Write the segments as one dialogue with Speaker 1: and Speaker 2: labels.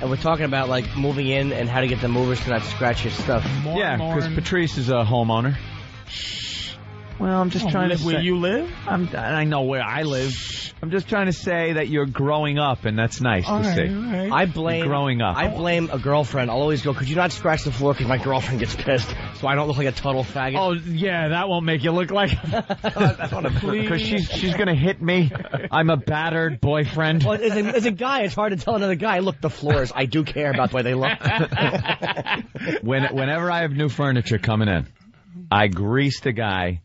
Speaker 1: and we're talking about like moving in and how to get the movers to not scratch your stuff.
Speaker 2: More
Speaker 3: Yeah,
Speaker 2: and more
Speaker 3: because
Speaker 2: and-
Speaker 3: Patrice is a homeowner. Well, I'm just
Speaker 2: Oh,
Speaker 3: trying to
Speaker 2: live where
Speaker 3: say,
Speaker 2: you live.
Speaker 3: I'm, I know where I live. I'm just trying to say that you're growing up, and that's nice
Speaker 2: All
Speaker 3: to
Speaker 2: right,
Speaker 3: see.
Speaker 2: all right.
Speaker 1: I blame
Speaker 3: growing up.
Speaker 1: I blame a girlfriend. I'll always go. Could you not scratch the floor because my girlfriend gets pissed, so I don't look like a total faggot.
Speaker 3: Oh yeah, that won't make you look like because she's she's gonna hit me. I'm a battered boyfriend.
Speaker 1: Well, as a, as a guy, it's hard to tell another guy. Look, the floors. I do care about the way they look.
Speaker 3: When whenever I have new furniture coming in, I grease the guy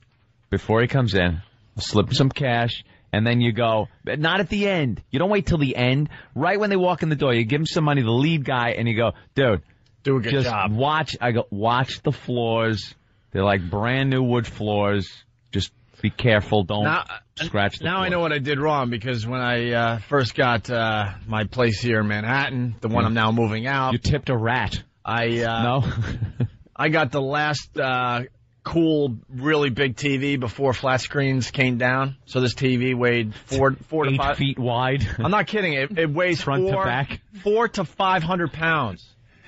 Speaker 3: before he comes in. I'll slip him some cash, and then you go. But not at the end. You don't wait till the end. Right when they walk in the door, you give him some money. The lead guy, and you go, dude.
Speaker 1: do a good
Speaker 3: just
Speaker 1: job.
Speaker 3: watch. I go watch the floors. They're like brand new wood floors. Just be careful. Don't
Speaker 4: Now,
Speaker 3: scratch. The
Speaker 4: now
Speaker 3: floor.
Speaker 4: I know what I did wrong because when I uh, first got uh, my place here in Manhattan, the one I'm now moving out,
Speaker 3: you tipped a rat.
Speaker 4: I uh,
Speaker 3: No,
Speaker 4: I got the last uh, cool, really big TV before flat screens came down. So this TV weighed four four to
Speaker 3: eight
Speaker 4: five.
Speaker 3: feet wide.
Speaker 4: I'm not kidding. It, it weighs
Speaker 3: Front to
Speaker 4: four,
Speaker 3: back.
Speaker 4: four to five hundred pounds.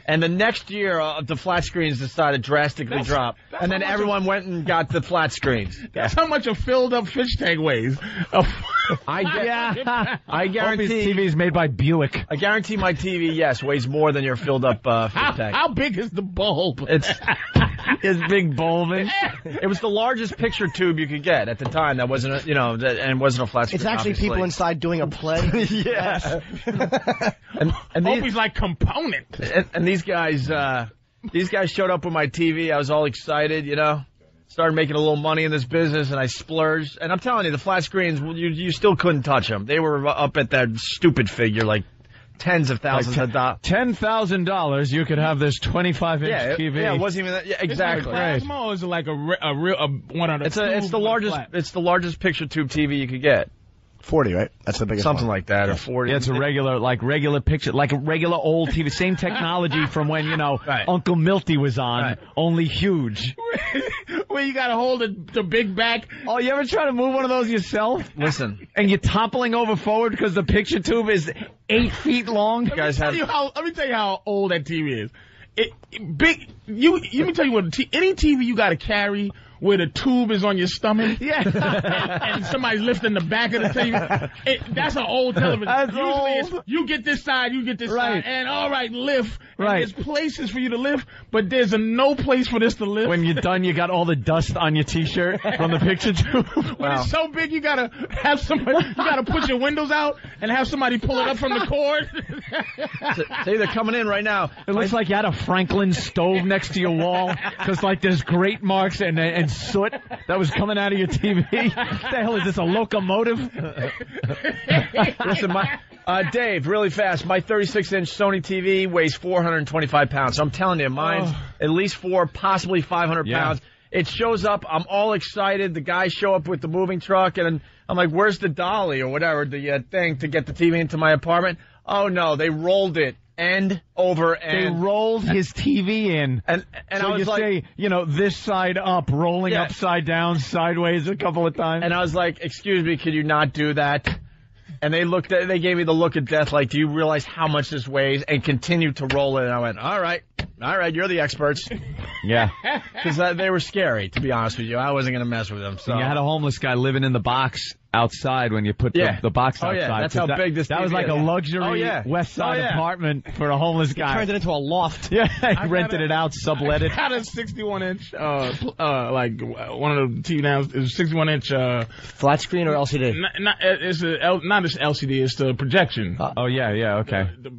Speaker 4: And the next year, uh, the flat screens decided drastically
Speaker 2: That's-
Speaker 4: drop,
Speaker 2: that's
Speaker 4: and then
Speaker 2: how much
Speaker 4: everyone went and got the flat screens.
Speaker 2: That's how much a filled up fish tank weighs.
Speaker 4: I gu- I
Speaker 3: Hope his
Speaker 4: guarantee.
Speaker 3: TV is made by Buick.
Speaker 4: I guarantee my TV, yes, weighs more than your filled up uh, fish
Speaker 2: how,
Speaker 4: tank.
Speaker 2: how big is the bulb?
Speaker 4: It's
Speaker 3: His big bulbing.
Speaker 4: it was the largest picture tube you could get at the time. That wasn't a, you know that and it wasn't a flat screen.
Speaker 1: It's actually
Speaker 4: obviously.
Speaker 1: people inside doing a play.
Speaker 4: yes. and, and,
Speaker 2: Hope he's
Speaker 4: these,
Speaker 2: like component.
Speaker 4: and, and these guys, uh, these guys showed up with my TV. I was all excited, you know. Started making a little money in this business, and I splurged. And I'm telling you, the flat screens, well, you you still couldn't touch them. They were up at that stupid figure, like tens of thousands of dollars.
Speaker 3: Ten thousand dollars, you could have this twenty-five inch
Speaker 4: Yeah, it,
Speaker 3: TV.
Speaker 4: yeah, it wasn't even that. Yeah, exactly.
Speaker 2: Is it a plasma or is it like a, re- a real a, one of the
Speaker 4: It's a, it's
Speaker 2: tube
Speaker 4: the
Speaker 2: with a
Speaker 4: largest
Speaker 2: flat?
Speaker 4: it's the largest picture tube TV you could get.
Speaker 1: Forty, right? That's the biggest.
Speaker 4: Something like that, or forty.
Speaker 3: Yeah, it's a regular, like regular picture, like a regular old TV. Same technology from when you know
Speaker 4: Right.
Speaker 3: Uncle Milty was on,
Speaker 4: Right.
Speaker 3: only huge.
Speaker 2: Where you gotta hold the, the big back.
Speaker 3: Oh, you ever try to move one of those yourself?
Speaker 4: Listen,
Speaker 3: and you're toppling over forward because the picture tube is eight feet long.
Speaker 2: Let me
Speaker 4: guys
Speaker 2: tell
Speaker 4: have-
Speaker 2: you how. Let me tell you how old that TV is. It, it- big. You let me tell you what. T, any TV you gotta carry where the tube is on your stomach.
Speaker 3: Yeah.
Speaker 2: and somebody's lifting the back of the TV. It, that's an old television.
Speaker 3: That's
Speaker 2: Usually it's
Speaker 3: old.
Speaker 2: you get this side, you get this side,
Speaker 3: Right.
Speaker 2: and all right, lift. And
Speaker 3: Right.
Speaker 2: There's places for you to lift, but there's a no place for this to lift.
Speaker 3: when you're done, you got all the dust on your t-shirt from the picture tube.
Speaker 2: When it's so big, you gotta have somebody. You gotta put your windows out and have somebody pull it up from the cord.
Speaker 4: see, they're coming in right now.
Speaker 3: It looks like you had a Franklin stove next to your wall because like there's grate marks and and soot that was coming out of your TV. what the hell is this? A locomotive?
Speaker 4: Listen, my uh, Dave, really fast. My 36 inch Sony TV weighs 425 pounds. So I'm telling you, mine's at least four, possibly 500
Speaker 3: Oh. Yeah.
Speaker 4: pounds. It shows up. I'm all excited. The guys show up with the moving truck, and I'm like, "Where's the dolly or whatever the uh, thing to get the TV into my apartment?" Oh no, they rolled it end over
Speaker 3: They
Speaker 4: end.
Speaker 3: rolled his TV in.
Speaker 4: and and
Speaker 3: so
Speaker 4: I was
Speaker 3: you
Speaker 4: like,
Speaker 3: say, you know, this side up, rolling
Speaker 4: Yeah.
Speaker 3: upside down, sideways a couple of times.
Speaker 4: And I was like, "Excuse me, could you not do that?" And they looked at, they gave me the look of death, like, "Do you realize how much this weighs?" And continued to roll it. And I went, "All right, all right, you're the experts,"
Speaker 3: yeah.
Speaker 4: because they were scary, to be honest with you. I wasn't gonna mess with them. So
Speaker 3: You had a homeless guy living in the box outside when you put
Speaker 4: Yeah.
Speaker 3: the, the box
Speaker 4: Oh,
Speaker 3: outside.
Speaker 4: yeah, that's
Speaker 3: 'cause
Speaker 4: how
Speaker 3: that,
Speaker 4: big this
Speaker 3: That
Speaker 4: TV
Speaker 3: was like
Speaker 4: is.
Speaker 3: a luxury
Speaker 4: Oh, yeah.
Speaker 3: West Side
Speaker 4: Oh, yeah.
Speaker 3: apartment for a homeless guy.
Speaker 1: Turned it into a loft.
Speaker 3: yeah, he rented
Speaker 2: gotta-
Speaker 3: it out, sublet it.
Speaker 2: Had a 61 inch, uh, pl- uh, like uh, one of the TV now is 61 inch. Uh,
Speaker 1: Flat screen or LCD?
Speaker 2: not, not uh, it's a L, not this LCD, it's the projection.
Speaker 3: Oh yeah, yeah, okay.
Speaker 2: The-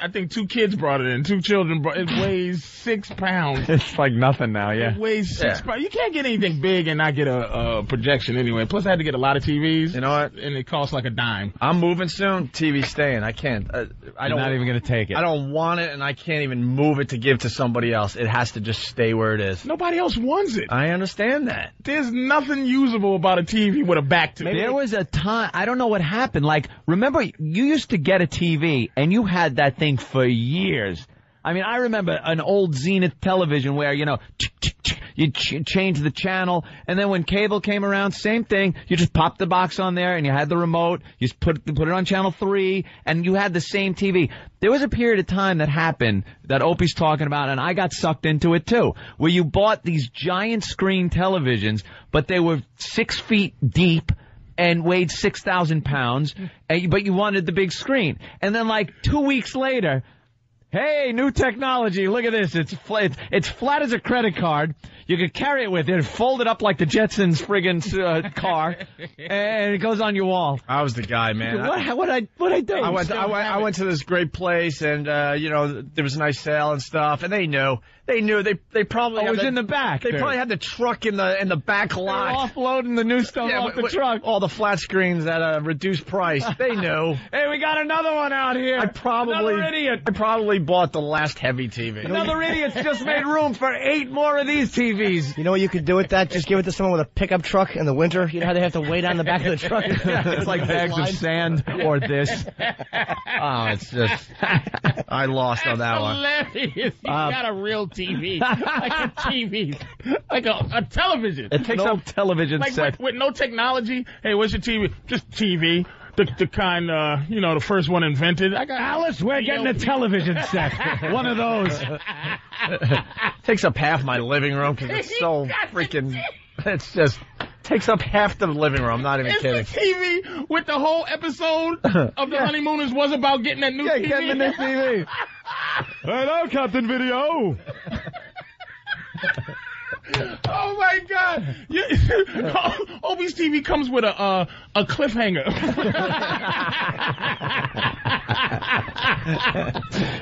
Speaker 2: I think two kids brought it in. Two children brought it. Weighs six pounds.
Speaker 3: It's like nothing now, yeah.
Speaker 2: It weighs six
Speaker 4: Yeah.
Speaker 2: pounds. You can't get anything big and not get a, a projection anyway. Plus, I had to get a lot of TVs.
Speaker 4: You know what?
Speaker 2: And it costs like a dime.
Speaker 4: I'm moving soon. TV staying. I can't. Uh, I
Speaker 3: I'm
Speaker 4: don't.
Speaker 3: not even gonna take it.
Speaker 4: I don't want it, and I can't even move it to give to somebody else. It has to just stay where it is.
Speaker 2: Nobody else wants it.
Speaker 4: I understand that.
Speaker 2: There's nothing usable about a TV with a back to it.
Speaker 3: There was a time I don't know what happened. Like, remember you used to get a TV and you had that thing for years. I mean, I remember an old Zenith television where you know you ch- change the channel, and then when cable came around, same thing. You just popped the box on there, and you had the remote. You just put put it on channel three, and you had the same TV. There was a period of time that happened that Opie's talking about, and I got sucked into it too, where you bought these giant screen televisions, but they were six feet deep and weighed 6,000 pounds, and you, but you wanted the big screen. And then like two weeks later, hey, new technology, look at this. It's, fl- it's, it's flat as a credit card. You could carry it with you, fold it up like the Jetsons friggin' uh, car, and it goes on your wall.
Speaker 4: I was the guy, man. I-
Speaker 3: What, what I, what I do?
Speaker 4: I went, I went, I went to this great place, and uh, you know there was a nice sale and stuff, and they knew, they knew, they they probably
Speaker 3: Oh, it
Speaker 4: have
Speaker 3: was in the back.
Speaker 4: They
Speaker 3: dude.
Speaker 4: probably had the truck in the in the back
Speaker 3: They were
Speaker 4: lot.
Speaker 3: offloading the new stuff
Speaker 4: Yeah,
Speaker 3: off
Speaker 4: but-
Speaker 3: the
Speaker 4: but-
Speaker 3: truck.
Speaker 4: All the flat screens at a reduced price. They knew.
Speaker 3: Hey, we got another one out here.
Speaker 4: I probably,
Speaker 3: another idiot.
Speaker 4: I probably bought the last heavy TV.
Speaker 3: Another idiot's just made room for eight more of these TVs.
Speaker 1: You know what you could do with that? Just give it to someone with a pickup truck in the winter. You know how they have to weigh down the back of the truck?
Speaker 3: it's like bags of sand or this.
Speaker 4: Oh, it's just, I lost on that one.
Speaker 2: Hilarious! You got a real TV, like a TV, like a, a television.
Speaker 3: It takes up television
Speaker 2: like
Speaker 3: set.
Speaker 2: with, with no technology. Hey, what's your TV? Just TV. The, the kind, uh, you know, the first one invented. I got
Speaker 5: Alice, we're getting a television set. One of those.
Speaker 4: takes up half my living room because it's so freaking. It's just takes up half the living room. I'm not even
Speaker 2: It's
Speaker 4: kidding.
Speaker 2: the TV with the whole episode of the Honeymooners was about getting that new
Speaker 4: Yeah,
Speaker 2: TV.
Speaker 4: getting the new TV.
Speaker 5: Hello, Captain Video.
Speaker 2: Oh my God! You, Obi's TV comes with a uh, a cliffhanger.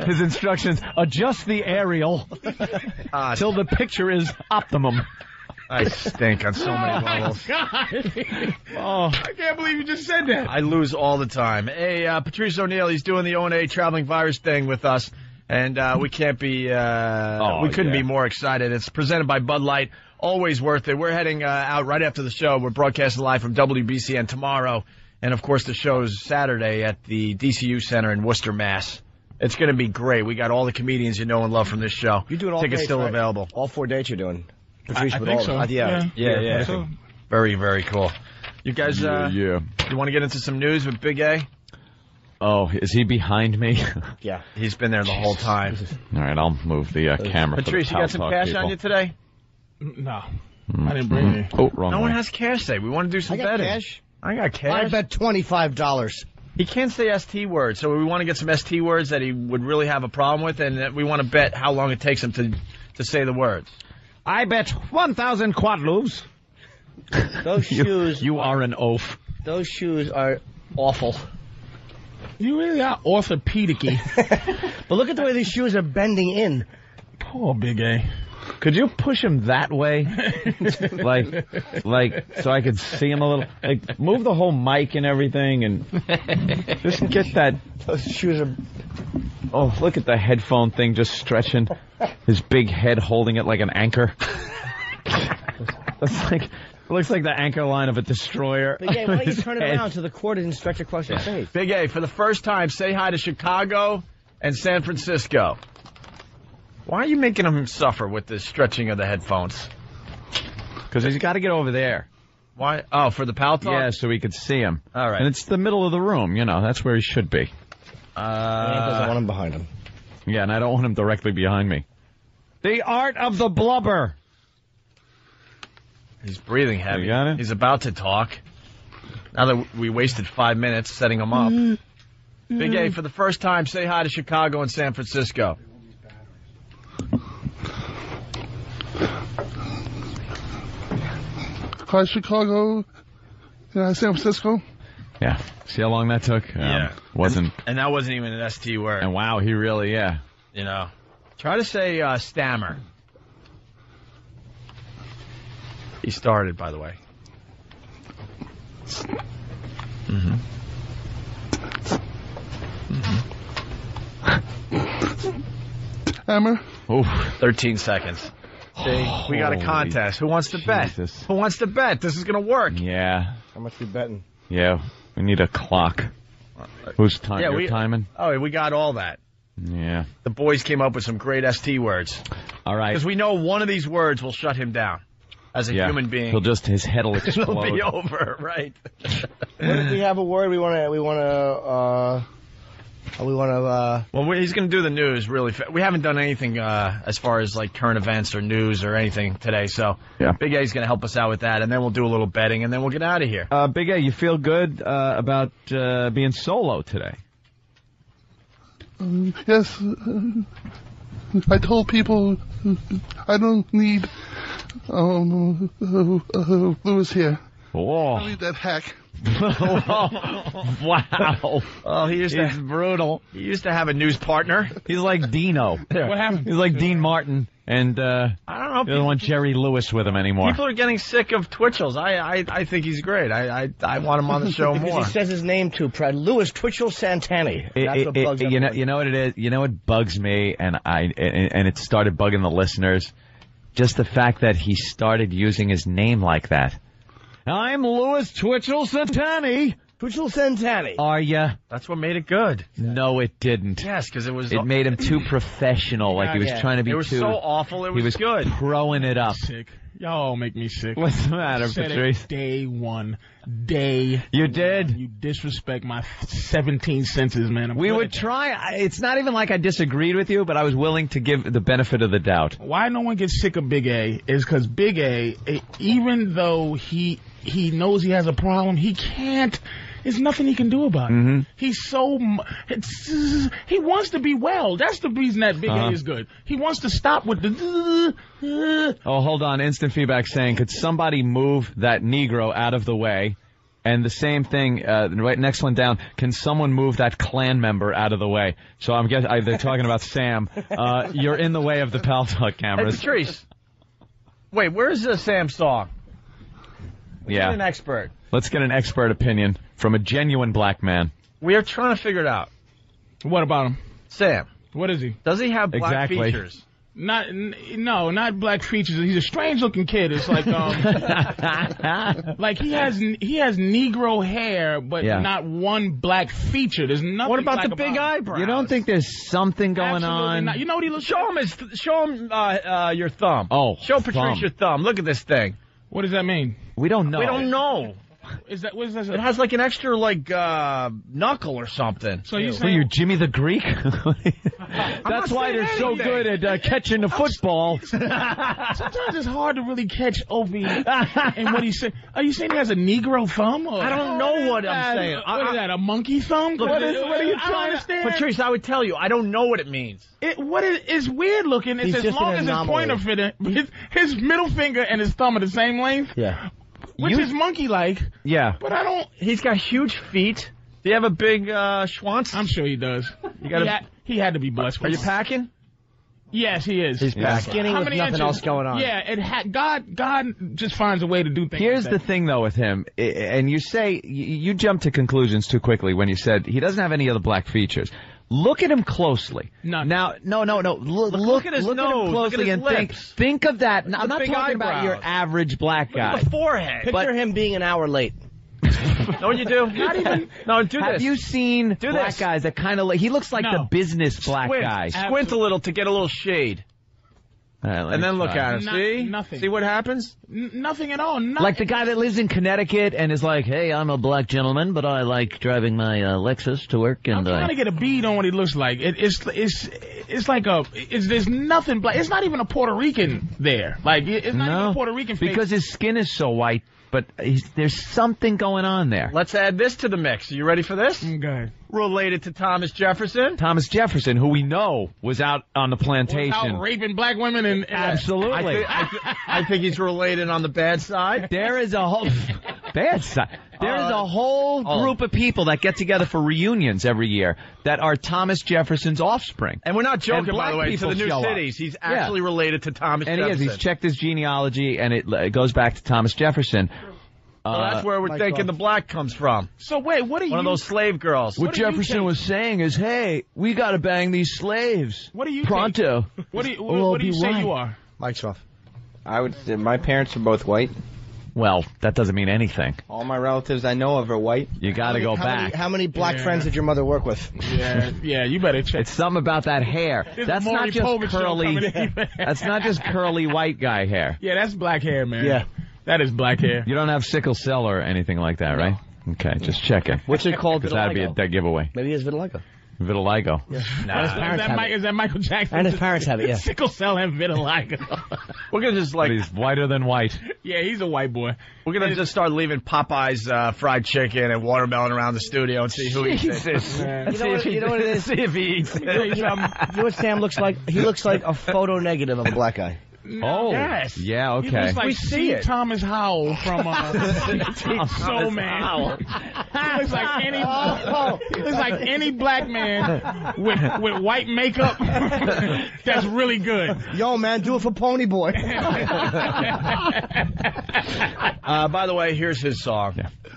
Speaker 3: His instructions: adjust the aerial
Speaker 4: Ah,
Speaker 3: till the picture is optimum.
Speaker 4: I stink on so many levels.
Speaker 2: God,
Speaker 3: Oh,
Speaker 2: I can't believe you just said that.
Speaker 4: I lose all the time. Hey, uh, Patrice O'Neill, he's doing the ONA traveling virus thing with us, and uh, we can't be, uh,
Speaker 3: Oh,
Speaker 4: we couldn't
Speaker 3: yeah.
Speaker 4: be more excited. It's presented by Bud Light. Always worth it. We're heading uh, out right after the show. We're broadcasting live from WBCN tomorrow, and of course the show's Saturday at the DCU Center in Worcester, Mass. It's going to be great. We got all the comedians you know and love from this show.
Speaker 1: You're doing all
Speaker 4: Tickets
Speaker 1: dates,
Speaker 4: still
Speaker 1: right?
Speaker 4: available.
Speaker 1: All four dates you're doing. Patrice
Speaker 2: I
Speaker 1: with
Speaker 2: think
Speaker 1: all
Speaker 2: so.
Speaker 1: of them.
Speaker 2: Yeah.
Speaker 1: yeah, yeah.
Speaker 4: Very, very cool. You guys, uh,
Speaker 3: yeah.
Speaker 4: you want to get into some news with Big A?
Speaker 3: Oh, is he behind me?
Speaker 1: Yeah.
Speaker 4: He's been there the whole time.
Speaker 3: All right, I'll move the uh, camera.
Speaker 4: Patrice,
Speaker 3: for
Speaker 4: you
Speaker 3: the
Speaker 4: got some
Speaker 3: Paltalk
Speaker 4: cash
Speaker 3: people.
Speaker 4: on you today?
Speaker 2: No, I didn't bring it.
Speaker 3: Oh, wrong
Speaker 4: No
Speaker 3: way.
Speaker 4: one has cash today. We want to do some
Speaker 1: I got
Speaker 4: betting.
Speaker 1: cash.
Speaker 4: I got
Speaker 1: I
Speaker 4: cash.
Speaker 1: bet twenty-five dollars.
Speaker 4: He can't say ST words, so we want to get some ST words that he would really have a problem with, and that we want to bet how long it takes him to to say the words.
Speaker 5: I bet 1,000 quad loops.
Speaker 1: Those shoes,
Speaker 3: you are an oaf.
Speaker 1: those shoes are awful.
Speaker 2: You really are orthopedicy.
Speaker 1: But look at the way these shoes are bending in.
Speaker 2: Poor Big A.
Speaker 3: Could you push him that way? like, like, so I could see him a little. Like, move the whole mic and everything, and just get that.
Speaker 1: Those shoes are.
Speaker 3: Oh, look at the headphone thing just stretching. His big head holding it like an anchor. That's like, looks like the anchor line of a destroyer.
Speaker 1: But yeah, why don't you
Speaker 3: His
Speaker 1: turn it
Speaker 3: head.
Speaker 1: around so the cord isn't stretched across your face?
Speaker 4: Big A, for the first time, say hi to Chicago and San Francisco. Why are you making him suffer with this stretching of the headphones?
Speaker 3: Because he's got to get over there.
Speaker 4: Why? Oh, for the pal talk.
Speaker 3: Yeah, so we could see him.
Speaker 4: All right.
Speaker 3: And it's the middle of the room, you know. That's where he should be.
Speaker 1: He doesn't
Speaker 4: Uh,
Speaker 1: want them behind him.
Speaker 3: Yeah, and I don't want him directly behind me.
Speaker 5: The art of the blubber.
Speaker 4: he's breathing heavy.
Speaker 3: You got it?
Speaker 4: He's about to talk. Now that we wasted five minutes setting him up. Big A, for the first time, say hi to Chicago and San Francisco.
Speaker 6: Hi, Chicago, yeah, San Francisco.
Speaker 3: Yeah. See how long that took? Um, Wasn't.
Speaker 4: And that wasn't even an ST word,
Speaker 3: And wow, he really, yeah.
Speaker 4: you know. Try to say uh, stammer. He started, by the way.
Speaker 6: Hammer.
Speaker 3: Oof.
Speaker 4: 13 seconds. See, we got a
Speaker 3: Holy
Speaker 4: contest. Who wants to
Speaker 3: Jesus.
Speaker 4: bet? Who wants to bet? This is going to work.
Speaker 3: Yeah.
Speaker 1: How much you betting?
Speaker 3: Yeah. We need a clock. Who's time?
Speaker 4: Yeah,
Speaker 3: You're
Speaker 4: we-
Speaker 3: timing?
Speaker 4: Oh, we got all that.
Speaker 3: Yeah.
Speaker 4: The boys came up with some great ST words.
Speaker 3: All right.
Speaker 4: Because we know one of these words will shut him down as a
Speaker 3: Yeah.
Speaker 4: human being.
Speaker 3: He'll just his head'll
Speaker 4: It'll
Speaker 3: explode.
Speaker 4: be over, right?
Speaker 1: we have a word we want to we want to uh we want to uh
Speaker 4: Well, we he's going to do the news really. Fa- we haven't done anything uh, as far as like current events or news or anything today. So
Speaker 3: Yeah.
Speaker 4: Big A's going to help us out with that, and then we'll do a little betting, and then we'll get out of here.
Speaker 3: Uh, Big A, you feel good uh, about uh, being solo today?
Speaker 6: Um, Yes, I told people I don't need um, uh, uh, Lewis here.
Speaker 4: Oh,
Speaker 3: Whoa!
Speaker 6: Oh. I need that hack.
Speaker 3: wow!
Speaker 4: Oh, he used to
Speaker 3: It's brutal.
Speaker 4: he used to have a news partner.
Speaker 3: He's like Dino.
Speaker 2: What happened?
Speaker 3: He's like Dean Martin, and uh,
Speaker 4: I don't know.
Speaker 3: they don't want Jerry Lewis with him anymore.
Speaker 4: People are getting sick of Twitchell's. I, I, I think he's great. I, I, I want him on the show
Speaker 1: because
Speaker 4: more.
Speaker 1: he says his name too. Pre- Louis Twitchell Santani.
Speaker 3: It-
Speaker 1: That's
Speaker 3: it-
Speaker 1: what
Speaker 3: it-
Speaker 1: bugs
Speaker 3: you know,
Speaker 1: everyone.
Speaker 3: you know what it is. You know what bugs me, and I, and, and it started bugging the listeners. Just the fact that he started using his name like that. I'm Louis Twitchell Satani.
Speaker 1: Twitchell Santani.
Speaker 3: Are ya?
Speaker 4: That's what made it good.
Speaker 3: No, it didn't.
Speaker 4: Yes, because it was.
Speaker 3: It made him too professional. Like he was
Speaker 1: Yeah.
Speaker 3: trying to be
Speaker 4: it was
Speaker 3: too.
Speaker 4: so awful. It was,
Speaker 3: he was
Speaker 4: good.
Speaker 3: Throwing it up.
Speaker 2: Sick. Y'all Oh, make me sick.
Speaker 3: What's the matter,
Speaker 2: Said it
Speaker 3: Patrice?
Speaker 2: Day one. Day.
Speaker 3: You did.
Speaker 2: You disrespect my 17 senses, man. I'm
Speaker 3: We
Speaker 2: good
Speaker 3: would
Speaker 2: at that.
Speaker 3: try. I- It's not even like I disagreed with you, but I was willing to give the benefit of the doubt.
Speaker 2: why no one gets sick of Big A is because Big A, eh, even though he he knows he has a problem, he can't. There's nothing he can do about it.
Speaker 3: Mm-hmm.
Speaker 2: He's so m- it's, he wants to be well. That's the reason that Big
Speaker 3: Uh-huh.
Speaker 2: A is good. He wants to stop with the. uh,
Speaker 3: Oh, hold on. Instant feedback saying, could somebody move that Negro out of the way? And the same thing, uh, right next one down. Can someone move that clan member out of the way? So I'm guess I, they're talking about Sam. Uh, you're in the way of the pal talk
Speaker 4: Hey,
Speaker 3: cameras.
Speaker 4: Patrice. Wait, where's the Sam song? Get an
Speaker 3: Yeah.
Speaker 4: expert.
Speaker 3: Let's get an expert opinion from a genuine black man.
Speaker 4: We are trying to figure it out.
Speaker 2: What about him?
Speaker 4: Sam,
Speaker 2: What is he?
Speaker 4: does he have black
Speaker 3: Exactly.
Speaker 4: features?
Speaker 2: Not n- no, not black features. He's a strange looking kid. It's like um, like he has n- he has Negro hair, but
Speaker 3: Yeah.
Speaker 2: not one black feature. There's nothing.
Speaker 4: What about
Speaker 2: black
Speaker 4: the big
Speaker 2: about him.
Speaker 4: eyebrows?
Speaker 3: You don't think there's something going
Speaker 2: Absolutely
Speaker 3: on?
Speaker 2: not. You know what he looks
Speaker 4: Show him his. Show him uh, uh, your thumb.
Speaker 3: Oh,
Speaker 4: Show Patrice
Speaker 3: thumb.
Speaker 4: your thumb. Look at this thing.
Speaker 2: What does that mean?
Speaker 3: we don't know.
Speaker 4: We don't know.
Speaker 2: Is that what is that?
Speaker 4: It has like an extra like uh, knuckle or something.
Speaker 2: so you
Speaker 3: Were
Speaker 2: saying
Speaker 3: you Jimmy the Greek? That's why
Speaker 4: saying
Speaker 3: they're so
Speaker 4: anything.
Speaker 3: good at uh, catching the football.
Speaker 2: sometimes it's hard to really catch Opie and what he's saying. Are you saying he has a Negro thumb? Or?
Speaker 4: I don't know what I'm saying.
Speaker 2: What is that? A monkey thumb?
Speaker 4: Look,
Speaker 2: what is?
Speaker 4: this-
Speaker 2: What are you
Speaker 4: I don't
Speaker 2: trying to stand?
Speaker 4: Patrice, I would tell you, I don't know what it means.
Speaker 2: It, what is? It's weird looking. It's
Speaker 1: He's
Speaker 2: as
Speaker 1: just
Speaker 2: long
Speaker 1: an
Speaker 2: as his
Speaker 1: anomaly.
Speaker 2: pointer fit in. His, his middle finger and his thumb are the same length.
Speaker 1: yeah.
Speaker 2: Which
Speaker 3: You-
Speaker 2: is monkey like,
Speaker 3: Yeah.
Speaker 2: but I don't.
Speaker 4: He's got huge feet. Do you have a big uh, schwanz?
Speaker 2: I'm sure he does. You
Speaker 4: gotta-
Speaker 2: he, had, he had to be blessed.
Speaker 4: Are
Speaker 2: with
Speaker 4: you
Speaker 2: one.
Speaker 4: packing?
Speaker 2: Yes, he is.
Speaker 1: He's
Speaker 3: Yeah.
Speaker 1: back. skinny
Speaker 2: How
Speaker 1: with
Speaker 2: many
Speaker 1: nothing
Speaker 2: inches?
Speaker 1: else going on.
Speaker 2: Yeah, it ha- God. God just finds a way to do things.
Speaker 3: Here's
Speaker 2: like
Speaker 3: the
Speaker 2: that.
Speaker 3: thing, though, with him, I- and you say y- you jumped to conclusions too quickly when you said he doesn't have any other black features. Look at him closely.
Speaker 2: None.
Speaker 3: Now, no, no, no. Look, look,
Speaker 4: at his
Speaker 3: look
Speaker 4: nose,
Speaker 3: him
Speaker 4: look at
Speaker 3: closely
Speaker 4: his
Speaker 3: and
Speaker 4: lips.
Speaker 3: think. Think of that. Now, I'm
Speaker 4: the
Speaker 3: not
Speaker 4: big
Speaker 3: talking about your
Speaker 4: eyebrows.
Speaker 3: average black guy.
Speaker 4: The forehead.
Speaker 1: Picture him being an hour late.
Speaker 4: no, you do. Not even. No, do
Speaker 3: Have
Speaker 4: this.
Speaker 3: you seen black
Speaker 4: this.
Speaker 3: guys that kind of look? He looks like
Speaker 2: No.
Speaker 3: the business black
Speaker 4: squint,
Speaker 3: guy.
Speaker 4: squint a little to get a little shade,
Speaker 3: All right, let
Speaker 4: and
Speaker 3: me
Speaker 4: then look
Speaker 3: try.
Speaker 4: at him.
Speaker 2: No-
Speaker 4: See,
Speaker 2: nothing.
Speaker 4: See what happens?
Speaker 2: N- nothing at all. Nothing.
Speaker 3: Like the guy that lives in Connecticut and is like, "Hey, I'm a black gentleman, but I like driving my uh, Lexus to work."
Speaker 2: I'm
Speaker 3: And uh,
Speaker 2: trying to
Speaker 3: I
Speaker 2: get a bead on what he looks like. It, it's it's it's like a it's there's nothing black. It's not even a Puerto Rican there. Like it- it's not even a Puerto Rican face.
Speaker 3: because his skin is so white. But he's, there's something going on there.
Speaker 4: Let's add this to the mix. Are you ready for this?
Speaker 2: Okay.
Speaker 4: Related to Thomas Jefferson.
Speaker 3: Thomas Jefferson, who we know was out on the plantation.
Speaker 2: Out raping black women and, and
Speaker 4: I,
Speaker 3: Absolutely.
Speaker 4: thi- I, thi- I think he's related on the bad side. Uh,
Speaker 3: there is a whole bad side. There is a whole
Speaker 4: oh.
Speaker 3: group of people that get together for reunions every year that are Thomas Jefferson's offspring.
Speaker 4: And we're not joking, by
Speaker 3: black
Speaker 4: the way. To
Speaker 3: people
Speaker 4: the new
Speaker 3: show up.
Speaker 4: cities, he's actually related to Thomas
Speaker 3: And he
Speaker 4: Jefferson.
Speaker 3: is. He's checked his genealogy, and it, it goes back to Thomas Jefferson.
Speaker 4: So
Speaker 3: uh,
Speaker 4: that's where we're thinking the black comes from.
Speaker 2: so wait, what do
Speaker 4: One
Speaker 2: you
Speaker 4: of those slave girls.
Speaker 3: What
Speaker 2: do you
Speaker 3: Jefferson
Speaker 2: take?
Speaker 3: was saying is, "Hey, we got to bang these slaves."
Speaker 2: What do you
Speaker 3: pronto?
Speaker 2: what do you
Speaker 3: We'll
Speaker 2: what, what do you
Speaker 3: be
Speaker 2: say
Speaker 3: right.
Speaker 2: you are?
Speaker 7: I would. My parents are both white,
Speaker 3: Well, that doesn't mean anything.
Speaker 7: All my relatives I know of are white.
Speaker 3: You got to go
Speaker 1: how
Speaker 3: back.
Speaker 1: Many, how many black
Speaker 2: Yeah.
Speaker 1: friends did your mother work with?
Speaker 2: Yeah, yeah, you better check.
Speaker 3: It's something about that hair.
Speaker 2: is
Speaker 3: That's
Speaker 2: the
Speaker 3: not
Speaker 2: Maury
Speaker 3: just
Speaker 2: Povich show
Speaker 3: curly.
Speaker 2: coming in.
Speaker 3: that's not just curly white guy hair.
Speaker 2: yeah, that's black hair, man.
Speaker 1: Yeah.
Speaker 2: That is black hair.
Speaker 3: You don't have sickle cell or anything like that, right? Okay, just checking.
Speaker 1: What's it called?
Speaker 3: Because that'd be a
Speaker 1: Vitiligo.
Speaker 3: dead giveaway.
Speaker 1: Maybe it's vitiligo.
Speaker 3: Vitiligo.
Speaker 1: His
Speaker 2: Is
Speaker 1: parents
Speaker 2: that,
Speaker 1: have
Speaker 2: Mi-
Speaker 1: it.
Speaker 2: is that Michael Jackson?
Speaker 1: And his parents have it, yeah.
Speaker 2: Sickle cell and vitiligo.
Speaker 4: We're gonna just
Speaker 3: But
Speaker 4: like
Speaker 3: he's whiter than white.
Speaker 2: yeah, he's a white boy.
Speaker 4: we're gonna just start leaving Popeyes uh, fried chicken and watermelon around the studio and see who eats it.
Speaker 1: You know, what, you know what it is?
Speaker 4: See if he eats it.
Speaker 1: You know, you know what um, Sam looks like? He looks like a photo negative of a black guy.
Speaker 3: Oh,
Speaker 2: Yes.
Speaker 3: yeah,
Speaker 2: He
Speaker 3: okay.
Speaker 2: looks like
Speaker 4: We
Speaker 2: Steve
Speaker 4: see it.
Speaker 2: Thomas Howell from uh, Soul Man. He looks like any he looks like any black man with with white makeup that's really good.
Speaker 1: Yo, man, do it for Pony Boy.
Speaker 4: Uh, by the way, here's his song.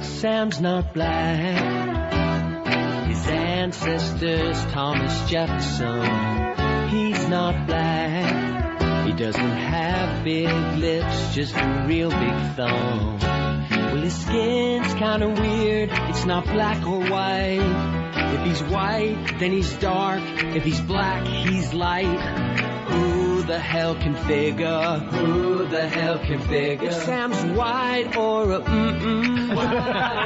Speaker 8: Sam's not black. His ancestor's Thomas Jefferson. He's not black. He doesn't have big lips, just a real big thumb. Well, his skin's kinda weird, it's not black or white. If he's white, then he's dark. If he's black, he's light. Who the hell can figure? Who the hell can figure? If Sam's white or a mm-mm. White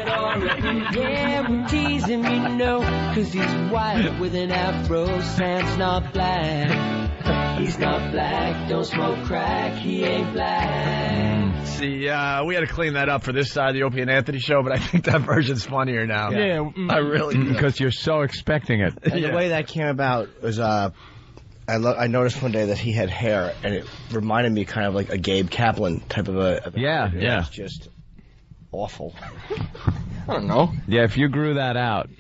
Speaker 8: or a mm Yeah, we're teasing me, no. Cause he's white with an afro. Sam's not black. He's not black. Don't smoke crack. He ain't black.
Speaker 4: See, uh, we had to clean that up for this side of the Opie and Anthony show, but I think that version's funnier now.
Speaker 2: Yeah, mm.
Speaker 4: I really. do.
Speaker 3: Because you're so Mm-hmm. expecting it.
Speaker 1: And the way that came about was, uh, I, lo- I noticed one day that he had hair, and it reminded me kind of like a Gabe Kaplan type of a. Of a
Speaker 3: Yeah,
Speaker 1: it
Speaker 3: yeah.
Speaker 1: was just awful.
Speaker 7: I don't know.
Speaker 3: Yeah, if you grew that out,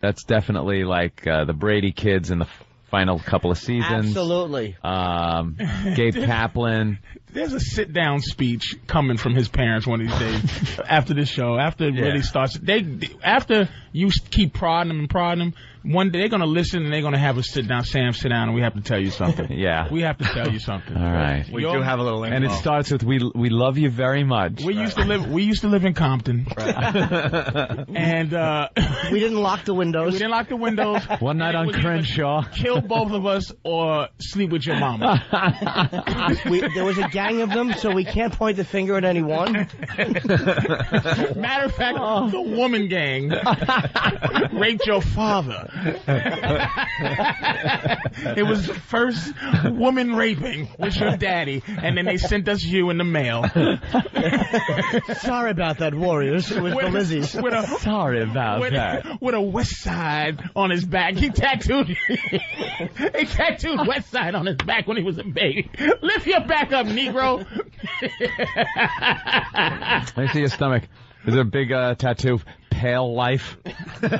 Speaker 3: that's definitely like uh, the Brady kids in the final couple of seasons.
Speaker 1: Absolutely.
Speaker 3: Um, Gabe Kaplan.
Speaker 2: There's a sit down speech coming from his parents one of these days after this show. After it really starts, they after you s- keep prodding them and prodding them, one day they're gonna listen and they're gonna have a sit down. Sam, sit down, and we have to tell you something.
Speaker 3: Yeah.
Speaker 2: We have to tell you something.
Speaker 3: All right.
Speaker 4: we do have a little.
Speaker 3: And it
Speaker 4: info.
Speaker 3: starts with we we love you very much.
Speaker 2: We used to live. We used to live in Compton, and uh,
Speaker 1: We didn't lock the
Speaker 2: we
Speaker 1: windows.
Speaker 2: didn't lock the windows.
Speaker 3: One night on
Speaker 2: It was either
Speaker 3: Crenshaw.
Speaker 2: Kill both of us or sleep with your mama.
Speaker 1: We, there was a gang of them, so we can't point the finger at anyone.
Speaker 2: Matter of fact, the woman gang raped your father. it was the first woman raping with your daddy, and then they sent us you in the mail with,
Speaker 1: Sorry about that, Warriors. It was the Lizzie's.
Speaker 2: with a
Speaker 3: Sorry about
Speaker 2: with,
Speaker 3: that.
Speaker 2: with a West Side on his back. He tattooed he tattooed West Side on his back when he was a baby. Lift your back up, Negro.
Speaker 3: Let me see your stomach. Is there a big uh, tattoo? Pale life.
Speaker 4: All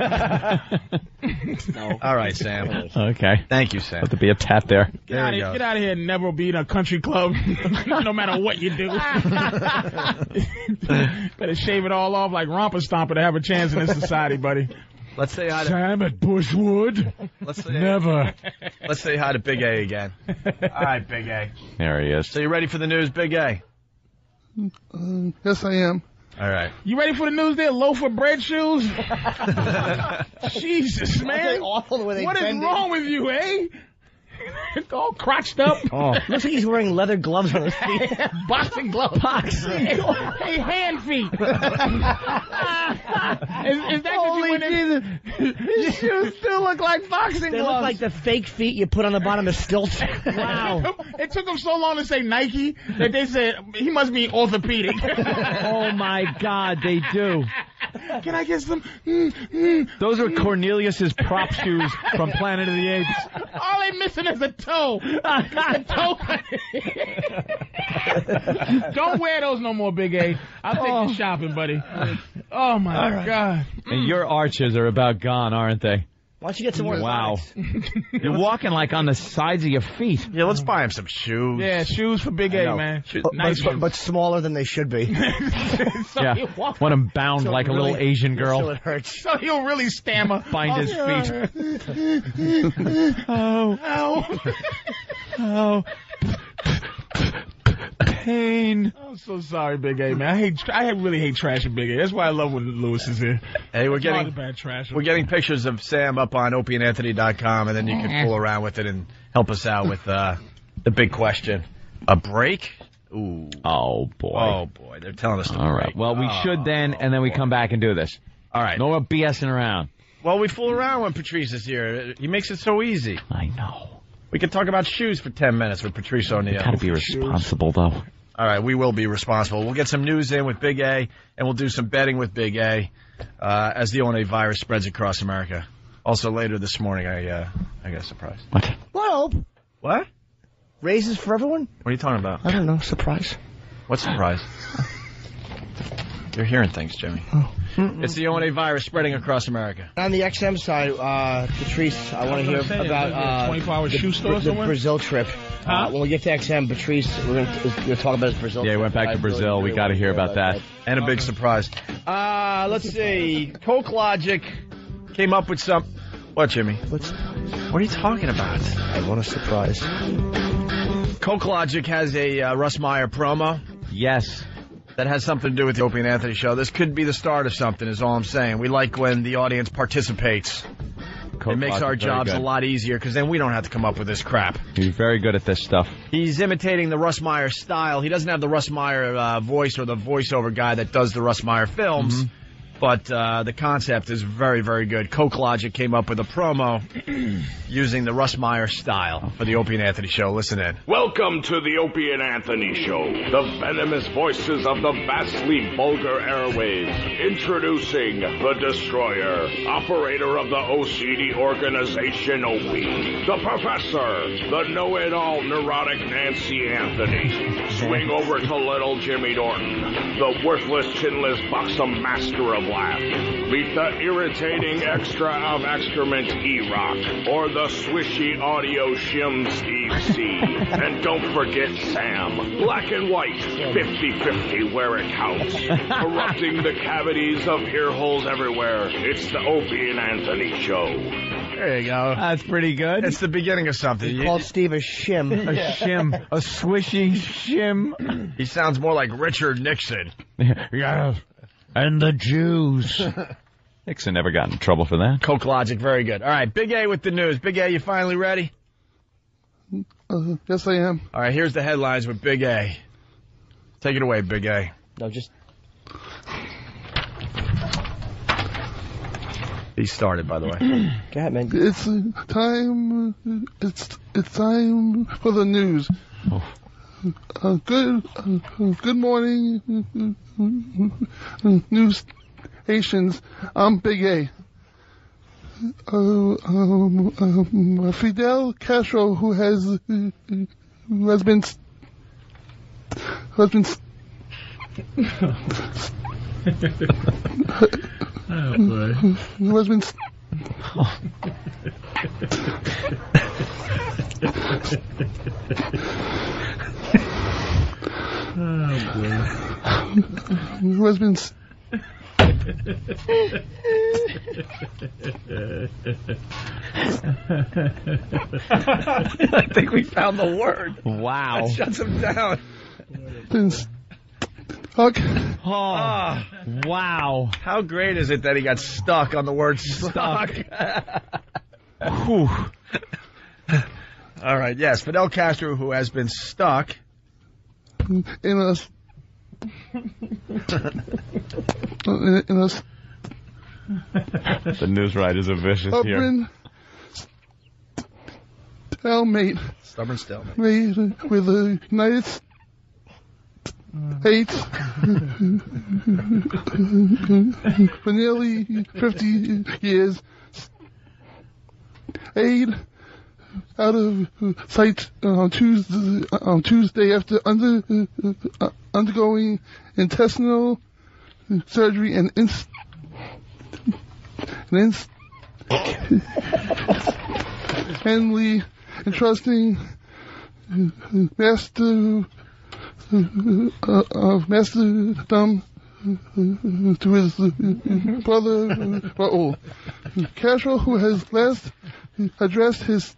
Speaker 4: right, Sam.
Speaker 3: Okay.
Speaker 4: Thank you, Sam.
Speaker 3: To be a tat there.
Speaker 2: Get out,
Speaker 4: you
Speaker 2: of,
Speaker 4: go.
Speaker 2: get out of here and never be in a country club, no matter what you do. Better shave it all off like Romper Stomper to have a chance in this society, buddy.
Speaker 4: Let's say hi. To,
Speaker 2: Damn it, Bushwood.
Speaker 4: let's say
Speaker 2: Never.
Speaker 4: let's say hi to Big A again. All right, Big A.
Speaker 3: There he is.
Speaker 4: So you ready for the news, Big A?
Speaker 1: Mm,
Speaker 6: Um, yes, I am.
Speaker 4: All right.
Speaker 2: You ready for the news there, loaf of bread shoes? Jesus, man.
Speaker 1: awful the way they
Speaker 2: What is
Speaker 1: bend it?
Speaker 2: wrong with you, eh? It's all crotched up,
Speaker 1: Oh, looks like he's wearing leather gloves on his feet.
Speaker 2: boxing gloves. Boxing. hey, hand feet. is, is that Holy what you went in? His shoes still look like boxing
Speaker 1: They look like the fake feet you put on the bottom of stilts. Wow.
Speaker 2: It took them so long to say Nike that they said he must be orthopedic.
Speaker 3: Oh my God, they do.
Speaker 2: Can I get some? Mm, mm.
Speaker 3: Those are Cornelius's prop shoes from Planet of the Apes.
Speaker 2: All they missing is a toe. A toe. Don't wear those no more, Big A. I'll take you shopping, buddy. Oh my God.
Speaker 3: And your arches are about gone, aren't they?
Speaker 1: Why don't you get some more?
Speaker 3: Wow.
Speaker 1: products?
Speaker 3: You're walking like on the sides of your feet.
Speaker 4: Yeah, let's buy him some shoes.
Speaker 2: Yeah, shoes for Big
Speaker 1: I
Speaker 2: A,
Speaker 1: know.
Speaker 2: man. Shoes-
Speaker 1: But,
Speaker 2: nice
Speaker 1: but,
Speaker 2: shoes.
Speaker 1: but smaller than they should be.
Speaker 2: so
Speaker 3: yeah.
Speaker 2: he'll walk-
Speaker 3: Want him bound like a little
Speaker 1: Really-
Speaker 3: Asian
Speaker 1: So
Speaker 3: girl.
Speaker 1: it hurts.
Speaker 2: so he'll really stammer.
Speaker 3: Find his feet.
Speaker 2: Oh, ow.
Speaker 3: Oh. Pain.
Speaker 2: I'm so sorry, Big A, man. I hate. I really hate trashing Big A. That's why I love when Lewis is here.
Speaker 4: Hey, we're
Speaker 2: Not a
Speaker 4: getting
Speaker 2: bad trash.
Speaker 4: we're getting pictures of Sam up on opieandanthony.com, and then you can
Speaker 3: Mm-hmm.
Speaker 4: fool around with it and help us out with uh, the big question. A break? Ooh.
Speaker 3: Oh boy.
Speaker 4: Oh boy, they're telling us. To
Speaker 3: All right.
Speaker 4: break.
Speaker 3: Well, we
Speaker 4: Oh,
Speaker 3: should then, and then we come back and do this.
Speaker 4: All right.
Speaker 3: No more BSing around.
Speaker 4: Well, we fool around when Patrice is here. He makes it so easy.
Speaker 3: I know.
Speaker 4: We can talk about shoes for ten minutes with Patrice O'Neill.
Speaker 3: Gotta be responsible though.
Speaker 4: All right, we will be responsible. We'll get some news in with Big A, and we'll do some betting with Big A uh, as the O&A virus spreads across America. Also, later this morning, I uh, I got a surprise.
Speaker 3: What?
Speaker 1: Well,
Speaker 4: What?
Speaker 1: raises for everyone.
Speaker 4: What are you talking about?
Speaker 1: I don't know. Surprise.
Speaker 4: What surprise? You're hearing things, Jimmy. It's the O&A virus spreading across America.
Speaker 1: On the XM side, uh, Patrice, I want to hear about uh,
Speaker 2: 24 hour shoe store
Speaker 1: the
Speaker 2: somewhere.
Speaker 1: Brazil trip.
Speaker 2: Huh?
Speaker 1: Uh, when we get to XM, Patrice, we're going to talk about his Brazil.
Speaker 3: Yeah, he
Speaker 1: trip.
Speaker 3: went back
Speaker 1: I
Speaker 3: to
Speaker 1: really,
Speaker 3: Brazil. We
Speaker 1: really
Speaker 3: got to
Speaker 1: wanna
Speaker 3: hear about that.
Speaker 4: And a big surprise. Uh, let's see. Coke Logic came up with some... What, Jimmy?
Speaker 1: What's-
Speaker 4: What are you talking about?
Speaker 1: I want a surprise.
Speaker 4: Coke Logic has a uh, Russ Meyer promo.
Speaker 3: Yes.
Speaker 4: that has something to do with the Opie and Anthony show. This could be the start of something, is all I'm saying. We like when the audience participates.
Speaker 3: Coach
Speaker 4: it makes
Speaker 3: Locke
Speaker 4: our
Speaker 3: is very
Speaker 4: jobs
Speaker 3: good.
Speaker 4: a lot easier because then we don't have to come up with this crap.
Speaker 3: He's very good at this stuff.
Speaker 4: He's imitating the Russ Meyer style. He doesn't have the Russ Meyer uh, voice or the voiceover guy that does the Russ Meyer films.
Speaker 3: Mm-hmm.
Speaker 4: But uh, the concept is very, very good. Coke Logic came up with a promo using the Russ Meyer style for the Opie and Anthony show. Listen in.
Speaker 9: Welcome to the Opie and Anthony Show, the venomous voices of the vastly vulgar airwaves. Introducing the Destroyer, operator of the OCD organization OPE, the Professor, the know it all neurotic Nancy Anthony. Swing over to little Jimmy Norton, the worthless, chinless buxom master of laugh. Meet the irritating extra of excrement E Rock, or the swishy audio shims EC. And don't forget Sam. Black and white, 50-50 where it counts. Corrupting the cavities of ear holes everywhere. It's the Opie and Anthony Show.
Speaker 4: There you go.
Speaker 3: That's pretty good.
Speaker 4: It's the beginning of something. You-
Speaker 1: Called Steve a shim.
Speaker 3: a shim, a swishy shim.
Speaker 4: He sounds more like Richard Nixon.
Speaker 3: yeah. And the Jews. Nixon never got in trouble for that.
Speaker 4: Coke Logic, very good. All right, Big A with the news. Big A, you finally ready?
Speaker 6: Uh, yes, I am.
Speaker 4: All right, here's the headlines with Big A. Take it away, Big A.
Speaker 1: no, just
Speaker 4: He started, by the way.
Speaker 1: go ahead, man.
Speaker 6: It's uh, time. It's it's time for the news. Uh, good uh, good morning, uh, news stations. I'm Big A. Uh, um, um, Fidel Castro, who has uh, who has been s- who has been s- who has been s- who has been s-
Speaker 4: I think we found the word.
Speaker 3: Wow.
Speaker 4: Shuts him down.
Speaker 6: been s- okay.
Speaker 3: Oh, wow.
Speaker 4: Ah. How great is it that he got stuck on the word stuck?
Speaker 3: Whew.
Speaker 4: All right, yes, Fidel Castro, who has been stuck.
Speaker 6: in a s- in a- in a
Speaker 3: The news writers are vicious here.
Speaker 6: stubborn stalemate
Speaker 4: Stubborn still.
Speaker 6: made with the United States for nearly 50 years, aid out of sight on Tuesday, on Tuesday after under, uh, undergoing intestinal surgery and, ins- and ins- Henley entrusting master uh, of masterdom to his brother Raoul. Cashel, who has last addressed his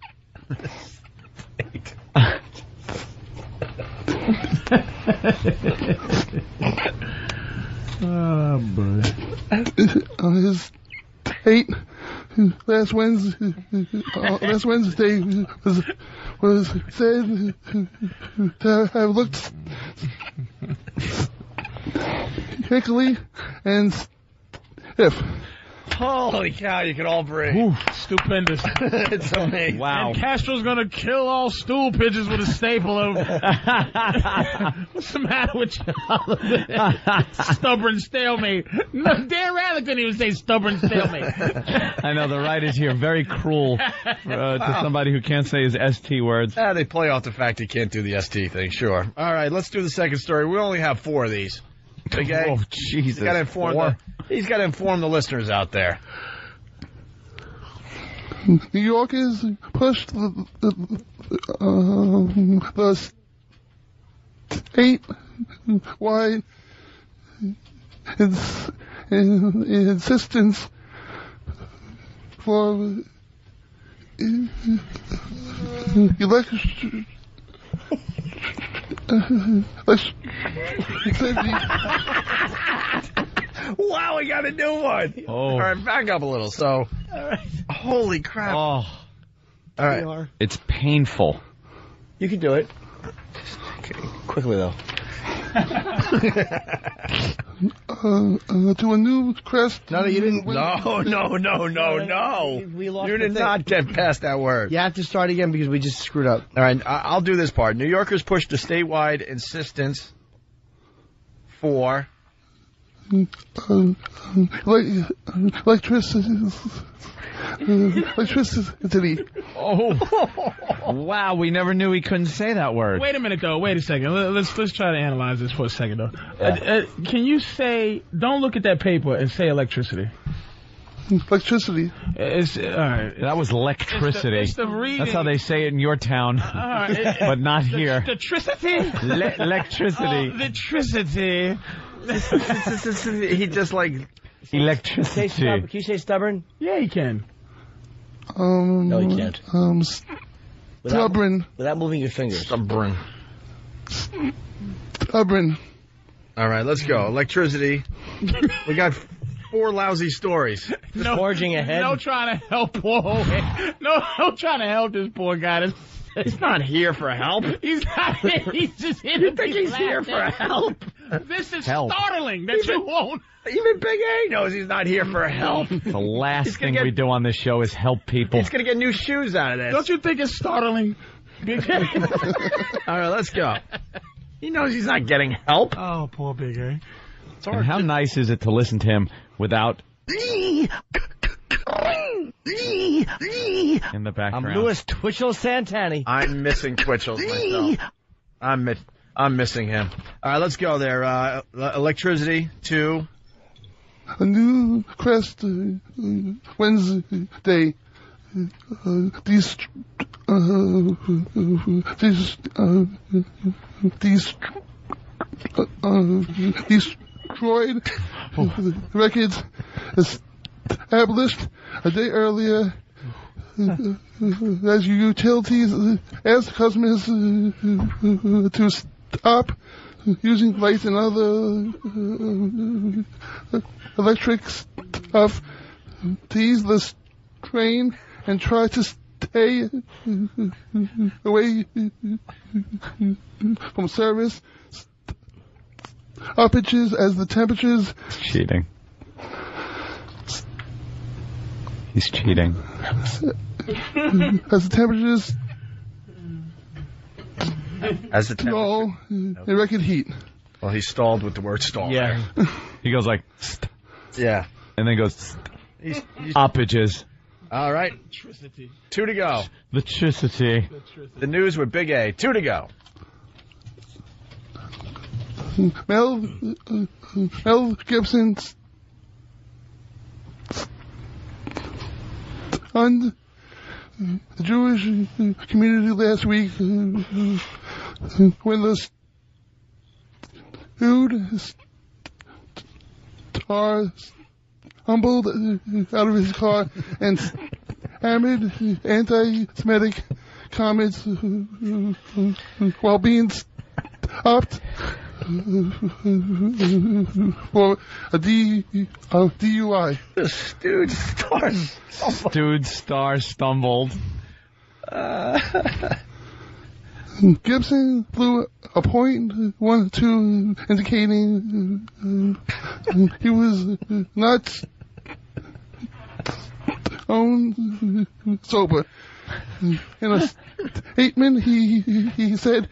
Speaker 2: Oh, boy.
Speaker 6: on his date last Wednesday. uh, last Wednesday was was said to have looked hickily and stiff.
Speaker 4: Holy cow, you can all breathe.
Speaker 2: Stupendous.
Speaker 4: it's amazing.
Speaker 3: Wow.
Speaker 2: And Castro's gonna kill all stool pigeons with a stapler. What's the matter with you? stubborn stalemate. No, Dan Rather couldn't even say stubborn stalemate.
Speaker 3: I know the right is here very cruel uh, to somebody who can't say his ST words.
Speaker 4: Ah, they play off the fact he can't do the ST thing, sure. All right, let's do the second story. We only have four of these. Big A,
Speaker 3: Oh,
Speaker 4: he's got to
Speaker 3: Jesus.
Speaker 4: inform the, he's got to inform the listeners out there.
Speaker 6: New Yorkers pushed the, the, um, the state wide ins- in- insistence for election.
Speaker 4: Wow, we got a new one.
Speaker 3: Oh.
Speaker 4: All right, back up a little. So, holy crap.
Speaker 3: Oh,
Speaker 4: All right.
Speaker 3: it's painful.
Speaker 1: You can do it. Quickly though.
Speaker 6: uh, uh, to a new crest.
Speaker 1: No, no, you didn't.
Speaker 4: No, no, no, no, no.
Speaker 1: We lost
Speaker 4: You
Speaker 1: the
Speaker 4: did
Speaker 1: thing.
Speaker 4: not get past that word.
Speaker 1: You have to start again because we just screwed up.
Speaker 4: All right, I- I'll do this part. New Yorkers pushed a statewide insistence for
Speaker 6: um, like, electricity, electricity.
Speaker 3: Wow, we never knew he couldn't say that word.
Speaker 2: Wait a minute though. Wait a second. Let- Let's let's try to analyze this for a second though. Uh, uh, can you say? Don't look at that paper and say electricity.
Speaker 6: Electricity.
Speaker 2: It's all right.
Speaker 3: That was electricity.
Speaker 2: It's the reading.
Speaker 3: That's how they say it in your town,
Speaker 4: Uh,
Speaker 2: All right. It-
Speaker 3: but not
Speaker 2: the-
Speaker 3: here.
Speaker 2: The tricity.
Speaker 3: Le-
Speaker 2: Oh,
Speaker 3: electricity.
Speaker 2: the
Speaker 1: Oh,
Speaker 2: tricity.
Speaker 4: he just like
Speaker 1: Say stubborn.
Speaker 3: Electricity.
Speaker 1: Can you say stubborn?
Speaker 2: Yeah, you can.
Speaker 6: Um,
Speaker 1: No, you can't.
Speaker 6: Um, s-
Speaker 1: Without,
Speaker 6: stubborn,
Speaker 1: without moving your fingers.
Speaker 4: stubborn.
Speaker 6: stubborn.
Speaker 4: All right, let's go. Electricity. we got four lousy stories.
Speaker 2: No,
Speaker 1: forging ahead.
Speaker 2: No trying to help poor old man. No, no trying to help this poor guy. This-
Speaker 4: He's not here for help.
Speaker 2: He's not. He's just here. You think
Speaker 4: He's here for help.
Speaker 2: This is
Speaker 3: Help.
Speaker 2: startling that you won't.
Speaker 4: Even Big A knows he's not here for help.
Speaker 3: The last
Speaker 4: gonna
Speaker 3: thing
Speaker 4: get-
Speaker 3: we do on this show is help people.
Speaker 4: He's gonna get new shoes out of this.
Speaker 2: Don't you think it's startling? Big
Speaker 4: All right, let's go. He knows he's not getting help.
Speaker 2: oh, poor Big A.
Speaker 3: And how nice is it to listen to him without in the
Speaker 1: I'm
Speaker 3: background?
Speaker 1: Louis Twitchell Santani.
Speaker 4: I'm missing Twitchell's myself. I'm mi- I'm missing him. All right, let's go there. Uh, le- electricity to
Speaker 6: A new crest. Uh, Wednesday. Uh, these. Uh, these. Uh, these. Uh, uh, destroyed records established a day earlier uh, as utilities asked customers uh, to stop using lights and other uh, electric stuff, tease the train, and try to stay away from service uppages as the temperatures
Speaker 3: cheating. He's cheating.
Speaker 6: as the temperatures
Speaker 4: as the temp-
Speaker 6: fall in record heat.
Speaker 4: well, he stalled with the word stall.
Speaker 3: Yeah. He goes like, "St-"
Speaker 4: yeah.
Speaker 3: and then goes "St-"
Speaker 4: He's, he's,
Speaker 3: oppages.
Speaker 4: all right,
Speaker 2: Tricity.
Speaker 4: two to go.
Speaker 3: Electricity.
Speaker 4: The news with Big A. Two to go.
Speaker 6: Mel, Mel Gibson's on the Jewish community last week when the dude star humbled out of his car and hammered anti-Semitic comments while being stopped for a D, uh, DUI.
Speaker 1: Dude, stars.
Speaker 3: Dude, star stumbled.
Speaker 6: Gibson blew a point one two, indicating uh, he was not own sober. In a statement, he he said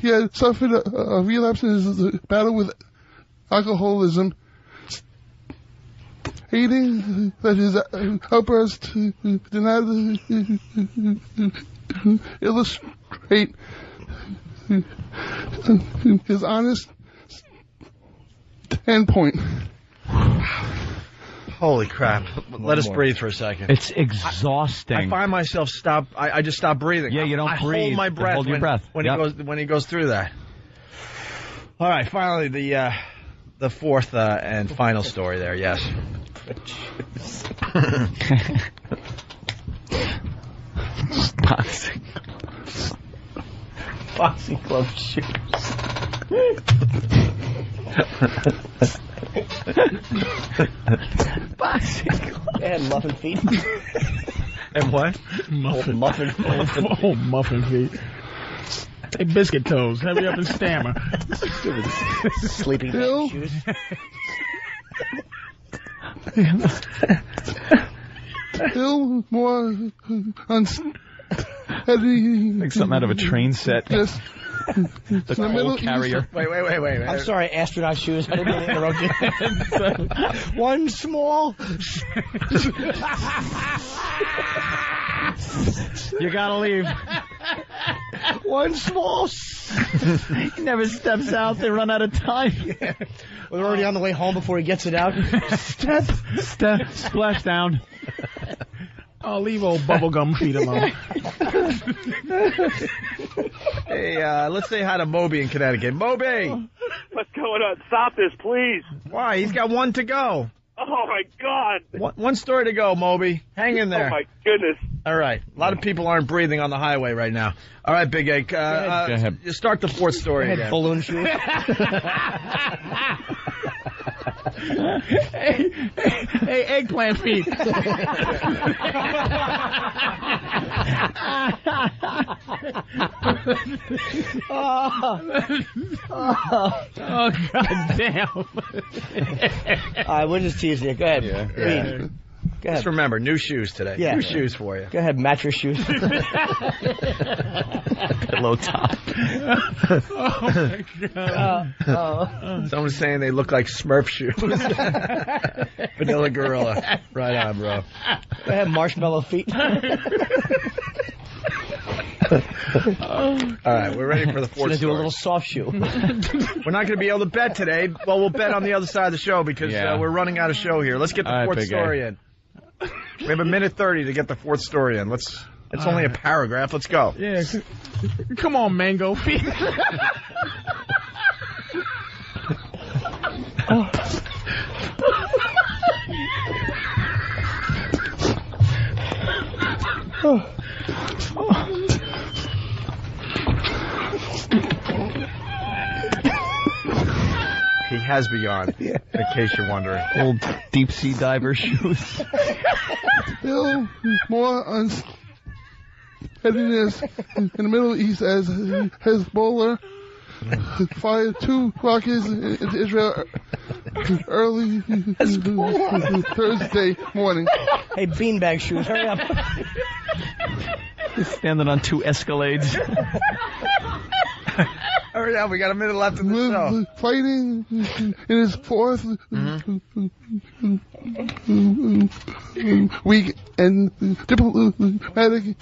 Speaker 6: he had suffered a, a relapse in his battle with alcoholism, stating that his outburst did not illustrate Hmm. his honest standpoint.
Speaker 4: Holy crap. Let us
Speaker 1: more.
Speaker 4: breathe for a second.
Speaker 3: Mm, It's exhausting.
Speaker 4: I find myself stop. I, I just stop breathing.
Speaker 3: Yeah, you don't
Speaker 4: I Hold
Speaker 3: breathe.
Speaker 4: my
Speaker 3: You
Speaker 4: breath.
Speaker 3: hold your
Speaker 4: when,
Speaker 3: breath.
Speaker 4: when
Speaker 3: Yep.
Speaker 4: he goes when he goes through that. All right, finally the uh, the fourth uh, and final story there. Yes.
Speaker 3: Boxing.
Speaker 1: Boxing club shoes.
Speaker 3: Boxing.
Speaker 1: And muffin feet.
Speaker 4: And what?
Speaker 2: Muffin.
Speaker 1: muffin.
Speaker 2: Oh, muffin feet. Hey, biscuit toes, hurry up and stammer.
Speaker 1: Sleeping
Speaker 6: Bill?
Speaker 1: bag shoes.
Speaker 6: Still more unsteady.
Speaker 3: Like something out of a train set.
Speaker 6: Yes.
Speaker 3: The
Speaker 6: the middle
Speaker 3: coal carrier.
Speaker 4: Wait, wait, wait, wait. wait.
Speaker 1: I'm sorry, astronaut shoes. I didn't mean to interrupt you. One small.
Speaker 3: You gotta leave.
Speaker 1: One small.
Speaker 3: He never steps out. They run out of time.
Speaker 1: We're already on the way home before he gets it out.
Speaker 3: Step, step, splash down.
Speaker 2: Oh, leave old bubblegum feet alone.
Speaker 4: Hey, uh, let's say hi to Moby in Connecticut. Moby,
Speaker 10: What's going on? Stop this, please.
Speaker 4: why? He's got one to go.
Speaker 10: Oh, my God.
Speaker 4: One, one story to go, Moby. Hang in there.
Speaker 10: Oh, my goodness.
Speaker 4: All right. A lot of people aren't breathing on the highway right now. All right, Big Egg. Uh, uh,
Speaker 3: Go ahead.
Speaker 4: you Start the fourth story again.
Speaker 1: Balloon shoes.
Speaker 2: hey, hey, hey, eggplant feet. oh, god damn.
Speaker 1: All right, we're just teasing you. Go ahead. Read. Go
Speaker 4: Just
Speaker 1: ahead.
Speaker 4: remember, new shoes today.
Speaker 1: Yeah.
Speaker 4: New shoes for you.
Speaker 1: Go ahead, match your shoes.
Speaker 3: Low top.
Speaker 1: Oh,
Speaker 4: Someone's saying they look like Smurf shoes. Vanilla Gorilla. Right on, bro.
Speaker 1: Go ahead, marshmallow feet.
Speaker 4: Uh, All right, we're ready for the
Speaker 1: We're
Speaker 4: fourth
Speaker 1: gonna do a
Speaker 4: story.
Speaker 1: little soft shoe.
Speaker 4: We're not going to be able to bet today. Well, we'll bet on the other side of the show because
Speaker 3: Yeah.
Speaker 4: uh, we're running out of show here. Let's get the
Speaker 3: All right,
Speaker 4: fourth
Speaker 3: Big
Speaker 4: story in. We have a minute 30 to get the fourth story in. Let's. It's only a paragraph. Let's go.
Speaker 2: Yeah, c- come on, mango feet. Oh,
Speaker 4: He has begun, in case you're wondering.
Speaker 3: Old deep sea diver shoes.
Speaker 6: Still more unsteadiness in the Middle East as Hezbollah fired two rockets into Israel early Thursday morning.
Speaker 1: hey, beanbag shoes. Hurry up.
Speaker 3: Standing on two escalades.
Speaker 4: Hurry up, Oh, we got a minute left in the show.
Speaker 6: Fighting in his 4th week and diplomatic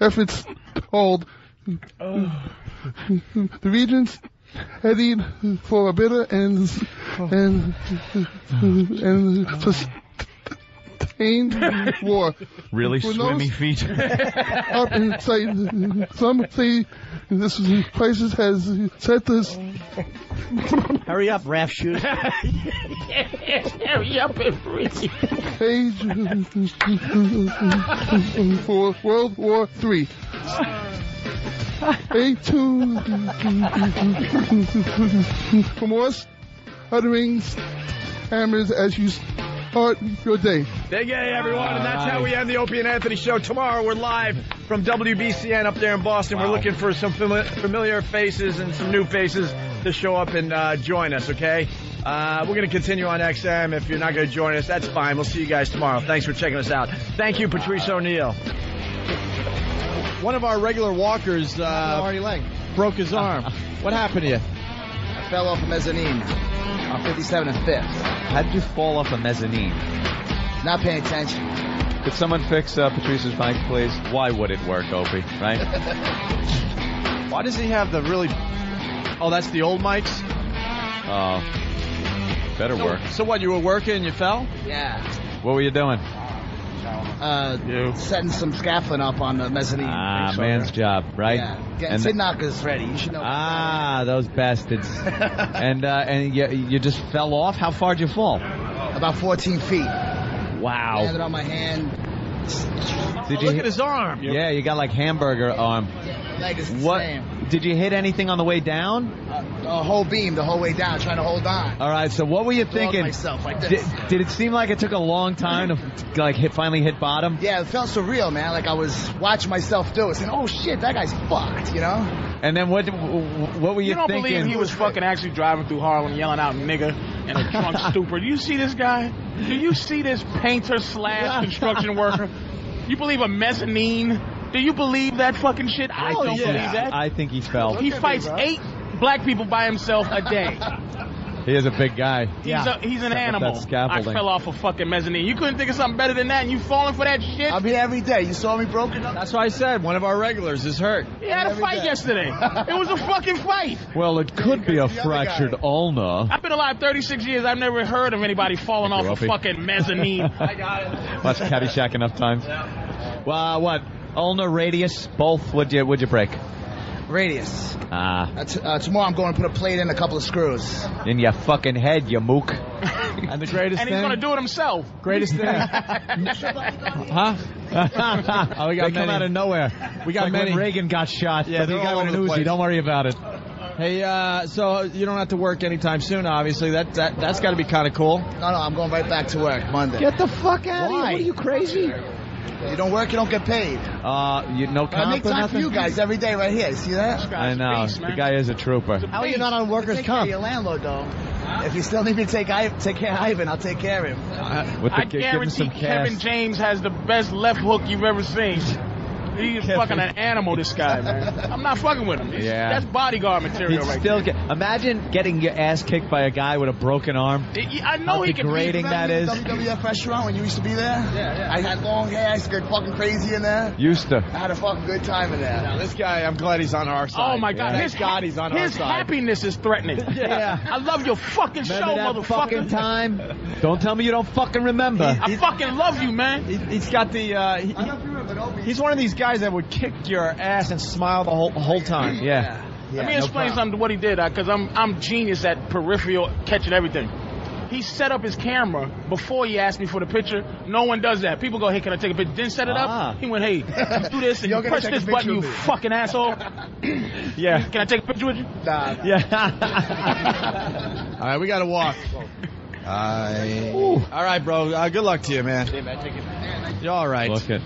Speaker 6: efforts stalled. The region's heading for a bitter and and and pained war.
Speaker 3: Really
Speaker 6: Who knows?
Speaker 3: swimmy feet.
Speaker 6: Up inside, some say this crisis has set this
Speaker 1: Hurry up, Raph Shoes.
Speaker 2: Hurry up and breathe.
Speaker 6: page for World War Three. Stay tuned for more utterings, hammers as you start your day.
Speaker 4: Big A, everyone, and that's how we end the Opie and Anthony show. Tomorrow we're live from WBCN up there in Boston. We're looking for some fami- familiar faces and some new faces to show up and uh, join us, okay? Uh, we're going to continue on XM. If you're not going to join us, that's fine. We'll see you guys tomorrow. Thanks for checking us out. Thank you, Patrice O'Neill. One of our regular walkers uh,
Speaker 7: Artie Lang.
Speaker 4: broke his arm. What happened to you?
Speaker 7: I fell off a mezzanine on 57 and 5th.
Speaker 3: How'd you fall off a mezzanine?
Speaker 7: Not paying attention.
Speaker 3: Could someone fix uh, Patrice's bike, please? Why would it work, Opie? Right?
Speaker 4: Why does he have the really. Oh, that's the old mics?
Speaker 3: Uh, better work.
Speaker 4: So what, you were working and you fell?
Speaker 7: Yeah.
Speaker 3: What were you doing?
Speaker 7: Uh, setting some scaffolding up on the mezzanine.
Speaker 3: Ah, man's job, right?
Speaker 7: Yeah. Getting
Speaker 3: And-
Speaker 7: Sid Knocker's ready. You should know.
Speaker 3: ah, those bastards. and uh, and you, you just fell off. How far'd you fall?
Speaker 7: About 14 feet. Landed
Speaker 3: Wow.
Speaker 7: on my hand. Oh,
Speaker 3: Did
Speaker 4: Look
Speaker 3: hit-
Speaker 4: at his arm.
Speaker 3: Yeah, you got like hamburger arm.
Speaker 7: Leg is the
Speaker 3: What?
Speaker 7: same.
Speaker 3: Did you hit anything on the way down?
Speaker 7: Uh, the whole beam, the whole way down, trying to hold on.
Speaker 3: All right. So what were you
Speaker 7: Thinking
Speaker 3: thinking?
Speaker 7: myself like
Speaker 3: Did,
Speaker 7: this.
Speaker 3: did it seem like it took a long time to like hit finally hit bottom?
Speaker 7: yeah, it felt surreal, man. Like I was watching myself do it, saying, "Oh shit, that guy's fucked," you know.
Speaker 3: And then what? What were you,
Speaker 2: You don't
Speaker 3: thinking?
Speaker 2: believe he was fucking actually driving through Harlem yelling out nigga and a drunk stupor. Do you see this guy? Do you see this painter slash construction worker? You believe a mezzanine? Do you believe that fucking shit? I
Speaker 3: Oh,
Speaker 2: don't believe that.
Speaker 3: I think he fell.
Speaker 2: he fights eight black people by himself a day.
Speaker 3: He is a big guy.
Speaker 2: He's, a, he's an
Speaker 3: Except with
Speaker 2: animal.
Speaker 3: that
Speaker 2: I
Speaker 3: scaffolding.
Speaker 2: fell off a fucking mezzanine. You couldn't think of something better than that, and you falling for that shit?
Speaker 7: I'm here every day. You saw me broken up.
Speaker 4: That's why I said one of our regulars is hurt.
Speaker 2: He had a
Speaker 7: every
Speaker 2: fight
Speaker 7: day.
Speaker 2: yesterday. It was a fucking fight.
Speaker 3: Well, it could be a fractured ulna.
Speaker 2: I've been alive 36 years. I've never heard of anybody falling
Speaker 3: Thank
Speaker 2: off
Speaker 3: you,
Speaker 2: a
Speaker 3: Ruffy.
Speaker 2: fucking mezzanine.
Speaker 3: Watch Caddyshack enough times. Well, uh, what? Ulna, radius, both. Would you? Would you break?
Speaker 7: Radius.
Speaker 3: Ah,
Speaker 7: Uh, t- uh, tomorrow I'm going to put a plate in a couple of screws.
Speaker 3: in your fucking head, you mook. And the greatest
Speaker 2: and he's gonna do it himself.
Speaker 3: Greatest thing. huh? oh, we got they come out of nowhere. We got many. When Reagan got shot. Yeah,
Speaker 4: they're
Speaker 3: they
Speaker 4: all
Speaker 3: got
Speaker 4: over the place.
Speaker 3: Don't worry about it.
Speaker 4: Hey, uh, so you don't have to work anytime soon, obviously. That, that, that's got to be kind of cool.
Speaker 7: No, no, I'm going right back to work Monday.
Speaker 3: Get the fuck
Speaker 7: Why?
Speaker 3: out of here. What are you crazy?
Speaker 7: You don't work, you don't get paid.
Speaker 3: Uh, you no
Speaker 7: But I make
Speaker 3: comp or
Speaker 7: time for
Speaker 3: nothing.
Speaker 7: you guys every day right here. See that?
Speaker 3: I know.
Speaker 2: Space, man.
Speaker 3: the guy is a trooper.
Speaker 7: How are you not on workers' comp? Your landlord though. If you still need me to take I- take care of Ivan, I'll take care of him.
Speaker 3: With Uh, the
Speaker 2: I
Speaker 3: kid, give him
Speaker 2: guarantee
Speaker 3: some
Speaker 2: Kevin
Speaker 3: cash.
Speaker 2: James has the best left hook you've ever seen. He is fucking an animal, this guy, man. I'm not fucking with him. He's-
Speaker 3: Yeah.
Speaker 2: That's bodyguard material
Speaker 3: He'd
Speaker 2: right
Speaker 3: still get. Imagine getting your ass kicked by a guy with a broken arm.
Speaker 2: there. He- I know
Speaker 3: How
Speaker 2: he can
Speaker 3: degrading
Speaker 2: beat-
Speaker 3: that is.
Speaker 7: WWF restaurant when you used to be there. Yeah, yeah. I had long hair. I used to get fucking crazy in there.
Speaker 3: Used to.
Speaker 7: I had a fucking good time in there.
Speaker 4: This guy, I'm glad he's on our side.
Speaker 2: Oh my god,
Speaker 4: Thank
Speaker 2: his,
Speaker 4: God he's on
Speaker 2: his
Speaker 4: our side.
Speaker 2: happiness is threatening.
Speaker 3: Yeah.
Speaker 2: I love your fucking show,
Speaker 3: Remember that fucking
Speaker 2: motherfucker.
Speaker 3: time? Don't tell me you don't fucking remember.
Speaker 2: I fucking love you, man.
Speaker 4: He, he's got the. Uh, he- he's one of these guys that would kick your ass and smile the whole whole time.
Speaker 3: Yeah.
Speaker 7: Yeah,
Speaker 2: Let me
Speaker 7: no
Speaker 2: explain
Speaker 7: problem.
Speaker 2: something to what he did, because I'm I'm genius at peripheral catching everything. He set up his camera before he asked me for the picture. No one does that. People go, hey, can I take a picture? Didn't set it
Speaker 3: Ah.
Speaker 2: up. He went, hey, you do this and
Speaker 7: You're gonna
Speaker 2: you press
Speaker 7: take a
Speaker 2: this
Speaker 7: picture
Speaker 2: button, you
Speaker 7: of me.
Speaker 2: fucking asshole.
Speaker 3: Yeah.
Speaker 2: Can I take a picture with you?
Speaker 7: Nah,
Speaker 3: Yeah.
Speaker 4: All right, we got to walk. I... All right, bro. Uh, good luck to you, man. You're all right.
Speaker 3: Look it.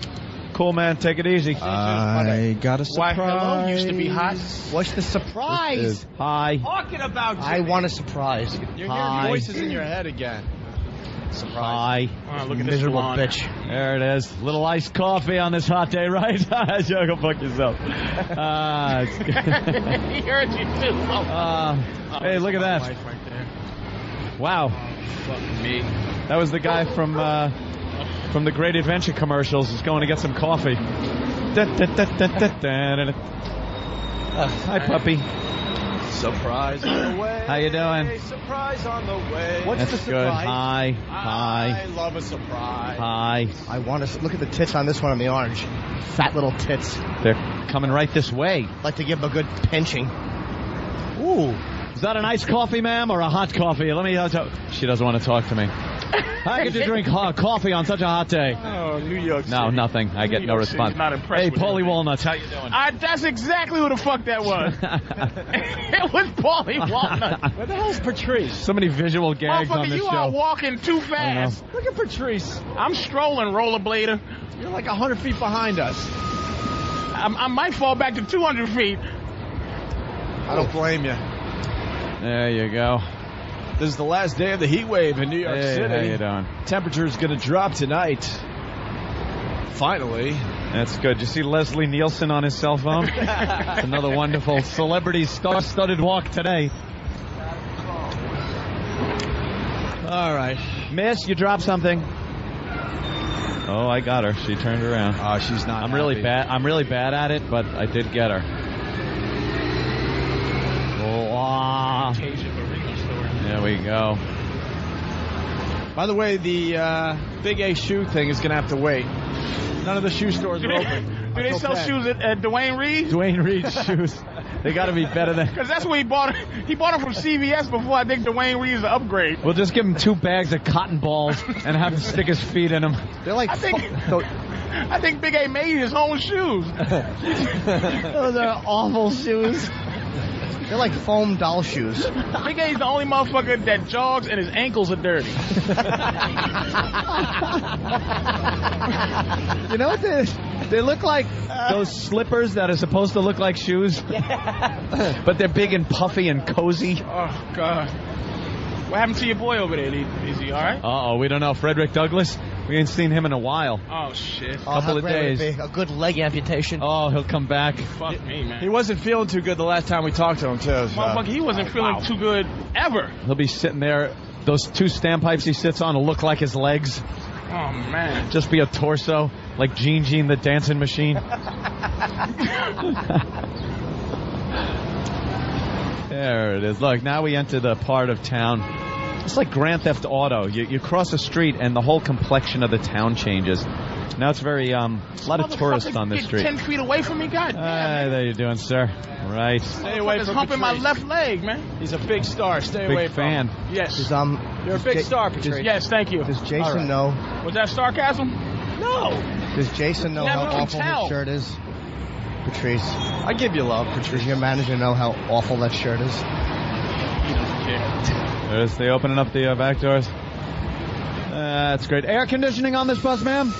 Speaker 3: Cool, man. Take it easy.
Speaker 4: I got a
Speaker 2: Why hello used to be hot.
Speaker 7: What's the surprise?
Speaker 3: Hi.
Speaker 4: Talking about
Speaker 7: I want a surprise.
Speaker 4: You're
Speaker 3: Hi.
Speaker 4: hearing voices in your head again.
Speaker 3: Hi.
Speaker 2: Oh, look at this blonde.
Speaker 3: There it is. Little iced coffee on this hot day, right? Joe, go fuck yourself. Uh, it's good.
Speaker 2: he heard you too. Oh,
Speaker 3: Uh, hey, look at that.
Speaker 2: wife right there.
Speaker 3: Wow.
Speaker 2: Fuck me.
Speaker 3: That was the guy from uh, from the Great Adventure commercials. Is going to get some coffee. Da, da, da, da, da, da, da, da. Uh, hi, puppy.
Speaker 4: Surprise on the way.
Speaker 3: How you doing?
Speaker 4: Surprise on the way.
Speaker 3: That's good. Hi.
Speaker 4: I
Speaker 3: Hi.
Speaker 4: love a surprise.
Speaker 3: Hi.
Speaker 1: I want to look at the tits on this one on the orange. Fat little tits.
Speaker 3: They're coming right this way.
Speaker 1: Like to give them a good pinching.
Speaker 3: Ooh. Is that an iced coffee, ma'am, or a hot coffee? Let me. uh, She doesn't want to talk to me. How could you drink hot coffee on such a hot day?
Speaker 4: Oh, New York
Speaker 3: No, nothing. I get
Speaker 2: New
Speaker 3: no
Speaker 2: York City's
Speaker 3: response.
Speaker 2: not impressed
Speaker 3: hey,
Speaker 2: with
Speaker 3: Paulie Walnuts, how you doing?
Speaker 2: I, that's exactly who the fuck that was. it was Paulie Walnut.
Speaker 4: Oh, Where the hell's Patrice?
Speaker 3: So many visual gags on
Speaker 2: Motherfucker,
Speaker 3: this
Speaker 2: you
Speaker 3: show.
Speaker 2: are walking too fast.
Speaker 4: Look at Patrice.
Speaker 2: I'm strolling, rollerblader.
Speaker 4: You're like 100 feet behind us.
Speaker 2: I'm, I might fall back to 200 feet.
Speaker 4: I don't blame you.
Speaker 3: There you go.
Speaker 4: This is the last day of the heat wave in New York
Speaker 3: Hey,
Speaker 4: City.
Speaker 3: how you doing?
Speaker 4: Temperature's going to drop tonight. Finally.
Speaker 3: That's good. You see Leslie Nielsen on his cell phone? it's another wonderful celebrity star-studded walk today.
Speaker 4: All right.
Speaker 3: Miss, you dropped something. Oh, I got her. She turned around.
Speaker 4: Oh, she's not.
Speaker 3: I'm really
Speaker 4: happy.
Speaker 3: bad. I'm really bad at it, but I did get her. Oh, ah. There we go.
Speaker 4: By the way, the uh, Big A shoe thing is going to have to wait. None of the shoe stores
Speaker 2: Do
Speaker 4: are
Speaker 2: they,
Speaker 4: open.
Speaker 2: do they
Speaker 4: until
Speaker 2: sell
Speaker 4: 10.
Speaker 2: shoes at, at Dwayne Reed's?
Speaker 3: Dwayne Reed's shoes. They got to be better than.
Speaker 2: Because that's where he bought He bought them from CVS before I think Dwayne Reed's the upgrade.
Speaker 3: We'll just give him two bags of cotton balls and have him stick his feet in them.
Speaker 1: They're like
Speaker 2: I think I think Big A made his own shoes.
Speaker 1: those are awful shoes. They're like foam doll shoes.
Speaker 2: Big A's the only motherfucker that jogs and his ankles are dirty.
Speaker 3: You know what they, they look like? Those slippers that are supposed to look like shoes, but they're big and puffy and cozy.
Speaker 2: Oh God. What happened to your boy over there? Is he all right?
Speaker 3: Uh oh, we don't know. Frederick Douglass? We ain't seen him in a while.
Speaker 2: Oh shit.
Speaker 1: Oh,
Speaker 3: Couple
Speaker 1: how great
Speaker 3: of
Speaker 1: would it
Speaker 3: days.
Speaker 1: be? A good leg amputation.
Speaker 3: Oh, he'll come back.
Speaker 2: Fuck me, man.
Speaker 4: He wasn't feeling too good the last time we talked to him, too. so-
Speaker 2: Motherfucker, he wasn't feeling too good ever.
Speaker 3: He'll be sitting there. Those two standpipes he sits on will look like his legs.
Speaker 2: Oh man.
Speaker 3: Just be a torso, like Gene Gene the Dancing Machine. there it is. Look, now we enter the part of town. It's like Grand Theft Auto. You, you cross a street and the whole complexion of the town changes. Now it's very um, a lot of tourists
Speaker 2: Motherfucker,
Speaker 3: on this
Speaker 2: get
Speaker 3: street.
Speaker 2: Ten feet away from me, God.
Speaker 3: Hi, there you doing, sir? Right.
Speaker 4: Uh, Stay away
Speaker 2: It's
Speaker 4: from
Speaker 2: humping my
Speaker 4: Patrice.
Speaker 2: left leg, man.
Speaker 4: He's a big star. Stay away
Speaker 3: Big
Speaker 4: from
Speaker 3: fan.
Speaker 4: him. Yes.
Speaker 1: Does, um,
Speaker 4: You're a
Speaker 1: does
Speaker 4: big
Speaker 1: Ja-
Speaker 4: star, Patrice.
Speaker 2: Yes, thank you.
Speaker 1: Does Jason
Speaker 4: right.
Speaker 1: know?
Speaker 2: Was that sarcasm? No.
Speaker 1: Does Jason know
Speaker 2: Never
Speaker 1: how
Speaker 2: can
Speaker 1: awful
Speaker 2: tell.
Speaker 1: his shirt is? Patrice,
Speaker 4: I give you love, Patrice.
Speaker 1: does your manager know how awful that shirt is?
Speaker 3: There's they opening up the uh, back doors. Uh, that's great. Air conditioning on this bus, ma'am?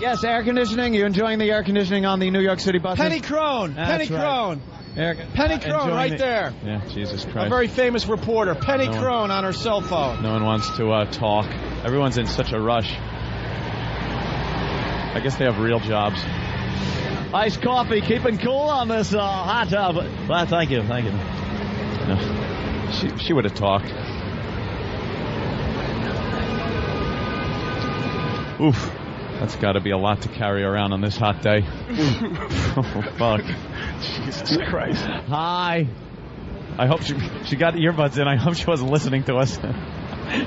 Speaker 3: Yes, air conditioning. You enjoying the air conditioning on the New York City bus?
Speaker 4: Penny Crone.
Speaker 3: That's
Speaker 4: Penny
Speaker 3: right.
Speaker 4: Crone.
Speaker 3: Air, uh,
Speaker 4: Penny Crone
Speaker 3: enjoying
Speaker 4: right
Speaker 3: the-
Speaker 4: there.
Speaker 3: Yeah, Jesus
Speaker 4: A
Speaker 3: Christ.
Speaker 4: very famous reporter, Penny
Speaker 3: No one-
Speaker 4: Crone, on her cell phone.
Speaker 3: No one wants to uh, talk. Everyone's in such a rush. I guess they have real jobs. Iced coffee, keeping cool on this uh, hot tub. Well, thank you, thank you. No, she she would have talked. Oof, that's got to be a lot to carry around on this hot day. oh, fuck.
Speaker 2: Jesus Christ.
Speaker 3: Hi. I hope she she got earbuds in. I hope she wasn't listening to us.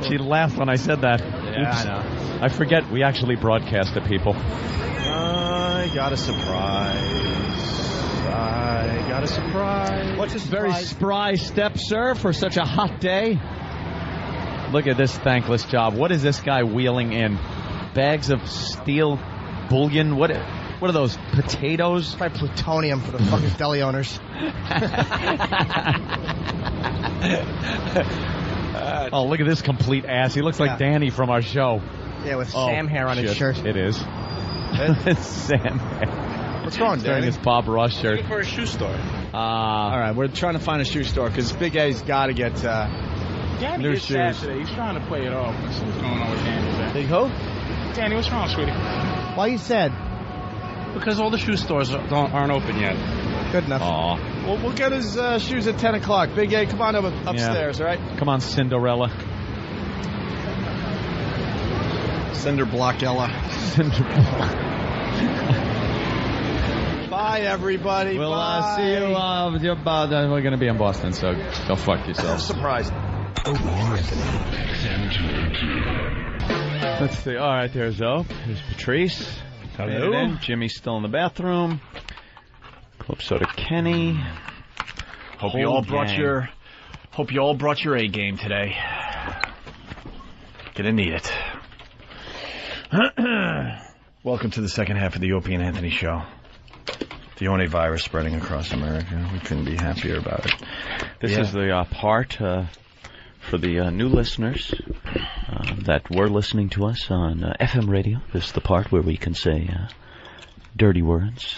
Speaker 3: she laughed when I said that. Yeah,
Speaker 4: I know.
Speaker 3: I forget we actually broadcast to people.
Speaker 4: I got a surprise. I got a surprise.
Speaker 3: What's this very spry step, sir, for such a hot day? Look at this thankless job. What is this guy wheeling in? Bags of steel bullion. What? What are those potatoes?
Speaker 1: Try plutonium for the fucking deli owners.
Speaker 3: Oh, look at this complete ass. He looks like
Speaker 1: Yeah.
Speaker 3: Danny from our show.
Speaker 1: Yeah, with
Speaker 3: Oh,
Speaker 1: Sam hair on his
Speaker 3: shit.
Speaker 1: shirt.
Speaker 3: It is. it's Sam hair.
Speaker 4: What's wrong,
Speaker 3: He's wearing
Speaker 4: Danny?
Speaker 3: his Bob Ross shirt.
Speaker 11: For a shoe store.
Speaker 4: All
Speaker 3: Uh,
Speaker 4: right, we're trying to find a shoe store because Big A's got to get. Uh,
Speaker 2: Danny
Speaker 4: New
Speaker 2: is sad
Speaker 4: shoes.
Speaker 2: today. He's trying to play it off. Let's see what's going on with Danny.
Speaker 4: Big who?
Speaker 2: today. Danny, what's wrong, sweetie?
Speaker 1: Why you said?
Speaker 11: Because all the shoe stores are- don't, aren't open yet.
Speaker 1: Good enough.
Speaker 3: aw.
Speaker 4: Well, we'll get his uh, shoes at 10 o'clock. Big A, come on up, upstairs, all right?
Speaker 3: Come on, Cinderella.
Speaker 4: Cinder block Ella.
Speaker 3: Cinderella.
Speaker 12: Bye, everybody.
Speaker 3: Well,
Speaker 12: Bye.
Speaker 3: uh, see you. Uh, with your, uh, then we're gonna be in Boston, so go fuck yourselves.
Speaker 12: Surprise.
Speaker 3: Let's see. All right, there's Ope. There's Patrice.
Speaker 2: Hello.
Speaker 3: Made it in. Jimmy's still in the bathroom. Calypso to Kenny.
Speaker 4: Hope you all brought your. Hope you all brought your A game today. Gonna need it. Welcome to the second half of the Opie and Anthony show. The only virus spreading across America. We couldn't be happier about it.
Speaker 3: This
Speaker 4: Yeah.
Speaker 3: is the uh, part uh, for the uh, new listeners uh, that were listening to us on uh, FM radio. This is the part where we can say uh, dirty words.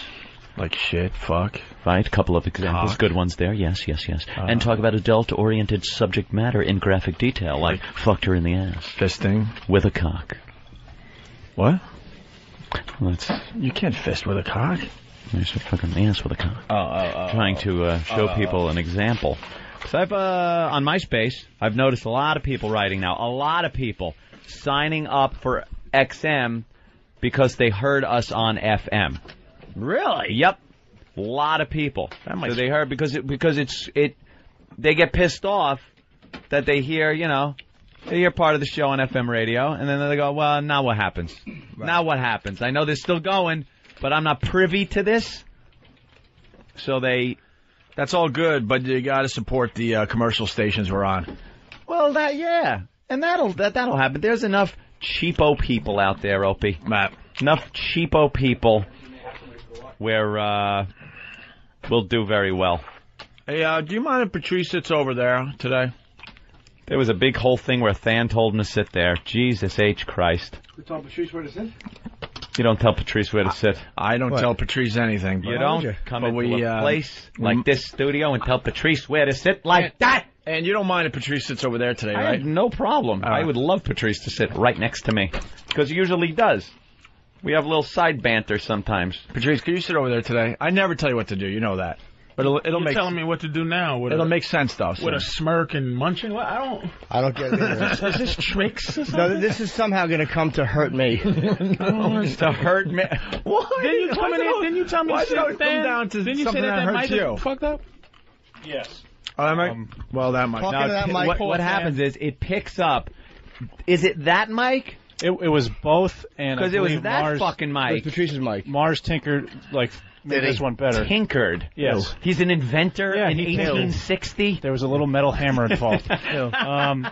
Speaker 4: Like shit, fuck. Uh,
Speaker 3: Right, couple of examples,
Speaker 4: Cock.
Speaker 3: good ones there. Yes, yes, yes. and talk about adult-oriented subject matter in graphic detail, like fucked her in the ass,
Speaker 4: fisting
Speaker 3: with a cock.
Speaker 4: What?
Speaker 3: Let's.
Speaker 4: You can't fist with a cock.
Speaker 3: There's a fucking ass with a cock.
Speaker 4: Oh, oh, oh.
Speaker 3: trying to uh, show
Speaker 4: Oh.
Speaker 3: people an example. So I've uh, on MySpace, I've noticed a lot of people writing now, a lot of people signing up for XM because they heard us on FM. Really? Yep. A lot of people. so they heard because it because it's it they get pissed off that they hear you know they hear part of the show on FM radio and then they go well now what happens now what happens I know they're still going but I'm not privy to this so they
Speaker 4: That's all good, but you got to support the uh, commercial stations we're on.
Speaker 3: Well, that yeah, and that'll that that'll happen. There's enough cheapo people out there, Opie. Enough cheapo people where uh, we'll do very well.
Speaker 4: Hey, uh, do you mind if Patrice sits over there today?
Speaker 3: There was a big whole thing where Than told him to sit there. Jesus H Christ!
Speaker 13: We're talking Patrice where this is?
Speaker 3: You don't tell Patrice where to sit.
Speaker 4: I don't tell Patrice anything. but-
Speaker 3: You
Speaker 4: Why would
Speaker 3: don't
Speaker 4: you?
Speaker 3: come
Speaker 4: But
Speaker 3: into
Speaker 4: we,
Speaker 3: a
Speaker 4: uh,
Speaker 3: place
Speaker 4: we-
Speaker 3: like this studio and tell Patrice where to sit like that.
Speaker 4: And you don't mind if Patrice sits over there today,
Speaker 3: I
Speaker 4: right?
Speaker 3: have no problem. I would love Patrice to sit right next to me because he usually does. We have a little side banter sometimes.
Speaker 4: Patrice, can you sit over there today? I never tell you what to do. You know that. But it'll, it'll
Speaker 2: You're
Speaker 4: make
Speaker 2: telling me what to do now. With
Speaker 4: it'll
Speaker 2: a,
Speaker 4: make sense though.
Speaker 2: with a
Speaker 4: soon.
Speaker 2: smirk and munching. What? I don't.
Speaker 1: I don't get it.
Speaker 2: Is this tricks? Or
Speaker 1: No,
Speaker 2: something?
Speaker 1: th- this is somehow going to come to hurt me.
Speaker 4: to hurt me. Why?
Speaker 2: Then you come in here. Then you tell me
Speaker 4: Why
Speaker 2: to
Speaker 4: did it
Speaker 2: sit
Speaker 4: always come
Speaker 2: down.
Speaker 4: down to
Speaker 2: then you say
Speaker 4: something
Speaker 2: that
Speaker 4: that
Speaker 2: that
Speaker 4: hurts
Speaker 2: mic
Speaker 4: you?
Speaker 2: is fucked up. Yes.
Speaker 4: Oh, that might, well, that might.
Speaker 2: um, Talking to that mic,
Speaker 3: what,
Speaker 2: Paul
Speaker 3: what
Speaker 2: Stan.
Speaker 3: happens is it picks up. Is it that mic?
Speaker 5: It, it was both, and I
Speaker 3: Because it was
Speaker 5: believe
Speaker 3: that
Speaker 5: Mars,
Speaker 3: fucking mic.
Speaker 1: Patrice's mic.
Speaker 5: Mars tinkered like made
Speaker 3: Did he
Speaker 5: this one better.
Speaker 3: Tinkered.
Speaker 5: Yes.
Speaker 3: He's an inventor
Speaker 5: Yeah,
Speaker 3: in
Speaker 5: he did.
Speaker 3: 1860.
Speaker 5: There was a little metal hammer involved. um,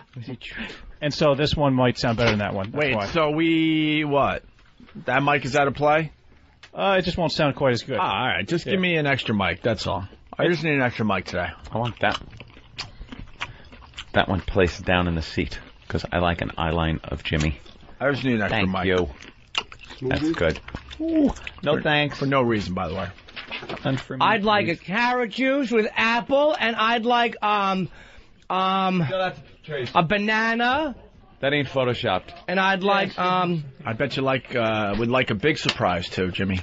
Speaker 5: and so this one might sound better than that one. That's
Speaker 4: Wait,
Speaker 5: why.
Speaker 4: so we what? That mic is out of play.
Speaker 5: Uh, it just won't sound quite as good.
Speaker 4: Ah, all right, just
Speaker 5: Yeah.
Speaker 4: give me an extra mic. That's all. I just need an extra mic today.
Speaker 3: I want that. That one placed down in the seat because I like an eyeline of Jimmy.
Speaker 4: I just need an extra
Speaker 3: Thank
Speaker 4: mic.
Speaker 3: you. That's good. No thanks.
Speaker 4: For no reason, by the way.
Speaker 7: I'd like a carrot juice with apple, and I'd like um um a banana,
Speaker 3: That ain't photoshopped.
Speaker 7: and I'd like um
Speaker 4: I bet you like uh, would like a big surprise too, Jimmy.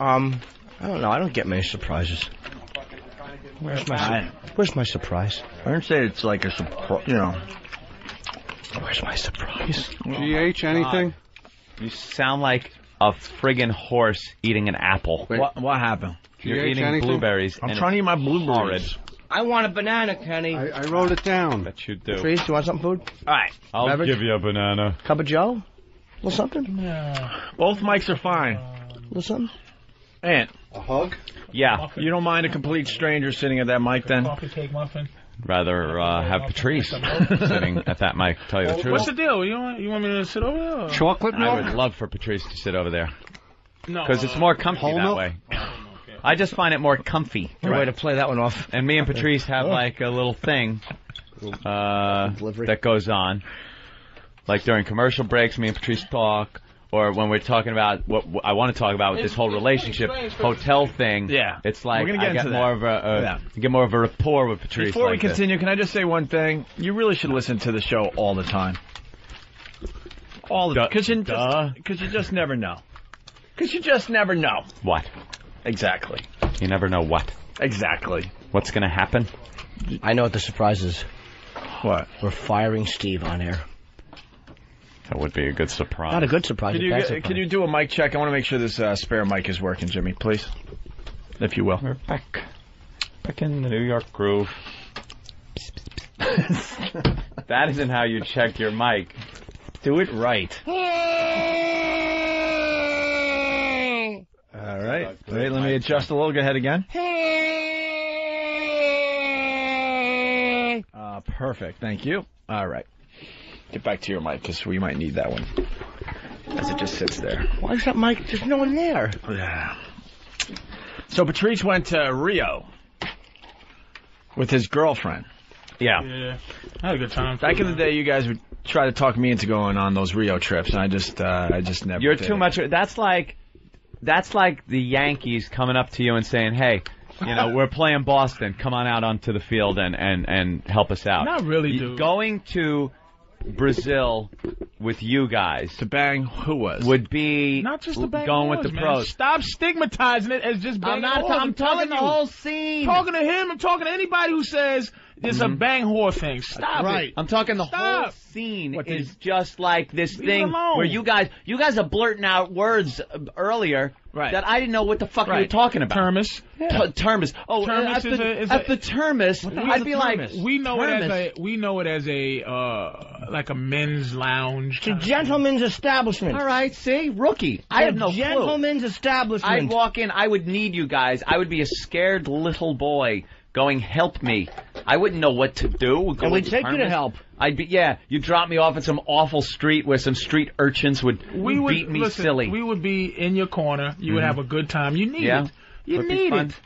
Speaker 1: Um, I don't know. I don't get many surprises.
Speaker 4: Where's my? I,
Speaker 1: Where's my surprise?
Speaker 4: I didn't say it's like a surprise. You know.
Speaker 1: Where's my surprise?
Speaker 13: GH anything?
Speaker 3: Oh You sound like a friggin' horse eating an apple.
Speaker 4: What, what happened?
Speaker 3: You're
Speaker 13: GH
Speaker 3: eating
Speaker 13: anything?
Speaker 3: blueberries.
Speaker 4: I'm
Speaker 3: and
Speaker 4: trying to eat my
Speaker 3: horrid.
Speaker 4: blueberries.
Speaker 7: I want a banana, Kenny.
Speaker 13: I, I wrote it down.
Speaker 3: That you do.
Speaker 1: Patrice, do you want some food?
Speaker 3: All right. I'll
Speaker 1: Beverage?
Speaker 3: give you a banana.
Speaker 1: Cup of Joe? A little something?
Speaker 4: Both mics are fine.
Speaker 1: A little something?
Speaker 4: And
Speaker 13: A hug?
Speaker 3: Yeah.
Speaker 4: you don't mind a complete stranger sitting at that mic then?
Speaker 2: Coffee cake muffin.
Speaker 3: Rather uh, have Patrice sitting at that mic. Tell you the truth.
Speaker 2: What's the deal? You want you want me to sit over there? or-
Speaker 13: Chocolate
Speaker 3: I would
Speaker 13: milk?
Speaker 3: love for Patrice to sit over there
Speaker 2: No.
Speaker 3: because it's
Speaker 2: uh,
Speaker 3: more comfy
Speaker 13: Whole
Speaker 3: that
Speaker 13: milk?
Speaker 3: way.
Speaker 4: Oh,
Speaker 3: I just find it more comfy.
Speaker 1: Good way to play that one off. Oh.
Speaker 3: And me and Patrice have like a little thing uh,
Speaker 1: Delivery.
Speaker 3: that goes on, like during commercial breaks. Me and Patrice talk, or when we're talking about what what I want to talk about uh, with this whole relationship hotel thing.
Speaker 4: Yeah.
Speaker 3: it's like
Speaker 4: We're gonna
Speaker 3: I
Speaker 4: get
Speaker 3: get
Speaker 4: into that.
Speaker 3: more of a, a
Speaker 4: Yeah.
Speaker 3: get more of a rapport with Patrice.
Speaker 4: Before we
Speaker 3: like this.
Speaker 4: continue, can I just say one thing? You really should listen to the show all the time. All the
Speaker 3: Duh.
Speaker 4: because you,
Speaker 3: Duh.
Speaker 4: just- 'cause you just never know. Because you just never know.
Speaker 3: what?
Speaker 4: Exactly.
Speaker 3: You never know what
Speaker 4: Exactly.
Speaker 3: what's gonna happen.
Speaker 1: I know what the surprise is.
Speaker 4: What?
Speaker 1: We're firing Steve on air.
Speaker 14: That would be a good surprise.
Speaker 1: Not a good surprise.
Speaker 4: Can you, get- can you do a mic check? I want to make sure this uh, spare mic is working, Jimmy, please. If you will. We're
Speaker 14: back. Back in the New York groove. that isn't how you check your mic. Do it right.
Speaker 4: All right. Wait, let me adjust a little. Go ahead again. Uh, perfect. Thank you. All right. Get back to your mic because we might need that one. As it just sits there.
Speaker 1: Why is that mic? There's no one there.
Speaker 4: Yeah. So Patrice went to Rio with his girlfriend. Yeah.
Speaker 2: Yeah. I had a good time.
Speaker 4: Back in the day, you guys would try to talk me into going on those Rio trips, and I just, uh, I just never.
Speaker 3: You're
Speaker 4: did
Speaker 3: too
Speaker 4: it.
Speaker 3: much. That's like, that's like the Yankees coming up to you and saying, "Hey, you know, we're playing Boston. Come on out onto the field and and and help us out."
Speaker 2: Not really, dude.
Speaker 3: Going to Brazil with you guys to
Speaker 4: bang who was
Speaker 3: would be
Speaker 2: Not just the bang
Speaker 3: going
Speaker 2: wars,
Speaker 3: with the
Speaker 2: man.
Speaker 3: pros.
Speaker 2: Stop stigmatizing it as just bang
Speaker 3: I'm not-
Speaker 2: wars.
Speaker 3: I'm talking
Speaker 2: telling
Speaker 3: the
Speaker 2: you.
Speaker 3: whole scene.
Speaker 2: Talking to him. I'm talking to anybody who says it's
Speaker 3: Mm-hmm.
Speaker 2: a bang whore thing. Stop
Speaker 3: Right.
Speaker 2: it.
Speaker 3: I'm talking the
Speaker 2: Stop.
Speaker 3: whole scene is just like this
Speaker 2: Leave it
Speaker 3: thing
Speaker 2: alone.
Speaker 3: where you guys you guys are blurting out words uh, earlier that I didn't know what the fuck you were
Speaker 2: Right.
Speaker 3: talking about.
Speaker 2: Termis.
Speaker 3: T- termis. Oh,
Speaker 2: Termis
Speaker 3: at the,
Speaker 2: is a- is
Speaker 3: at
Speaker 2: a-
Speaker 3: the termis,
Speaker 2: What the hell is
Speaker 3: I'd
Speaker 2: a
Speaker 3: be like,
Speaker 2: termis? we know it as a we know it as a uh like a men's lounge.
Speaker 7: It's a gentleman's establishment.
Speaker 3: All right, see, rookie. I
Speaker 7: The
Speaker 3: have no clue.
Speaker 7: gentleman's establishment.
Speaker 3: I'd walk in. I would need you guys. I would be a scared little boy going, "Help me." I wouldn't know what to do. Go
Speaker 7: we'd
Speaker 3: to
Speaker 7: take you to
Speaker 3: Termis.
Speaker 7: help.
Speaker 3: I'd be yeah. You drop me off at some awful street where some street urchins would
Speaker 2: we would
Speaker 3: beat me
Speaker 2: listen,
Speaker 3: silly.
Speaker 2: We would be in your corner. You would
Speaker 3: Mhm.
Speaker 2: have a good time. You need
Speaker 3: Yeah.
Speaker 2: it. You
Speaker 3: Would be
Speaker 2: need
Speaker 3: fun.
Speaker 2: it.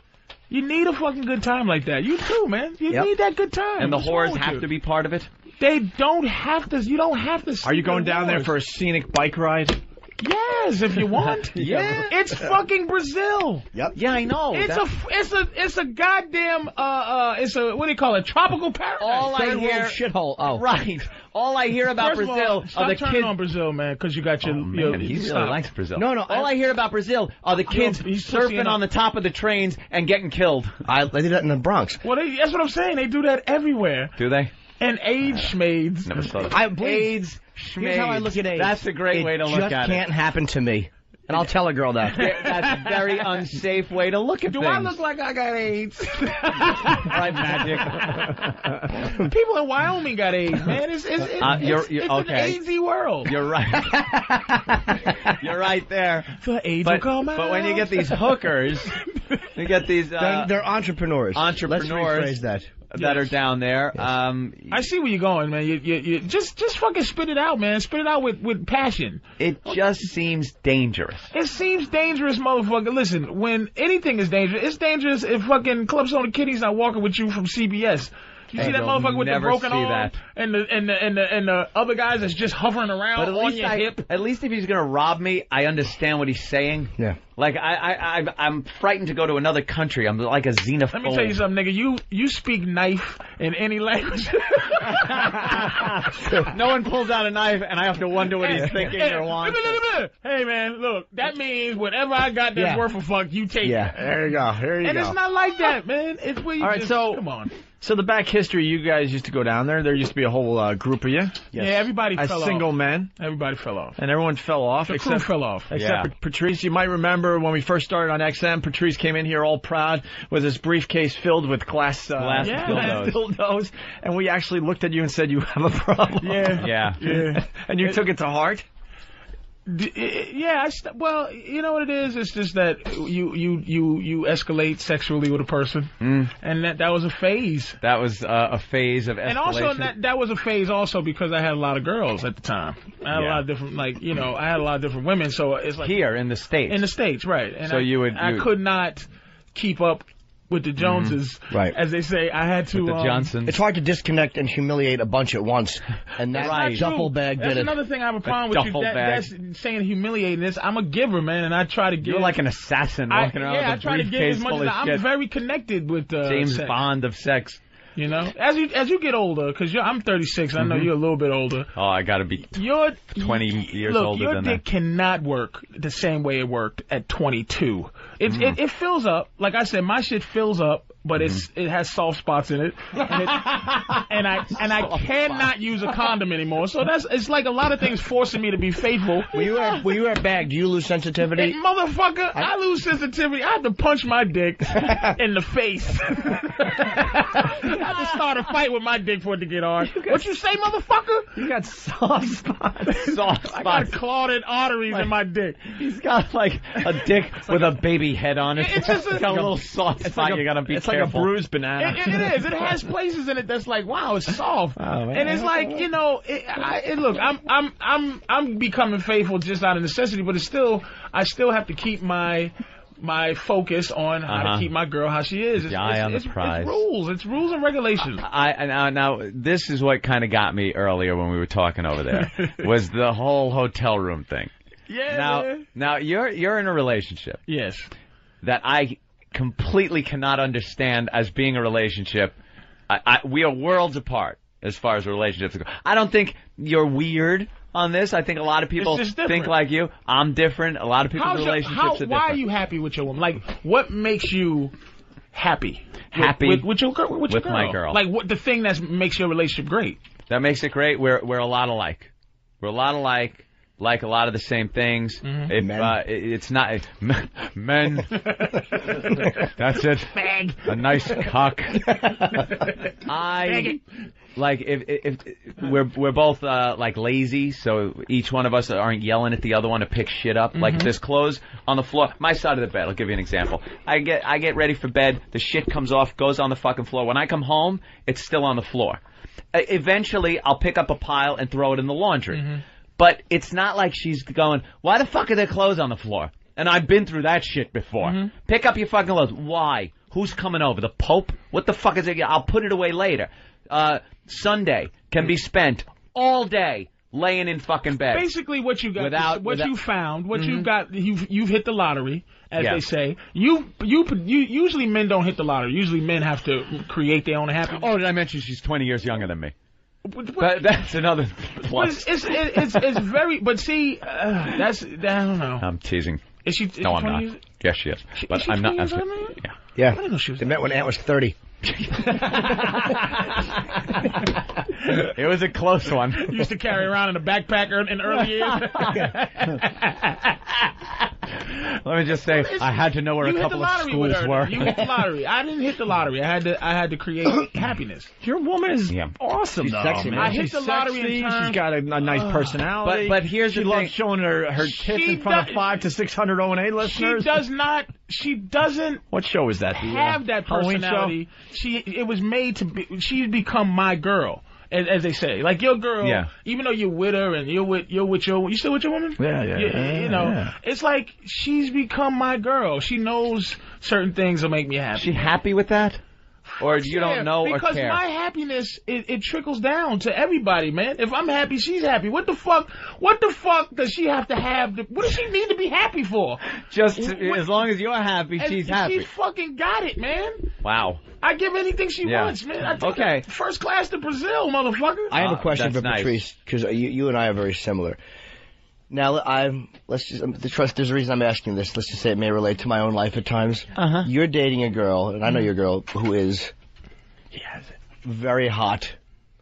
Speaker 2: You need a fucking good time like that. You too, man. You
Speaker 3: Yep.
Speaker 2: need that good time.
Speaker 3: and the
Speaker 2: What's wrong
Speaker 3: whores
Speaker 2: with
Speaker 3: have
Speaker 2: you?
Speaker 3: to be part of it.
Speaker 2: They don't have to. You don't have to.
Speaker 4: Are you going
Speaker 2: the
Speaker 4: down there
Speaker 2: whores.
Speaker 4: for a scenic bike ride?
Speaker 2: Yes, if you want.
Speaker 4: Yeah.
Speaker 2: It's fucking Brazil.
Speaker 1: Yep.
Speaker 3: Yeah, I know.
Speaker 2: It's a, f- it's a, it's a goddamn, uh, uh, it's a, what do you call it? Tropical paradise.
Speaker 3: all I
Speaker 2: Third world
Speaker 3: hear
Speaker 2: shit.
Speaker 7: shithole. Oh,
Speaker 3: right. All I hear about
Speaker 2: First of all,
Speaker 3: Brazil
Speaker 2: stop
Speaker 3: are the
Speaker 2: turning
Speaker 3: kids. Oh,
Speaker 2: on Brazil, man, because you got your,
Speaker 3: Man,
Speaker 2: your
Speaker 3: he really
Speaker 2: stop.
Speaker 3: likes Brazil.
Speaker 2: No,
Speaker 3: no. All I, hear about Brazil are the kids
Speaker 2: he's pushing
Speaker 3: surfing
Speaker 2: it
Speaker 3: on the top of the trains and getting killed.
Speaker 1: I, I did that in the Bronx.
Speaker 2: Well, they, that's what I'm saying. They do that everywhere.
Speaker 3: Do they?
Speaker 2: And AIDS schmades.
Speaker 3: Never saw that.
Speaker 2: I
Speaker 3: AIDS
Speaker 7: Here's how I look at AIDS.
Speaker 3: That's a great
Speaker 7: It
Speaker 3: way to look
Speaker 7: just
Speaker 3: at
Speaker 7: can't
Speaker 3: it.
Speaker 7: happen to me. And I'll tell a girl that.
Speaker 3: Yeah, That's a very unsafe way to look at
Speaker 2: Do
Speaker 3: things.
Speaker 2: I look like I got AIDS?
Speaker 3: right, magic?
Speaker 2: People in Wyoming got AIDS, man. It's, it's, it's,
Speaker 3: Uh, you're-
Speaker 2: it's,
Speaker 3: you're-
Speaker 2: it's
Speaker 3: okay.
Speaker 2: an AIDSy world.
Speaker 3: You're right. You're right there.
Speaker 2: The AIDS
Speaker 3: but,
Speaker 2: will come out.
Speaker 3: but when you get these hookers, you get these uh,
Speaker 1: they're, they're entrepreneurs.
Speaker 3: entrepreneurs
Speaker 1: Let's rephrase that.
Speaker 3: that are down there. Um,
Speaker 2: I see where you're going, man. You, you, you just, just fucking spit it out, man. Spit it out with, with passion.
Speaker 3: it just seems dangerous.
Speaker 2: It seems dangerous, motherfucker. Listen, when anything is dangerous, it's dangerous if fucking Club Soda Kitty's not walking with you from CBS. You
Speaker 3: I
Speaker 2: see that
Speaker 3: will
Speaker 2: motherfucker with the
Speaker 3: never
Speaker 2: broken
Speaker 3: see
Speaker 2: arm
Speaker 3: that.
Speaker 2: and the and the and the and the other guys that's just hovering around
Speaker 3: But at
Speaker 2: on
Speaker 3: least,
Speaker 2: your
Speaker 3: I,
Speaker 2: hip.
Speaker 3: at least if he's gonna rob me, I understand what he's saying.
Speaker 1: Yeah.
Speaker 3: Like I, I, I I'm frightened to go to another country. I'm like a xenophobe.
Speaker 2: Let me tell you something, nigga. You you speak knife in any language.
Speaker 3: no one pulls out a knife, and I have to wonder what he's thinking
Speaker 2: Hey,
Speaker 3: or
Speaker 2: look,
Speaker 3: wanting.
Speaker 2: look, look, look. Hey man, look. That means whatever I got that's
Speaker 1: Yeah.
Speaker 2: worth a fuck, you take.
Speaker 1: Yeah. There you go. Here you
Speaker 2: it. And
Speaker 1: go.
Speaker 2: it's not like that, man. It's where you
Speaker 4: All right,
Speaker 2: just
Speaker 4: so-
Speaker 2: come on.
Speaker 4: So the back history, you guys used to go down there. There used to be a whole uh, group of you,
Speaker 2: Yeah, everybody
Speaker 4: as
Speaker 2: fell
Speaker 4: single
Speaker 2: off.
Speaker 4: men,
Speaker 2: Everybody fell off.
Speaker 4: and everyone fell off.
Speaker 2: The crew
Speaker 4: except
Speaker 2: fell off.
Speaker 4: Except
Speaker 3: Yeah.
Speaker 4: for Patrice, you might remember when we first started on XM. Patrice came in here all proud with his briefcase filled with glass, uh,
Speaker 3: Glass
Speaker 2: Yeah.
Speaker 3: dildos.
Speaker 4: dildos, and we actually looked at you and said you have a problem.
Speaker 2: Yeah.
Speaker 3: Yeah.
Speaker 2: Yeah.
Speaker 4: and you took it to heart.
Speaker 2: D- eh, yeah, I st- well, you know what it is. It's just that you you you you escalate sexually with a person,
Speaker 3: Mm.
Speaker 2: and that that was a phase.
Speaker 3: That was uh, a phase of escalation.
Speaker 2: And also that that was a phase also because I had a lot of girls at the time. I had a
Speaker 3: Yeah.
Speaker 2: lot of different like you know I had a lot of different women, so it's like
Speaker 3: here in the states.
Speaker 2: in the states, right? And
Speaker 3: So
Speaker 2: I,
Speaker 3: you would-
Speaker 2: I
Speaker 3: you- Mm-hmm.
Speaker 2: could not keep up with the Joneses,
Speaker 1: Right.
Speaker 2: As they say, I had to.
Speaker 3: the
Speaker 2: um,
Speaker 3: Johnsons.
Speaker 1: It's hard to disconnect and humiliate a bunch at once, and that
Speaker 3: Right.
Speaker 1: duffel bag
Speaker 2: That's
Speaker 1: did it.
Speaker 2: another thing I have a problem with. You.
Speaker 3: duffel
Speaker 2: That,
Speaker 3: bag.
Speaker 2: that's saying humiliating. This I'm a giver, man, and I try to give.
Speaker 3: You're like an assassin
Speaker 2: I,
Speaker 3: walking around
Speaker 2: yeah, I
Speaker 3: with a
Speaker 2: try to get
Speaker 3: briefcase
Speaker 2: as much
Speaker 3: full
Speaker 2: as
Speaker 3: of
Speaker 2: I,
Speaker 3: shit.
Speaker 2: I'm very connected with uh,
Speaker 3: James
Speaker 2: sex,
Speaker 3: Bond of sex.
Speaker 2: You know, as you as you get older, because I'm 36, I know
Speaker 3: Mhm.
Speaker 2: you're a little bit older.
Speaker 3: Oh, I gotta be
Speaker 2: Your
Speaker 3: 20 years
Speaker 2: look,
Speaker 3: older
Speaker 2: your
Speaker 3: than
Speaker 2: dick
Speaker 3: that.
Speaker 2: cannot work
Speaker 3: Mm.
Speaker 2: the same way it worked at 22. It, it it fills up. Like I said, my shit fills up but it's
Speaker 3: Mm-hmm.
Speaker 2: it has soft spots in it, and, it, and I and I cannot use a condom anymore. So that's it's like a lot of things forcing me to be faithful.
Speaker 1: When you were when you were at bag, do you lose sensitivity?
Speaker 2: And motherfucker, I, lose sensitivity. I have to punch my dick in the face. I have to start a fight with my dick for it to get hard. what you say, motherfucker? You got soft spots.
Speaker 14: Soft
Speaker 2: I got clotted arteries in my dick.
Speaker 14: He's got like a dick with a, baby head on it.
Speaker 2: It's just a-
Speaker 14: It's got a little soft
Speaker 2: It's
Speaker 14: spot.
Speaker 2: like a-
Speaker 14: you gotta be
Speaker 2: it's like a
Speaker 14: careful.
Speaker 2: bruised It, it is. It has places in it that's like, wow, it's soft,
Speaker 14: man.
Speaker 2: and it's like you know, it, I, it, look, I'm I'm I'm I'm becoming faithful just out of necessity, but it's still I still have to keep my my focus on how
Speaker 14: Uh-huh.
Speaker 2: to keep my girl how she is. It's,
Speaker 14: The eye
Speaker 2: it's-
Speaker 14: on the
Speaker 2: it's- it's
Speaker 14: prize.
Speaker 2: rules. It's rules and regulations.
Speaker 3: I I- now, now this is what kind of got me earlier when we were talking over there was the whole hotel room thing.
Speaker 2: yeah.
Speaker 3: Now now you're you're in a relationship.
Speaker 2: Yes.
Speaker 3: That I completely cannot understand as being a relationship. I, I, we are worlds apart as far as relationships go. I don't think you're weird on this. I think a lot of people
Speaker 2: It's just
Speaker 3: think
Speaker 2: different.
Speaker 3: like you. I'm different. A lot of people's
Speaker 2: How's your-
Speaker 3: relationships
Speaker 2: how-
Speaker 3: are different.
Speaker 2: Why are you happy with your woman? Like, what makes you happy? With-
Speaker 3: Happy
Speaker 2: with, with your girl? With, your
Speaker 3: with my girl.
Speaker 2: Like, what the thing that makes your relationship great?
Speaker 3: That makes it great. We're we're a lot alike. We're a lot alike. Like a lot of the same things.
Speaker 2: Mm-hmm.
Speaker 3: If, Uh, it- it's not men. That's it.
Speaker 2: Bag.
Speaker 3: A nice cock. I like if, if if we're we're both uh, like lazy, so each one of us aren't yelling at the other one to pick shit up. Like if
Speaker 14: Mhm.
Speaker 3: there's clothes on the floor, my side of the bed. I'll give you an example. I get I get ready for bed. The shit comes off, goes on the fucking floor. When I come home, it's still on the floor. Uh, eventually, I'll pick up a pile and throw it in the laundry.
Speaker 2: Mm-hmm.
Speaker 3: But it's not like she's going, why the fuck are there clothes on the floor? And I've been through that shit before.
Speaker 2: Mm-hmm.
Speaker 3: Pick up your fucking clothes. Why? Who's coming over? The Pope? What the fuck is it? I'll put it away later. Uh, Sunday can be spent all day laying in fucking bed.
Speaker 2: Basically, what you got,
Speaker 3: Without-
Speaker 2: what
Speaker 3: without-
Speaker 2: you found, what
Speaker 3: Mhm.
Speaker 2: you've got, you've you've hit the lottery, as
Speaker 3: Yeah.
Speaker 2: they say. You you you usually men don't hit the lottery. Usually men have to create their own happiness.
Speaker 3: Oh, did I mention she's 20 years younger than me? That- that's another
Speaker 2: But
Speaker 3: plus.
Speaker 2: it's, it's, it's, it's very, but see, uh, that's, I don't know.
Speaker 3: I'm teasing.
Speaker 2: Is she? Is
Speaker 3: no,
Speaker 2: she 20
Speaker 3: I'm
Speaker 2: years-
Speaker 3: not. Yes, she is. But
Speaker 2: she
Speaker 3: I'm not.
Speaker 2: 20 years
Speaker 3: I'm-
Speaker 2: old, man?
Speaker 3: yeah.
Speaker 1: Yeah.
Speaker 2: I didn't know she was.
Speaker 1: They met when Ant was thirty.
Speaker 3: It was a close one.
Speaker 2: used to carry around in a backpack ear- in early years.
Speaker 3: Let me just say, I had to know where
Speaker 2: you
Speaker 3: a
Speaker 2: hit the
Speaker 3: couple of
Speaker 2: lottery with
Speaker 3: schools
Speaker 2: her.
Speaker 3: were.
Speaker 2: You hit the lottery. I didn't hit the lottery. I had to. I had to create happiness.
Speaker 4: Your woman is awesome,
Speaker 2: She's
Speaker 4: though,
Speaker 2: sexy,
Speaker 4: man.
Speaker 2: man. I hit
Speaker 4: She's
Speaker 2: the lottery in
Speaker 4: sexy, She's
Speaker 2: time.
Speaker 4: got a, a nice
Speaker 2: Ugh.
Speaker 4: personality.
Speaker 2: But- but here's
Speaker 4: she
Speaker 2: the
Speaker 4: loves
Speaker 2: thing.
Speaker 4: showing her her tits
Speaker 2: She
Speaker 4: in front
Speaker 2: do-
Speaker 4: of five to six hundred O and A listeners.
Speaker 2: She does not. She doesn't
Speaker 4: What show is that? The, uh,
Speaker 2: have that
Speaker 4: Halloween show?
Speaker 2: personality. She. It was made to be. She'd become my girl, as, as they say. Like your girl.
Speaker 4: Yeah.
Speaker 2: Even though you're with her and you're with you're with your you still with your woman.
Speaker 4: Yeah, yeah,
Speaker 2: You,
Speaker 4: yeah,
Speaker 2: you know,
Speaker 4: yeah.
Speaker 2: it's like she's become my girl. She knows certain things will make me happy.
Speaker 3: She happy with that? Or you
Speaker 2: Yeah,
Speaker 3: don't know or
Speaker 2: because
Speaker 3: care?
Speaker 2: my happiness it, it trickles down to everybody, man. If I'm happy, she's happy. What the fuck? What the fuck does she have to have? To, what does she need to be happy for?
Speaker 3: Just
Speaker 2: What-
Speaker 3: as long as you're happy,
Speaker 2: And
Speaker 3: she's happy.
Speaker 2: She fucking got it, man.
Speaker 3: Wow.
Speaker 2: I give anything she
Speaker 3: Yeah.
Speaker 2: wants, man. I take
Speaker 3: Okay.
Speaker 2: her first class to Brazil, motherfucker.
Speaker 1: I have a question for
Speaker 3: Ah, that's nice.
Speaker 1: Patrice because you, you and I are very similar. Now I'm let's just um, the trust. There's a reason I'm asking this. Let's just say it may relate to my own life at times. Uh-huh. You're dating a girl, and I
Speaker 2: Mm-hmm.
Speaker 1: know your girl who is very hot,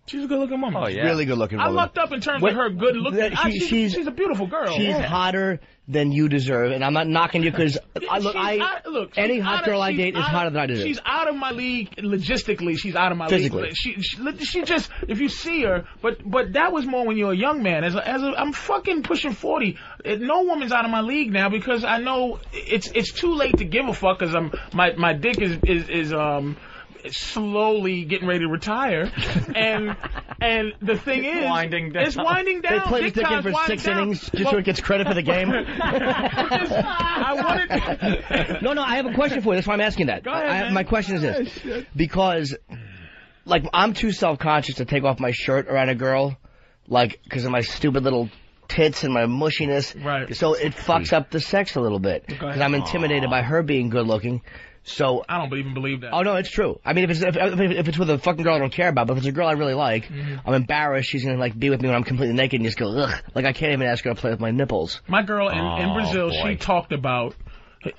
Speaker 2: She's a good-looking woman.
Speaker 1: Oh, yeah. Really good-looking
Speaker 2: I
Speaker 1: woman.
Speaker 2: lucked up in terms
Speaker 1: What-
Speaker 2: of her good looking.
Speaker 1: that she-
Speaker 2: she's,
Speaker 1: she's-
Speaker 2: she's a beautiful girl.
Speaker 1: She's
Speaker 2: Yeah.
Speaker 1: hotter than you deserve, and I'm not knocking you because I look.
Speaker 2: She's
Speaker 1: I
Speaker 2: out- look,
Speaker 1: any
Speaker 2: she's
Speaker 1: hot
Speaker 2: out
Speaker 1: girl
Speaker 2: of-
Speaker 1: I
Speaker 2: she's
Speaker 1: date is
Speaker 2: out of-
Speaker 1: hotter than I deserve.
Speaker 2: She's out of my league logistically. She's out of my
Speaker 1: Physically.
Speaker 2: league. She, she look, she just if you see her, but but that was more when you were a young man. As a, as a, I'm fucking pushing forty. It- No woman's out of my league now because I know it's it's too late to give a fuck because I'm my my dick is is is um. Slowly getting ready to retire, and and the thing is,
Speaker 14: Winding down.
Speaker 2: it's winding down.
Speaker 1: They play the
Speaker 2: Dick
Speaker 1: dick in
Speaker 2: time's
Speaker 1: for
Speaker 2: winding
Speaker 1: six
Speaker 2: down.
Speaker 1: innings just
Speaker 2: Well,
Speaker 1: so it gets credit for the game.
Speaker 2: I wanted
Speaker 1: no, no, I have a question for you. That's why I'm asking that.
Speaker 2: ahead,
Speaker 1: I- I-
Speaker 2: man.
Speaker 1: my question is
Speaker 2: Oh,
Speaker 1: this:
Speaker 2: shit.
Speaker 1: because, like, I'm too self-conscious to take off my shirt around a girl, like, because of my stupid little tits and my mushiness. Right. So it fucks up the sex a little bit because I'm intimidated by her being good-looking. So
Speaker 2: I don't even believe that.
Speaker 1: Oh no, it's true. I mean, if it's if, if, if it's with a fucking girl I don't care about, but if it's a girl I really like,
Speaker 2: Mm-hmm.
Speaker 1: I'm embarrassed she's gonna like be with me when I'm completely naked and just go ugh. Like I can't even ask her to play with my nipples.
Speaker 2: My girl in, in
Speaker 1: Oh,
Speaker 2: Brazil,
Speaker 1: boy.
Speaker 2: she talked about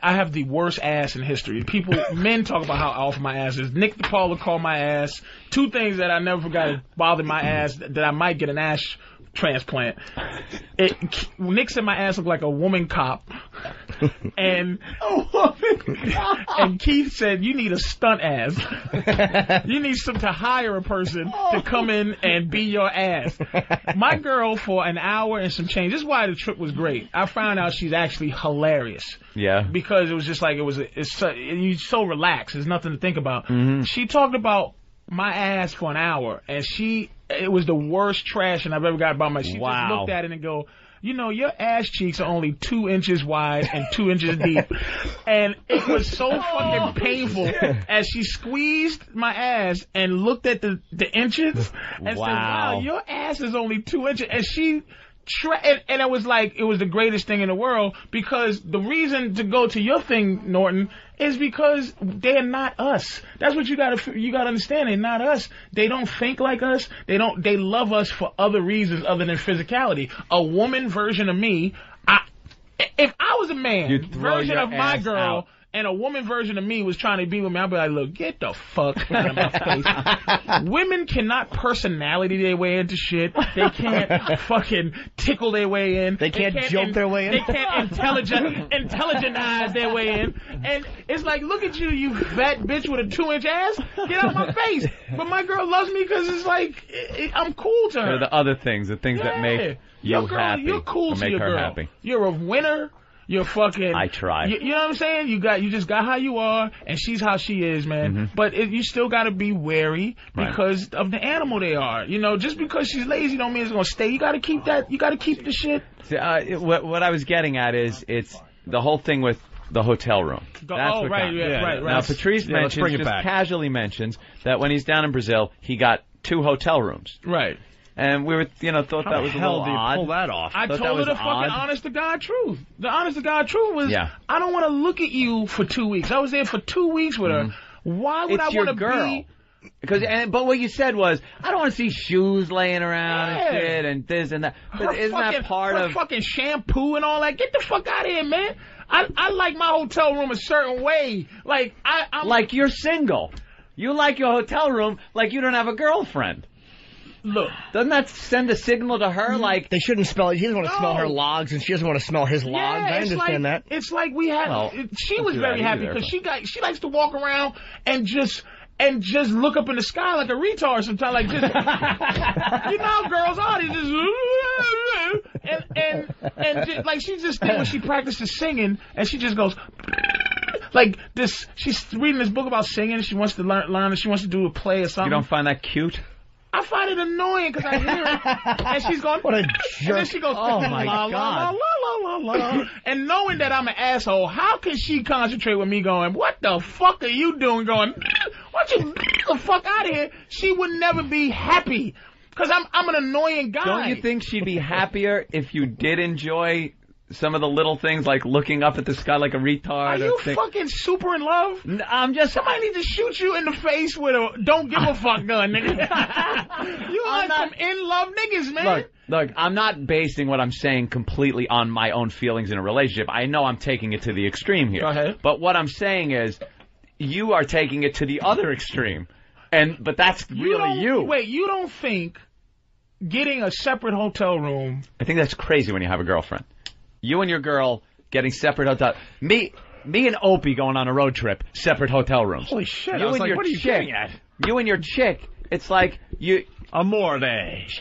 Speaker 2: I have the worst ass in history. People, men talk about how awful my ass is. Nick DePaula called my ass. Two things that I never forgot bothered my ass that I might get an ass transplant. It, Nick said my ass looked like a woman cop, and and Keith said you need a stunt ass. you need some to hire a person to come in and be your ass. My girl for an hour and some change. This is why the trip was great. I found out she's actually hilarious
Speaker 15: Yeah.
Speaker 2: because it was just like it was. It's so, you so relaxed. There's nothing to think about.
Speaker 3: Mm-hmm.
Speaker 2: She talked about my ass for an hour, and she it was the worst trashing I've ever got about my. She just
Speaker 8: Wow.
Speaker 2: looked at it and go. You know, your ass cheeks are only two inches wide and two inches deep. And it was so fucking painful as she squeezed my ass and looked at the, the inches and said, wow,
Speaker 8: Wow.
Speaker 2: your ass is only two inches. And she, tra- and, and it was like, it was the greatest thing in the world because the reason to go to your thing, Norton, is because they're not us. That's what you gotta, f- you gotta understand. They're not us. They don't think like us. They don't, they love us for other reasons other than physicality. A woman version of me, I, if I was a man
Speaker 8: You'd throw
Speaker 2: version
Speaker 8: your
Speaker 2: of my
Speaker 8: ass
Speaker 2: girl
Speaker 8: out.
Speaker 2: and a woman version of me was trying to be with me, I'd be like, look, get the fuck out of my face. Women cannot personality their way into shit. They can't fucking tickle their way in. They
Speaker 1: can't joke their way in.
Speaker 2: They can't intelligent intelligentize their way in. And it's like, look at you, you fat bitch with a two inch ass. Get out of my face. But my girl loves me because it's like, i i I'm cool to her.
Speaker 3: They're the other things, the things that
Speaker 2: Yeah.
Speaker 3: make you
Speaker 2: Your girl,
Speaker 3: happy.
Speaker 2: You're cool
Speaker 3: or
Speaker 2: to
Speaker 3: make
Speaker 2: your
Speaker 3: her
Speaker 2: girl.
Speaker 3: happy.
Speaker 2: You're a winner. You're fucking.
Speaker 3: I try.
Speaker 2: You, you know what I'm saying? You got you just got how you are, and she's how she is, man.
Speaker 3: Mm-hmm.
Speaker 2: But it, you still got to be wary
Speaker 8: Right.
Speaker 2: because of the animal they are. You know, just because she's lazy don't mean it's gonna stay. You got to keep that. You got to keep the shit.
Speaker 3: See, uh, it- what, what I was getting at is it's the whole thing with the hotel room.
Speaker 2: Go-
Speaker 3: That's
Speaker 2: oh,
Speaker 3: what
Speaker 2: right,
Speaker 3: counts.
Speaker 2: yeah, Yeah. right, right.
Speaker 3: Now Patrice
Speaker 2: Yeah, let's
Speaker 3: mentions,
Speaker 2: bring it
Speaker 3: just
Speaker 2: back.
Speaker 3: casually mentions that when he's down in Brazil, he got two hotel rooms.
Speaker 2: Right.
Speaker 3: And we were, you know, thought
Speaker 2: How
Speaker 3: that
Speaker 2: the
Speaker 3: was
Speaker 2: hell
Speaker 3: a little
Speaker 2: do you
Speaker 3: odd.
Speaker 2: pull
Speaker 3: that off?
Speaker 2: I told her the fucking honest to God truth. The honest to God truth was,
Speaker 3: Yeah.
Speaker 2: I don't want to look at you for two weeks. I was there for two weeks with her. Why would
Speaker 3: Mm-hmm.
Speaker 2: I
Speaker 3: It's your
Speaker 2: want to
Speaker 3: girl.
Speaker 2: be?
Speaker 3: Because, and, but what you said was, I don't want to see shoes laying around
Speaker 2: Yeah.
Speaker 3: and shit and this and that.
Speaker 2: her
Speaker 3: But isn't
Speaker 2: fucking,
Speaker 3: that part
Speaker 2: her
Speaker 3: of?
Speaker 2: fucking shampoo and all that? Get the fuck out of here, man. I, I like my hotel room a certain way. Like I I'm
Speaker 3: Like you're single. You like your hotel room like you don't have a girlfriend.
Speaker 2: Look,
Speaker 3: doesn't that send a signal to her like
Speaker 1: they shouldn't smell? He doesn't want to smell
Speaker 2: No.
Speaker 1: her logs, and she doesn't want to smell his logs. I
Speaker 2: it's
Speaker 1: understand
Speaker 2: like,
Speaker 1: that.
Speaker 2: It's like we had.
Speaker 1: Well,
Speaker 2: it- she
Speaker 1: don't
Speaker 2: was
Speaker 1: do
Speaker 2: very
Speaker 1: that
Speaker 2: happy
Speaker 1: either,
Speaker 2: because
Speaker 1: but-
Speaker 2: she got she likes to walk around and just and just look up in the sky like a retard sometimes. Like just you know how girls are. They just and and and just, like she just did when she practices singing and she just goes. Like this, she's reading this book about singing. She wants to learn, learn, and she wants to do a play or
Speaker 3: You
Speaker 2: something.
Speaker 3: don't find that cute?
Speaker 2: I find it annoying because I hear it, and she's going. What a jerk! And then she goes,
Speaker 8: Oh, my
Speaker 2: la, la,
Speaker 8: God.
Speaker 2: La, la, la, la, la. and knowing that I'm an asshole, how can she concentrate with me going, "What the fuck are you doing?" Going, "What you the fuck out of here?" She would never be happy because I'm I'm an annoying guy.
Speaker 3: Don't you think she'd be happier if you did enjoy some of the little things like looking up at the sky like a retard?
Speaker 2: Are
Speaker 3: or
Speaker 2: you
Speaker 3: think-
Speaker 2: fucking super in love?
Speaker 3: I'm just.
Speaker 2: Somebody needs to shoot you in the face with a don't give a fuck gun, nigga. you are some in love niggas, man.
Speaker 3: Look, look, I'm not basing what I'm saying completely on my own feelings in a relationship. I know I'm taking it to the extreme here.
Speaker 2: Go ahead.
Speaker 3: But what I'm saying is you are taking it to the other extreme. And but that's really
Speaker 2: don't-
Speaker 3: you.
Speaker 2: Wait, you don't think getting a separate hotel room?
Speaker 3: I think that's crazy when you have a girlfriend. You and your girl getting separate hotel. Me, me and Opie going on a road trip, separate hotel rooms. Holy
Speaker 2: shit!
Speaker 3: You
Speaker 8: I was
Speaker 3: and
Speaker 8: like,
Speaker 3: your
Speaker 8: what are you
Speaker 3: chick,
Speaker 8: getting at?
Speaker 3: You and your chick. It's like you.
Speaker 16: Amore.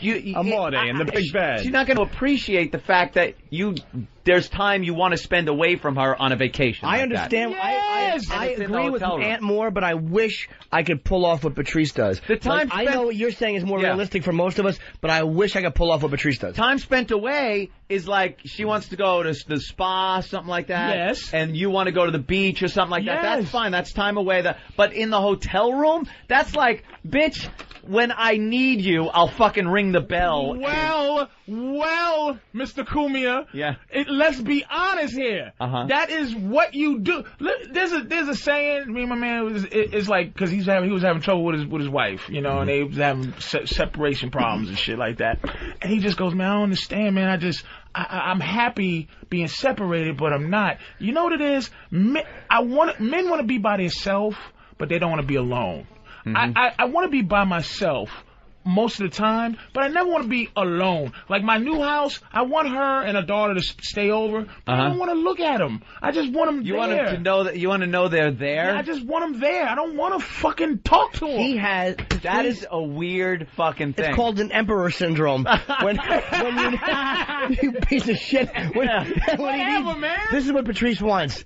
Speaker 16: You,
Speaker 3: you,
Speaker 16: Amore in the big bed.
Speaker 3: She's not going to appreciate the fact that you. There's time you want to spend away from her on a vacation.
Speaker 1: I
Speaker 3: like that.
Speaker 1: understand.
Speaker 3: Yes!
Speaker 1: I, I, I
Speaker 3: And it's in the
Speaker 1: agree with
Speaker 3: hotel room.
Speaker 1: Aunt Moore, but I wish I could pull off what Patrice does. The
Speaker 3: time
Speaker 1: I
Speaker 3: spent-
Speaker 1: know what you're saying is more
Speaker 3: Yeah.
Speaker 1: realistic for most of us, but I wish I could pull off what Patrice does.
Speaker 3: Time spent away is like she wants to go to s- the spa, something like that.
Speaker 1: Yes.
Speaker 3: And you want to go to the beach or something like that. That's fine. That's time away. That, but in the hotel room, that's like, bitch, when I need you, I'll fucking ring the bell.
Speaker 2: Well, well, Mr. Cumia.
Speaker 3: Yeah.
Speaker 2: It, let's be honest here.
Speaker 3: Uh-huh.
Speaker 2: That is what you do. Li- There's a there's a saying. Me and my man was it- it's like because he's having he was having trouble with his with his wife, you know, and
Speaker 3: Mm-hmm.
Speaker 2: they was having se- separation problems and shit like that. And he just goes, man, I don't understand, man. I just I, I- I'm happy being separated, but I'm not. You know what it is? Men, I want men want to be by themselves, but they don't want to be alone.
Speaker 3: Mm-hmm.
Speaker 2: I, I, I want to be by myself most of the time, but I never want to be alone. Like my new house, I want her and her daughter to s- stay over, but I
Speaker 3: Uh-huh.
Speaker 2: don't want to look at them. I just want them
Speaker 3: You
Speaker 2: there.
Speaker 3: want 'em to know that you want to know they're there.
Speaker 2: I just want them there. I don't want to fucking talk to them. He
Speaker 1: has.
Speaker 3: that is a weird fucking thing.
Speaker 1: It's called an emperor syndrome. When, when you, you piece of shit. When, when he
Speaker 2: Whatever,
Speaker 1: needs-
Speaker 2: man.
Speaker 1: This is what Patrice wants.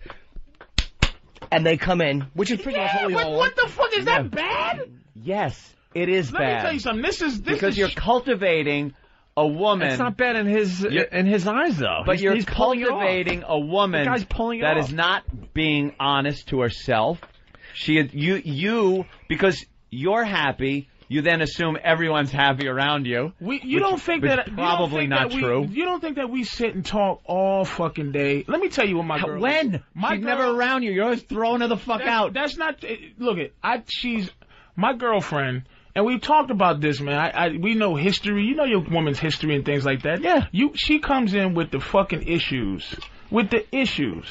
Speaker 1: And they come in, which is pretty much what
Speaker 2: Yeah,
Speaker 1: we
Speaker 2: but
Speaker 1: all
Speaker 2: what
Speaker 1: want.
Speaker 2: the fuck is
Speaker 1: Yeah.
Speaker 2: that bad?
Speaker 3: Yes, it is
Speaker 2: Let
Speaker 3: bad.
Speaker 2: me tell you something. This is this
Speaker 3: because
Speaker 2: is
Speaker 3: you're cultivating a woman.
Speaker 4: It's not bad in his
Speaker 3: You're-
Speaker 4: in his eyes though.
Speaker 3: But
Speaker 4: He's-
Speaker 3: you're
Speaker 4: he's pulling it off.
Speaker 3: cultivating a woman
Speaker 4: The guy's pulling it
Speaker 3: that
Speaker 4: off.
Speaker 3: is not being honest to herself. She, you, you, because you're happy. You then assume everyone's happy around you.
Speaker 2: We, you
Speaker 3: which-
Speaker 2: don't think
Speaker 3: which
Speaker 2: that you don't
Speaker 3: probably
Speaker 2: think
Speaker 3: not
Speaker 2: that we-
Speaker 3: true.
Speaker 2: You don't think that we sit and talk all fucking day? Let me tell you what my girl.
Speaker 3: When?
Speaker 2: my
Speaker 3: She's never around you. You're always throwing her the fuck
Speaker 2: that's,
Speaker 3: out.
Speaker 2: That's not. it- Look, it. I. She's my girlfriend, and we've talked about this, man. I, I. We know history. You know your woman's history and things like that. Yeah. You. She comes in with the fucking issues. With the issues.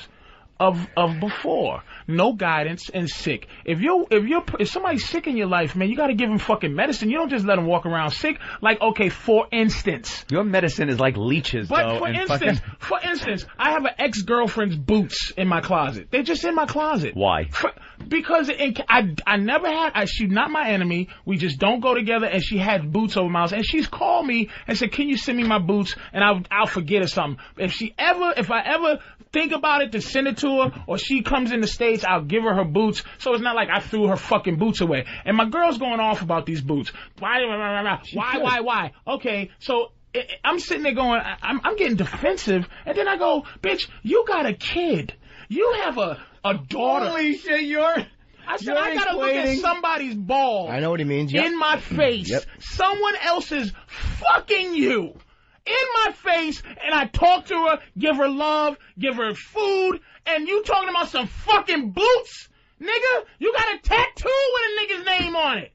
Speaker 2: Of, of before, no guidance and sick. If you if you if somebody's sick in your life, man, you got to give them fucking medicine. You don't just let them walk around sick. Like okay, for instance,
Speaker 3: Your medicine is like leeches,
Speaker 2: but
Speaker 3: though.
Speaker 2: for
Speaker 3: and
Speaker 2: instance,
Speaker 3: fucking-
Speaker 2: for instance, I have an ex girlfriend's boots in my closet. They're just in my closet.
Speaker 3: Why?
Speaker 2: For- because in, I I never had. I, she's not my enemy. We just don't go together. And she had boots over my house. And she's called me and said, "Can you send me my boots?" And I'll I'll forget or something. If she ever, if I ever think about it to send it to her, or she comes in the states, I'll give her her boots. So it's not like I threw her fucking boots away. And my girl's going off about these boots. Why? Why? Why? Why? why? Okay, so I- I- I'm sitting there going, I- I'm, I'm getting defensive, and then I go, bitch, you got a kid. You have a, a daughter.
Speaker 3: Holy shit, you're.
Speaker 2: I said,
Speaker 3: you're
Speaker 2: I gotta look at
Speaker 3: equating-
Speaker 2: somebody's ball
Speaker 1: I know what he means. Yep.
Speaker 2: in my face.
Speaker 1: Yep.
Speaker 2: Someone else is fucking you in my face, and I talk to her, give her love, give her food, and you talking about some fucking boots, nigga? You got a tattoo with a nigga's name on it.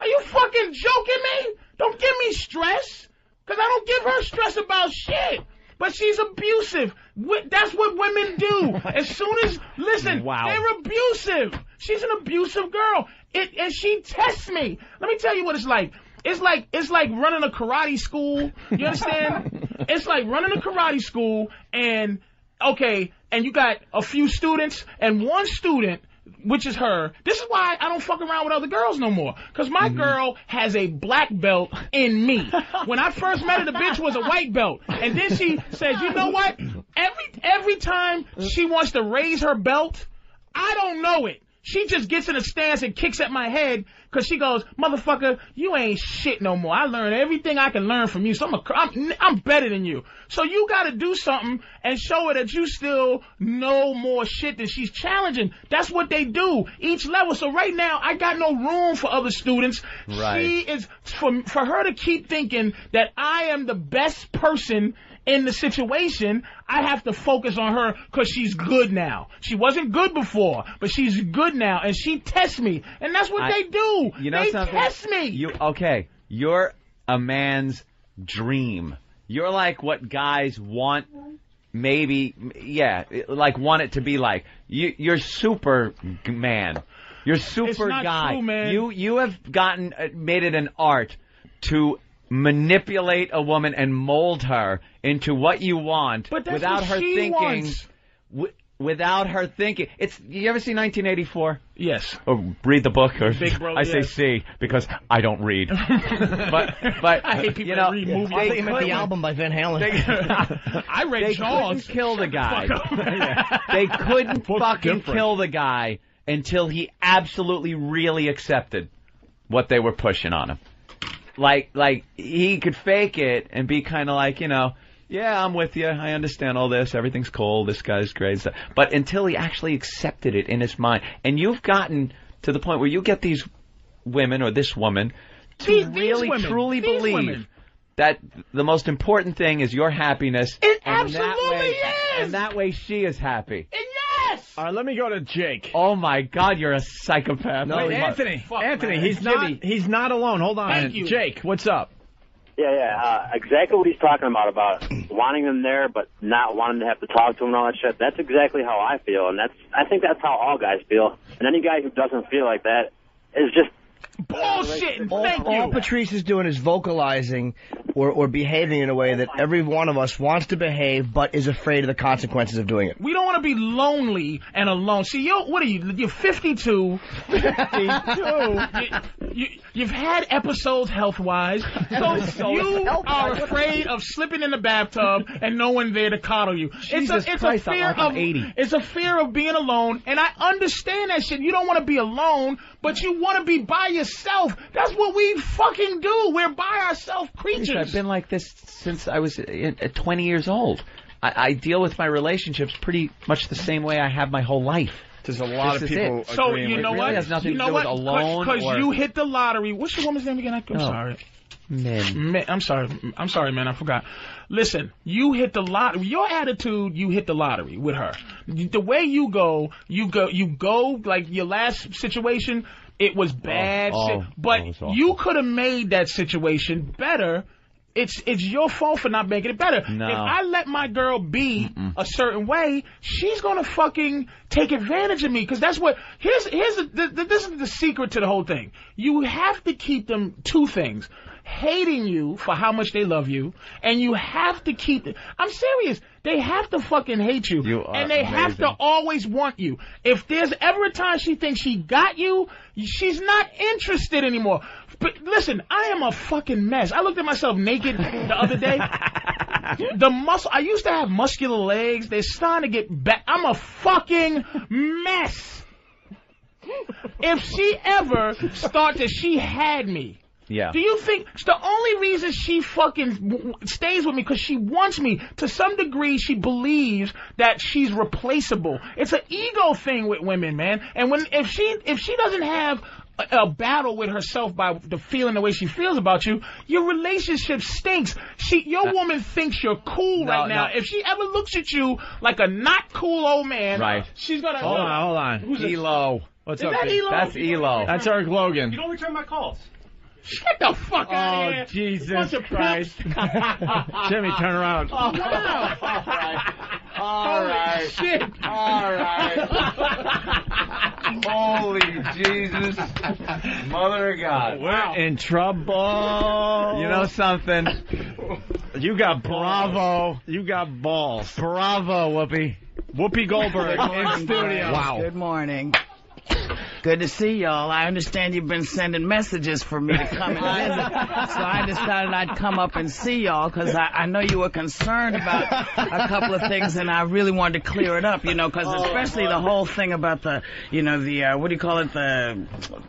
Speaker 2: Are you fucking joking me? Don't give me stress, cause I don't give her stress about shit. But she's abusive. Wh- That's what women do. As soon as listen,
Speaker 3: Wow.
Speaker 2: they're abusive. She's an abusive girl. It, and she tests me. Let me tell you what it's like. It's like it's like running a karate school. You understand? it's like running a karate school and okay, and you got a few students and one student which is her. This is why I don't fuck around with other girls no more. Cause my girl has a black belt in me. when I first met her, the bitch was a white belt. And then she says, you know what? Every, every time she wants to raise her belt, I don't know it. She just gets in a stance and kicks at my head because she goes, motherfucker, you ain't shit no more. I learned everything I can learn from you, so I'm, a, I'm, I'm better than you. So you got to do something and show her that you still know more shit than she's challenging. That's what they do, each level. So right now, I got no room for other students.
Speaker 3: Right.
Speaker 2: She is, for, for her to keep thinking that I am the best person in the situation, I have to focus on her because she's good now. She wasn't good before, but she's good now, and she tests me, and that's what
Speaker 3: I-
Speaker 2: they do.
Speaker 3: You know
Speaker 2: they
Speaker 3: something?
Speaker 2: test me.
Speaker 3: You okay? You're a man's dream. You're like what guys want. Maybe, yeah, like want it to be like you. You're Superman. You're super
Speaker 2: not
Speaker 3: guy.
Speaker 2: true, man.
Speaker 3: You you have gotten uh, made it an art to manipulate a woman and mold her into what you want
Speaker 2: But that's
Speaker 3: without
Speaker 2: what
Speaker 3: her
Speaker 2: she
Speaker 3: thinking.
Speaker 2: wants.
Speaker 3: wi- without her thinking, it's. You ever see 1984?
Speaker 2: yes.
Speaker 4: Oh,
Speaker 3: or read the book or
Speaker 2: Big Brother,
Speaker 3: I say
Speaker 2: yes.
Speaker 3: C because I don't read. but but
Speaker 2: I hate people
Speaker 3: you know,
Speaker 2: that read movies.
Speaker 3: they
Speaker 2: I think about
Speaker 1: The
Speaker 3: couldn't-
Speaker 1: album by Van Halen.
Speaker 2: I read
Speaker 3: they
Speaker 2: Jaws.
Speaker 3: couldn't kill the guy.
Speaker 2: Fuck up.
Speaker 3: they couldn't fucking
Speaker 2: different?
Speaker 3: kill the guy until he absolutely really accepted what they were pushing on him. Like like he could fake it and be kind of like, you know, yeah, I'm with you. I understand all this. Everything's cool. This guy's great. So- But until he actually accepted it in his mind, and you've gotten to the point where you get these women or this woman to
Speaker 2: These- these
Speaker 3: really
Speaker 2: women.
Speaker 3: truly
Speaker 2: These
Speaker 3: believe
Speaker 2: women.
Speaker 3: that the most important thing is your happiness. It
Speaker 2: absolutely
Speaker 3: is. And that way she is happy.
Speaker 17: yes.
Speaker 3: All right, let me go to Jake. Oh my God, you're a psychopath.
Speaker 4: No,
Speaker 3: Holy
Speaker 4: Wait,
Speaker 3: mo-
Speaker 4: Anthony. Anthony, he's
Speaker 3: Jimmy.
Speaker 4: not. He's not alone. Hold on,
Speaker 3: Thank you.
Speaker 4: Jake. What's up?
Speaker 8: Yeah, yeah, uh, exactly what he's talking about about wanting them there, but not wanting to have to talk to them and all that shit. That's exactly how I feel, and that's I think that's how all guys feel. And any guy who doesn't feel like that is just
Speaker 2: Bullshit.
Speaker 1: All,
Speaker 2: Thank
Speaker 1: all
Speaker 2: you.
Speaker 1: Patrice is doing is vocalizing or, or behaving in a way that every one of us wants to behave but is afraid of the consequences of doing it.
Speaker 2: We don't want to be lonely and alone. See, you what are you? You're 52. 52. you, you, have had episodes health wise, so,
Speaker 4: So
Speaker 2: you
Speaker 4: health-wise.
Speaker 2: are afraid of slipping in the bathtub and no one there to coddle you.
Speaker 4: Jesus
Speaker 2: it's a, it's
Speaker 4: Christ,
Speaker 2: a
Speaker 4: I'm
Speaker 2: fear
Speaker 4: like I'm
Speaker 2: of
Speaker 4: 80.
Speaker 2: it's a fear of being alone, and I understand that shit. You don't want to be alone, but you want to be by yourself. That's what we fucking do. We're by ourselves creatures.
Speaker 3: I've been like this since I was in, at 20 years old. I, I deal with my relationships pretty much the same way I have my whole life.
Speaker 4: There's a
Speaker 3: lot This of is people it.
Speaker 2: So
Speaker 3: agreeing
Speaker 2: you
Speaker 3: with
Speaker 2: know
Speaker 3: you. It
Speaker 2: what?
Speaker 3: really has nothing
Speaker 2: you
Speaker 3: to
Speaker 2: know
Speaker 3: do
Speaker 2: what?
Speaker 3: with alone
Speaker 2: Because
Speaker 3: or-
Speaker 2: you hit the lottery. What's the woman's name again? I'm
Speaker 3: No.
Speaker 2: sorry.
Speaker 3: Men.
Speaker 2: Ma- I'm sorry. I'm sorry, man. I forgot. Listen, you hit the lottery. Your attitude, you hit the lottery with her. The way you go, you go, you go. Like your last situation, it was bad
Speaker 3: oh,
Speaker 2: shit.
Speaker 3: that was awful.
Speaker 2: But you could have made that situation better. It's it's your fault for not making it better.
Speaker 3: No.
Speaker 2: If I let my girl be a certain way, she's gonna fucking take advantage of me because that's what. Here's here's the, the, the- this is the secret to the whole thing. You have to keep them two things: hating you for how much they love you, and you have to keep. I'm serious. They have to fucking hate you, and they have to
Speaker 3: amazing.
Speaker 2: always want you. If there's ever a time she thinks she got you, she's not interested anymore. But listen, I am a fucking mess. I looked at myself naked the other day. the muscle I used to have muscular legs. They're starting to get back. I'm a fucking mess. If she ever starts that she had me,
Speaker 3: Yeah.
Speaker 2: do you think it's the only reason she fucking w- w- stays with me because she wants me? To some degree, she believes that she's replaceable. It's an ego thing with women, man. And when if she if she doesn't have a, a battle with herself by the feeling the way she feels about you, your relationship stinks. She your woman thinks you're cool right now.
Speaker 3: Uh, no.
Speaker 2: If she ever looks at you like a not cool old man,
Speaker 3: Right.
Speaker 2: she's gonna
Speaker 4: Hold on, hold on.
Speaker 2: Who's this?
Speaker 4: Elo. What's
Speaker 2: Is
Speaker 4: up?
Speaker 2: that
Speaker 4: Dave?
Speaker 2: Elo?
Speaker 4: That's Elo. That's Eric Logan.
Speaker 18: don't return my calls.
Speaker 2: Get the fuck out of
Speaker 4: Oh,
Speaker 2: here!
Speaker 4: Jesus
Speaker 2: Bunch of
Speaker 4: Christ.
Speaker 2: pimps.
Speaker 4: Jimmy, turn around.
Speaker 2: Oh, wow.
Speaker 4: All right.
Speaker 2: Shit.
Speaker 4: All right. Holy Jesus. Mother of God. We're in trouble. You know something? You got Bravo. You got balls. Bravo, Whoopi. Whoopi Goldberg in studio.
Speaker 19: Good morning. Good to see y'all. I understand you've been sending messages for me to come and visit. So I decided I'd come up and see y'all because I, I know you were concerned about a couple of things and I really wanted to clear it up, you know, because especially the whole thing about the, you know, the, uh, what do you call it, the...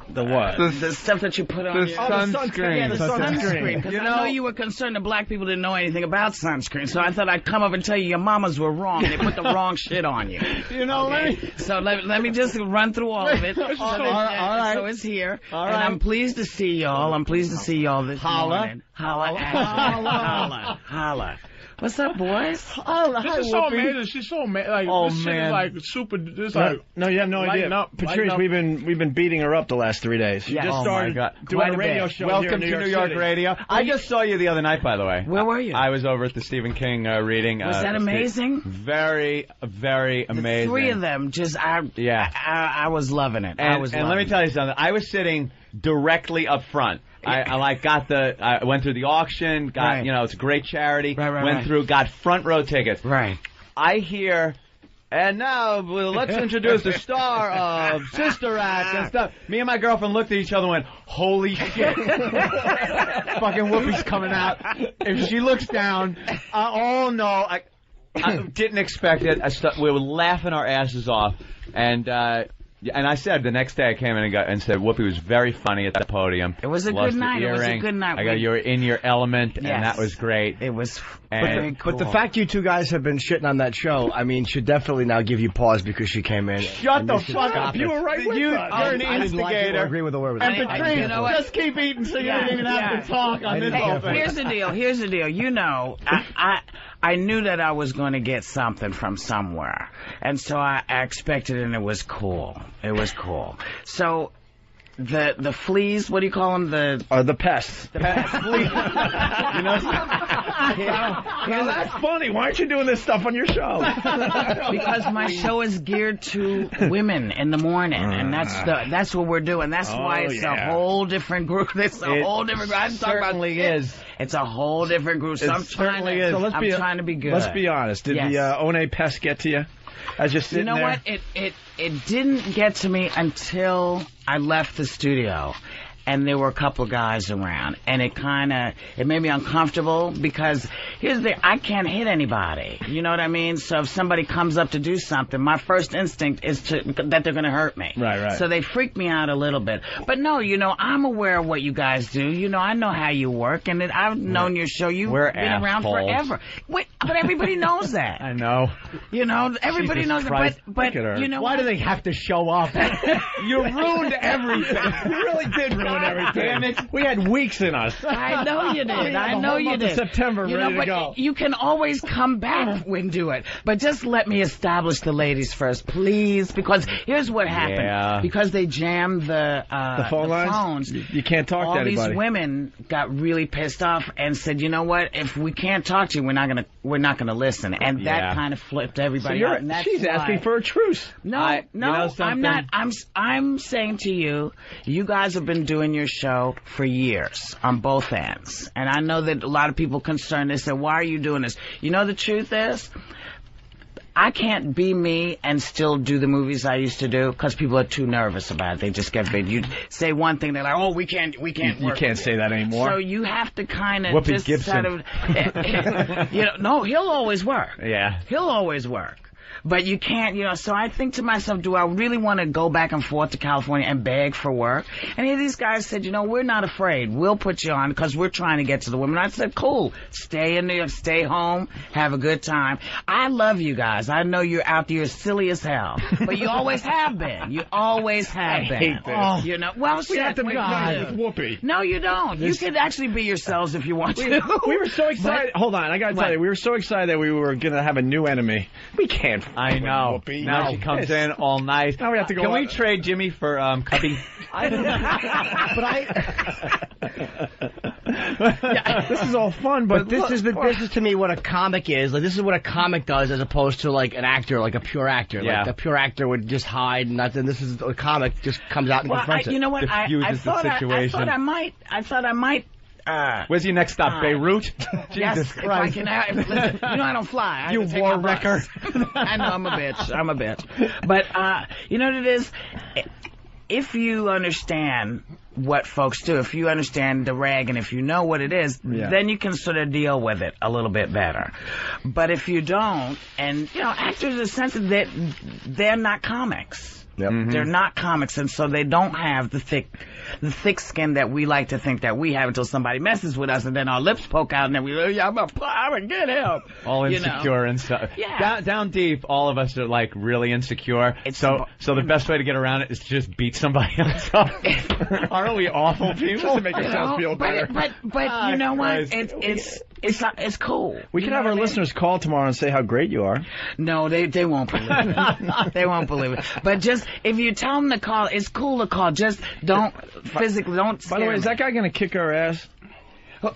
Speaker 19: The
Speaker 3: what?
Speaker 19: The, stuff that you put on
Speaker 3: Oh, The
Speaker 19: your...
Speaker 3: sunscreen.
Speaker 19: Yeah, the
Speaker 3: Sunscreen.
Speaker 19: sunscreen. 'cause
Speaker 3: You
Speaker 19: I
Speaker 3: know-
Speaker 19: know you were concerned that black people didn't know anything about sunscreen, so I thought I'd come up and tell you your mamas were wrong. They put the wrong shit on you.
Speaker 2: You know,
Speaker 19: Okay. So let, let me just run through all of it.
Speaker 2: This is
Speaker 19: so,
Speaker 2: so-
Speaker 19: that-
Speaker 2: all right, all right.
Speaker 19: so it's here.
Speaker 2: All
Speaker 19: and
Speaker 2: right.
Speaker 19: I'm pleased to see y'all. I'm pleased to see y'all this
Speaker 2: Holla.
Speaker 19: morning. Holla.
Speaker 2: Holla.
Speaker 19: Holla. Holla. Holla. What's up, boys?
Speaker 2: This is so amazing. She's so amazing. Like,
Speaker 19: Oh,
Speaker 2: this shit
Speaker 19: man.
Speaker 2: is like super. This
Speaker 4: No,
Speaker 2: like,
Speaker 4: no, you have no
Speaker 2: lighten
Speaker 4: idea.
Speaker 2: Up,
Speaker 4: Patrice,
Speaker 2: lighten up.
Speaker 4: we've been we've been beating her up the last three days. She
Speaker 3: oh
Speaker 4: just started doing a radio show.
Speaker 3: Welcome
Speaker 4: here in New York
Speaker 3: to New York
Speaker 4: City.
Speaker 3: Radio. I just saw you the other night, by the way. Where
Speaker 19: were you?
Speaker 3: I was over at the Stephen King uh, reading.
Speaker 19: Was
Speaker 3: uh,
Speaker 19: that
Speaker 3: Ste-
Speaker 19: amazing?
Speaker 3: Very, very amazing.
Speaker 19: Three of them just I
Speaker 3: Yeah.
Speaker 19: I, I was loving it.
Speaker 3: And,
Speaker 19: I was
Speaker 3: and
Speaker 19: loving
Speaker 3: let me tell you something. I was sitting directly up front. I, I like got the I went through the auction, got
Speaker 19: Right.
Speaker 3: you know, it's a great charity.
Speaker 19: right,
Speaker 3: went
Speaker 19: right.
Speaker 3: through, got front row tickets.
Speaker 19: Right.
Speaker 3: I hear and now well, let's introduce the star of Sister Act and stuff. Me and my girlfriend looked at each other and went, Holy shit. Fucking Whoopi's coming out. If she looks down, I all know I I didn't expect it. I stu- we were laughing our asses off, and uh,
Speaker 14: Yeah, And I said the next day I came in and got and said Whoopi was very funny at the podium. It
Speaker 19: was a good night. It was a good night.
Speaker 14: I go,
Speaker 19: We-
Speaker 14: you were in your element, and
Speaker 19: Yes.
Speaker 14: that was great.
Speaker 19: It was
Speaker 1: But the, but the fact you two guys have been shitting on that show, I mean, should definitely now give you pause because she came in.
Speaker 4: Shut
Speaker 1: And
Speaker 4: the
Speaker 1: you should
Speaker 4: fuck
Speaker 1: stop
Speaker 4: up.
Speaker 1: it.
Speaker 4: You were right with
Speaker 1: You-
Speaker 4: us.
Speaker 1: I-
Speaker 4: You're an
Speaker 1: I didn't like it or
Speaker 4: instigator.
Speaker 1: agree with the word with
Speaker 4: And
Speaker 1: it. I- I
Speaker 4: Patrice,
Speaker 1: can't do it.
Speaker 4: just keep eating so you don't even have to talk on this
Speaker 19: Hey,
Speaker 4: whole thing.
Speaker 19: here's the deal. Here's the deal. You know, I I, I knew that I was going to get something from somewhere, and so I, I expected, it, and it was cool. It was cool. So. The the fleas, what do you call them? The
Speaker 1: or Uh, the pests.
Speaker 19: The pests, fleas. you know,
Speaker 4: Now that's funny. Why aren't you doing this stuff on your show?
Speaker 19: because my show is geared to women in the morning, and that's the that's what we're doing. That's why
Speaker 8: Oh,
Speaker 19: it's
Speaker 8: yeah.
Speaker 19: a whole different group. It's a
Speaker 8: It
Speaker 19: whole different group. I'm talking about
Speaker 14: certainly is.
Speaker 19: It's a whole different group. So
Speaker 4: It
Speaker 19: I'm trying
Speaker 4: certainly
Speaker 19: to,
Speaker 4: is. So
Speaker 19: I'm trying to be good.
Speaker 4: Let's be honest. Did
Speaker 19: Yes.
Speaker 4: the uh, One Pest get to you? I was just
Speaker 19: You
Speaker 4: sitting
Speaker 19: know
Speaker 4: there.
Speaker 19: what? It it it didn't get to me until I left the studio. And there were a couple guys around, and it kind of it made me uncomfortable because here's the I can't hit anybody, you know what I mean. So if somebody comes up to do something, my first instinct is to that they're going to hurt me. Right,
Speaker 8: right.
Speaker 19: So they freaked me out a little bit, but no, you know I'm aware of what you guys do. You know I know how you work, and it, I've known your show. You've
Speaker 14: We're
Speaker 19: been around
Speaker 14: assholes.
Speaker 19: forever. Wait, but everybody knows that.
Speaker 14: I know.
Speaker 19: You know, everybody
Speaker 14: Jesus
Speaker 19: knows it,
Speaker 14: Christ,
Speaker 19: but but
Speaker 14: look at her.
Speaker 19: you know
Speaker 14: Why
Speaker 19: what?
Speaker 14: do they have to show up?
Speaker 4: You ruined everything. You really did ruin everything.
Speaker 19: Damn
Speaker 4: it. We had weeks in us.
Speaker 19: I know you did.
Speaker 4: We had
Speaker 19: I
Speaker 4: the
Speaker 19: know
Speaker 4: whole
Speaker 19: you
Speaker 4: month of
Speaker 19: did.
Speaker 4: September
Speaker 19: you
Speaker 4: ready
Speaker 19: know,
Speaker 4: to
Speaker 19: but
Speaker 4: go.
Speaker 19: You can always come back and do it. But just let me establish the ladies first, please, because here's what happened.
Speaker 4: Yeah.
Speaker 19: Because they jammed the uh,
Speaker 4: The phone lines?
Speaker 19: phones,
Speaker 4: You- you can't talk to
Speaker 19: all
Speaker 4: anybody.
Speaker 19: these women got really pissed off and said, "You know what? If we can't talk to you, we're not gonna we're not gonna listen." And
Speaker 4: Yeah.
Speaker 19: that kind of flipped everybody.
Speaker 4: So you're,
Speaker 19: out, and that's
Speaker 4: she's
Speaker 19: why-
Speaker 4: asking for a truce.
Speaker 19: No, no, I'm not. I'm s- I'm saying to you, you guys have been doing your show for years on both ends, and I know that a lot of people concerned. They said, "Why are you doing this?" You know, the truth is. I can't be me and still do the movies I used to do because people are too nervous about it. They just get big. You say one thing, they're like, "Oh, we can't, we can't."
Speaker 4: You
Speaker 19: work
Speaker 4: can't
Speaker 19: with
Speaker 4: say that anymore.
Speaker 19: So you have to kind of
Speaker 4: Whoopi
Speaker 19: just
Speaker 4: Gibson.
Speaker 19: sort of, you know, no, he'll always work.
Speaker 14: Yeah.
Speaker 19: He'll always work. But you can't, you know, so I think to myself, do I really want to go back and forth to California and beg for work? And here these guys said, you know, we're not afraid. We'll put you on because we're trying to get to the women. I said, cool. Stay in New York. Stay home. Have a good time. I love you guys. I know you're out there. You're silly as hell. But you always have been. You always have
Speaker 8: I
Speaker 19: been. Oh,
Speaker 8: hate this.
Speaker 19: You know, well,
Speaker 8: We
Speaker 19: shit,
Speaker 8: have to
Speaker 19: we
Speaker 8: be honest
Speaker 19: do.
Speaker 4: with Whoopi.
Speaker 19: No, you don't.
Speaker 4: This-
Speaker 19: you can actually be yourselves if you want
Speaker 4: We,
Speaker 19: to.
Speaker 4: we were so excited.
Speaker 19: But-
Speaker 4: Hold on, I gotta tell you, we were so excited that we were gonna have a new enemy. We can't.
Speaker 14: I know.
Speaker 4: Whoopi.
Speaker 14: Now
Speaker 4: No.
Speaker 14: she comes
Speaker 4: Yes.
Speaker 14: in all nice.
Speaker 4: Now we have to go
Speaker 14: Can we
Speaker 4: out-
Speaker 14: trade Jimmy for um, Cubby?
Speaker 1: but I.
Speaker 4: Yeah, this is all fun,
Speaker 1: But,
Speaker 4: but,
Speaker 1: this
Speaker 4: look-
Speaker 1: is but this is to me what a comic is. Like this is what a comic does, as opposed to like an actor, like a pure actor.
Speaker 14: Yeah.
Speaker 1: Like a pure actor would just hide and nothing. This is a comic just comes out and
Speaker 19: Well, I,
Speaker 1: confronts it.
Speaker 19: you know what? I, I thought I, I thought I might. I thought I might. Uh,
Speaker 14: Where's your next stop?
Speaker 19: Uh,
Speaker 14: Beirut.
Speaker 19: yes,
Speaker 14: Jesus
Speaker 19: if I
Speaker 14: Christ.
Speaker 19: can. I, listen, you know I don't fly. I
Speaker 14: You
Speaker 19: have to take
Speaker 14: war
Speaker 19: my bus. I know I'm a bitch. I'm a bitch. But uh, you know what it is. If you understand what folks do, if you understand the rag, and if you know what it is,
Speaker 8: Yeah.
Speaker 19: then you can sort of deal with it a little bit better. But if you don't, and you know, actors are sensitive that they're not comics.
Speaker 3: Mm-hmm.
Speaker 4: Mm-hmm.
Speaker 19: They're not comics, and so they don't have the thick, the thick skin that we like to think that we have until somebody messes with us, and then our lips poke out, and then we, oh, yeah, I'm gonna, I'm gonna get help.
Speaker 14: all
Speaker 19: You know?
Speaker 14: insecure and stuff.
Speaker 19: Yeah.
Speaker 14: Down, down deep, all of us are like really insecure. so, so the best way to get around it is to just beat somebody else up. Aren't we awful people?
Speaker 4: Just to make
Speaker 19: You
Speaker 4: yourself
Speaker 19: know,
Speaker 4: feel
Speaker 19: but-
Speaker 4: better.
Speaker 19: But but
Speaker 4: Ah,
Speaker 19: you know what?
Speaker 4: Christ.
Speaker 19: It's it's it's not- it's cool.
Speaker 4: we can have our listeners call tomorrow and say how great you are.
Speaker 19: No, they they won't believe it. they won't believe it. But just if you tell them to call, it's cool to call. Just don't physically don't.
Speaker 4: By the way, is that guy gonna kick our ass?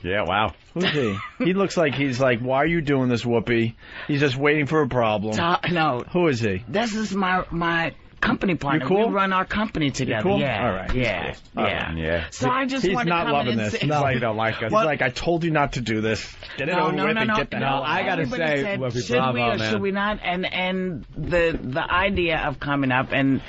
Speaker 14: Yeah, wow.
Speaker 4: Who's he? he looks like he's like, why are you doing this, Whoopi? He's just waiting for a problem.
Speaker 19: Ta- no.
Speaker 4: Who is he?
Speaker 19: This is my my company partner.
Speaker 4: cool?
Speaker 19: We run our company together.
Speaker 4: cool?
Speaker 19: Yeah.
Speaker 4: All right.
Speaker 19: Yeah.
Speaker 4: All
Speaker 19: yeah.
Speaker 4: right.
Speaker 19: So I just
Speaker 4: he's
Speaker 19: wanted to
Speaker 4: not
Speaker 19: come
Speaker 4: loving
Speaker 19: in and
Speaker 4: this.
Speaker 19: say-
Speaker 4: He's
Speaker 19: No.
Speaker 4: like,
Speaker 19: He don't like us.
Speaker 4: He's like, I told you not to do this. Get it
Speaker 19: no,
Speaker 4: over
Speaker 19: no,
Speaker 4: with
Speaker 19: no,
Speaker 4: and
Speaker 19: no,
Speaker 4: get that
Speaker 19: no.
Speaker 4: out.
Speaker 14: I gotta
Speaker 19: Everybody
Speaker 14: say,
Speaker 19: said,
Speaker 14: Whoopi,
Speaker 19: should we
Speaker 14: bravo,
Speaker 19: or
Speaker 14: man.
Speaker 19: should we not? And and the the idea of coming up and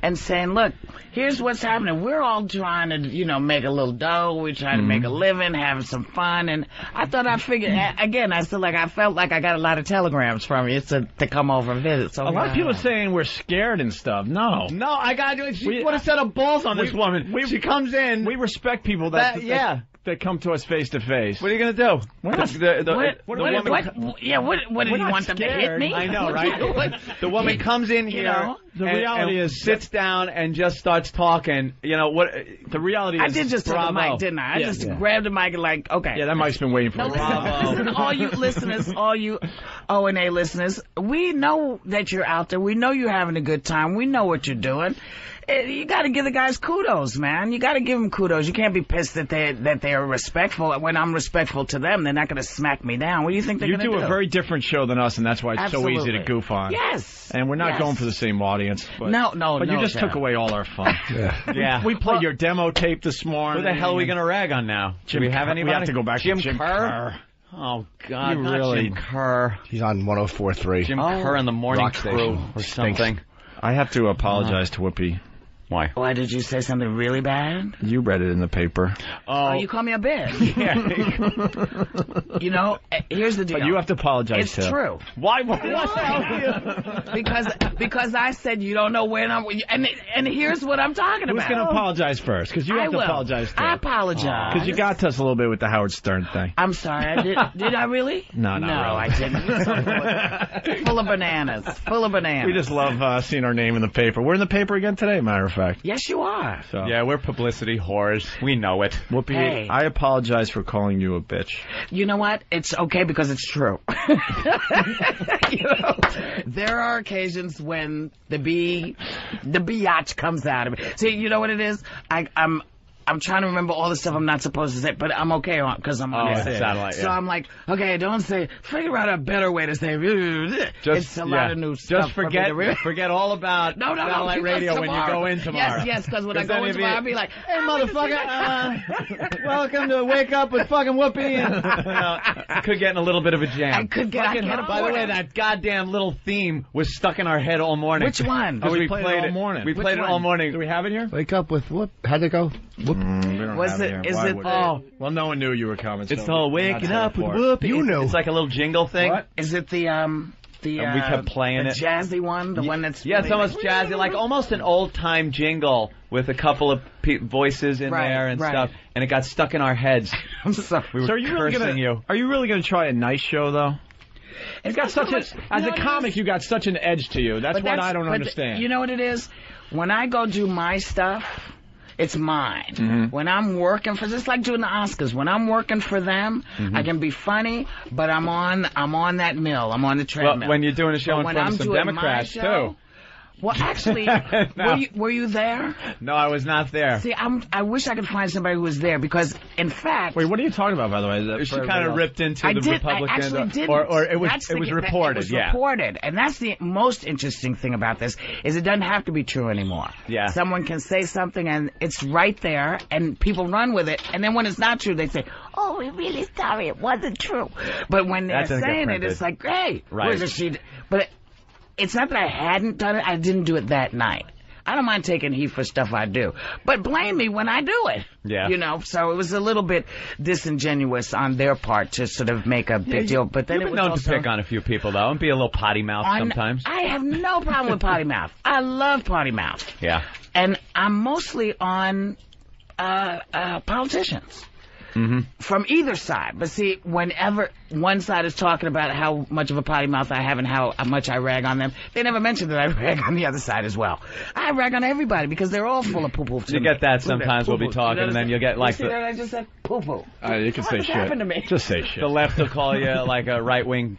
Speaker 19: and saying, look, here's what's happening. We're all trying to, you know, make a little dough. We're trying to make a living, having some fun. And I thought I figured a- again. I feel like I felt like I got a lot of telegrams from you to to come over and visit. So
Speaker 4: A lot of people are saying we're scared and stuff. of. No.
Speaker 3: No, I got to. She
Speaker 4: We-
Speaker 3: put a set of balls on
Speaker 4: We-
Speaker 3: this woman.
Speaker 4: we-
Speaker 3: she comes in.
Speaker 4: We respect people that,
Speaker 3: That- yeah.
Speaker 4: that, that come to us face to face.
Speaker 3: What are you gonna do?
Speaker 4: The- the- the-
Speaker 3: What-
Speaker 4: the
Speaker 3: what-
Speaker 4: woman-
Speaker 3: what-
Speaker 19: yeah, what- what, did
Speaker 3: We're
Speaker 19: you
Speaker 3: not
Speaker 19: want them to hit
Speaker 3: scared.
Speaker 19: me?
Speaker 3: I know,
Speaker 19: What
Speaker 3: right?
Speaker 19: you- what-
Speaker 3: The woman comes in
Speaker 19: You
Speaker 3: here.
Speaker 19: know?
Speaker 3: The reality is sits down and just starts talking. You know what? uh, The reality
Speaker 19: I
Speaker 3: is
Speaker 19: did just
Speaker 3: bravo.
Speaker 19: to the mic, didn't I? I
Speaker 3: Yeah.
Speaker 19: just
Speaker 3: Yeah.
Speaker 19: grabbed the mic and like, okay.
Speaker 4: Yeah, that mic's been waiting for
Speaker 19: No,
Speaker 4: a
Speaker 19: listen, listen, all you listeners, all you O and A listeners, we know that you're out there. We know you're having a good time. We know what you're doing. Eh, You got to give the guys kudos, man. You got to give them kudos. You can't be pissed that they that they are respectful. When I'm respectful to them, they're not going to smack me down. What do you think they're
Speaker 4: You
Speaker 19: going to
Speaker 4: do,
Speaker 19: do?
Speaker 4: a very different show than us, and that's why it's so easy to
Speaker 19: Absolutely.
Speaker 4: goof on.
Speaker 19: Yes.
Speaker 4: And we're not
Speaker 19: Yes.
Speaker 4: going for the same audience. But,
Speaker 19: No, no,
Speaker 4: But you
Speaker 19: no,
Speaker 4: just
Speaker 19: yeah.
Speaker 4: took away all our fun.
Speaker 3: Yeah.
Speaker 4: We, we played your demo tape this morning.
Speaker 3: Who the hell are we gonna rag on now?
Speaker 4: Jim
Speaker 3: Do we have
Speaker 4: Kerr- we
Speaker 3: anybody?
Speaker 4: have to go back to
Speaker 3: Jim
Speaker 4: Jim Kerr.
Speaker 3: Oh God,
Speaker 1: You
Speaker 3: not
Speaker 1: really-
Speaker 3: Jim Kerr.
Speaker 1: He's on 104.3.
Speaker 3: Jim Kerr on the morning crew or something. Uh.
Speaker 4: I have to apologize to Whoopi.
Speaker 3: Why?
Speaker 19: Why did you say something really bad?
Speaker 4: You read it in the paper.
Speaker 19: Oh, you call me a bitch. you know, eh, here's the deal.
Speaker 4: But you have to apologize
Speaker 19: It's
Speaker 4: to
Speaker 19: true.
Speaker 3: Why?
Speaker 19: because because I said you don't know when I'm and and here's what I'm talking
Speaker 4: Who's
Speaker 19: about.
Speaker 4: going to apologize first? Because you
Speaker 19: I
Speaker 4: have to
Speaker 19: will.
Speaker 4: apologize to
Speaker 19: I apologize.
Speaker 4: Because you got to us a little bit with the Howard Stern thing.
Speaker 19: I'm sorry. I did, did I really?
Speaker 4: No, not
Speaker 19: no, I didn't. full of bananas. Full of bananas.
Speaker 4: We just love uh, seeing our name in the paper. We're in the paper again today, matter of fact.
Speaker 19: yes, you are.
Speaker 4: So.
Speaker 3: Yeah, we're publicity whores. We know it.
Speaker 4: Whoopi,
Speaker 19: Hey.
Speaker 4: I apologize for calling you a bitch.
Speaker 19: You know what? It's okay because it's true. you know, there are occasions when the bee, the biatch comes out of me. See, you know what it is? I, I'm, I'm trying to remember all the stuff I'm not supposed to say, but I'm okay on because I'm on
Speaker 3: Oh,
Speaker 19: air.
Speaker 3: it's satellite,
Speaker 19: So
Speaker 3: yeah.
Speaker 19: I'm like, okay, don't say. Figure out a better way to say. it's a lot
Speaker 3: yeah.
Speaker 19: of new
Speaker 3: Just
Speaker 19: stuff.
Speaker 3: forget-
Speaker 19: for me to re-
Speaker 3: forget all about
Speaker 19: no, no, no,
Speaker 3: satellite
Speaker 19: because
Speaker 3: radio when you
Speaker 19: tomorrow-
Speaker 3: go in tomorrow.
Speaker 19: Yes, yes, because when I
Speaker 3: 'Cause
Speaker 19: go
Speaker 3: then
Speaker 19: in
Speaker 3: if
Speaker 19: tomorrow,
Speaker 3: you-
Speaker 19: I'll be like, "Oh,
Speaker 3: Hey, motherfucker, uh, welcome to Wake Up with fucking Whoopi. And, you know, could get in a little bit of a jam.
Speaker 19: I could get- I
Speaker 3: Fucking-
Speaker 19: can't
Speaker 3: By the
Speaker 19: afford
Speaker 3: way,
Speaker 19: it.
Speaker 3: that goddamn little theme was stuck in our head all morning.
Speaker 19: Which one?
Speaker 3: Oh,
Speaker 4: We
Speaker 3: we,
Speaker 4: played it all morning.
Speaker 3: We
Speaker 4: Which
Speaker 3: played it all
Speaker 4: one?
Speaker 3: morning. Do we have it here?
Speaker 1: Wake up with whoop. How'd it go? Whoop.
Speaker 3: Mm,
Speaker 19: Was it- is it-
Speaker 3: oh.
Speaker 4: Well, no one knew you were coming.
Speaker 3: It's all waking up with Whoopi. You know. It's like a little jingle thing.
Speaker 19: Is it the um the
Speaker 3: And we
Speaker 19: uh,
Speaker 3: kept playing
Speaker 19: the
Speaker 3: it.
Speaker 19: jazzy one, the one that's
Speaker 3: Yeah, it's
Speaker 19: really-
Speaker 3: almost jazzy, like almost an old time jingle with a couple of pe- voices in
Speaker 19: Right,
Speaker 3: there and
Speaker 19: right.
Speaker 3: stuff, and it got stuck in our heads.
Speaker 19: I'm sorry.
Speaker 3: We were
Speaker 4: So are you really
Speaker 3: cursing
Speaker 4: gonna,
Speaker 3: you.
Speaker 4: Are you really going to try a nice show though?
Speaker 19: It's
Speaker 4: got such a, as
Speaker 19: no,
Speaker 4: a
Speaker 19: it
Speaker 4: comic, you got such an edge to you. That's
Speaker 19: But
Speaker 4: what I don't
Speaker 19: but
Speaker 4: understand.
Speaker 19: You know what it is? When I go do my stuff, it's mine. When I'm working for just like doing the Oscars, when I'm working for them,
Speaker 3: Mm-hmm.
Speaker 19: I can be funny, but I'm on I'm on that mill. I'm on the treadmill.
Speaker 3: when you're doing a show
Speaker 19: But
Speaker 3: in
Speaker 19: when
Speaker 3: front of
Speaker 19: I'm
Speaker 3: some
Speaker 19: doing my
Speaker 3: Democrats,
Speaker 19: show- Well, actually, were, you, were you there?
Speaker 3: No, I was not there.
Speaker 19: See, I'm, I wish I could find somebody who was there because, in fact,
Speaker 4: Wait, what are you talking about, by the way? That-
Speaker 3: She
Speaker 4: for
Speaker 3: kinda
Speaker 4: everybody else?
Speaker 3: ripped into
Speaker 19: I
Speaker 3: the
Speaker 19: did,
Speaker 3: Republican,
Speaker 19: I actually
Speaker 3: uh,
Speaker 19: didn't.
Speaker 3: or- or it was-
Speaker 19: That's
Speaker 3: it
Speaker 19: the-
Speaker 3: was
Speaker 19: that-
Speaker 3: reported,
Speaker 19: It was
Speaker 3: yeah.
Speaker 19: reported, and that's the most interesting thing about this is it doesn't have to be true anymore.
Speaker 3: Yeah.
Speaker 19: Someone can say something and it's right there, and people run with it, and then when it's not true, they say, "Oh, we're really sorry, it wasn't true." But when they're
Speaker 3: That doesn't get
Speaker 19: saying it,
Speaker 3: printed.
Speaker 19: it's like, "Hey,
Speaker 3: Right.
Speaker 19: where's the sheet?" But it, it's not that I hadn't done it; I didn't do it that night. I don't mind taking heat for stuff I do, but blame me when I do it.
Speaker 3: Yeah.
Speaker 19: You know, so it was a little bit disingenuous on their part to sort of make a big deal. But then
Speaker 3: You've
Speaker 19: it
Speaker 3: been
Speaker 19: was
Speaker 3: known
Speaker 19: also
Speaker 3: to pick on a few people though, and be a little potty mouth
Speaker 19: on-
Speaker 3: sometimes.
Speaker 19: I have no problem with potty mouth. I love potty mouth,
Speaker 3: yeah.
Speaker 19: and I'm mostly on uh, uh, politicians.
Speaker 3: Mm-hmm.
Speaker 19: From either side, but see, whenever one side is talking about how much of a potty mouth I have and how much I rag on them, they never mention that I rag on the other side as well. I rag on everybody because they're all full of poo poo.
Speaker 3: You get that sometimes. We'll be talking, and then you'll get like
Speaker 19: see
Speaker 3: the-
Speaker 19: that I just said poo poo.
Speaker 4: Uh, you can
Speaker 19: What
Speaker 4: say
Speaker 19: has
Speaker 4: shit.
Speaker 19: happened to me?
Speaker 4: Just say shit.
Speaker 3: the left will call you like a right wing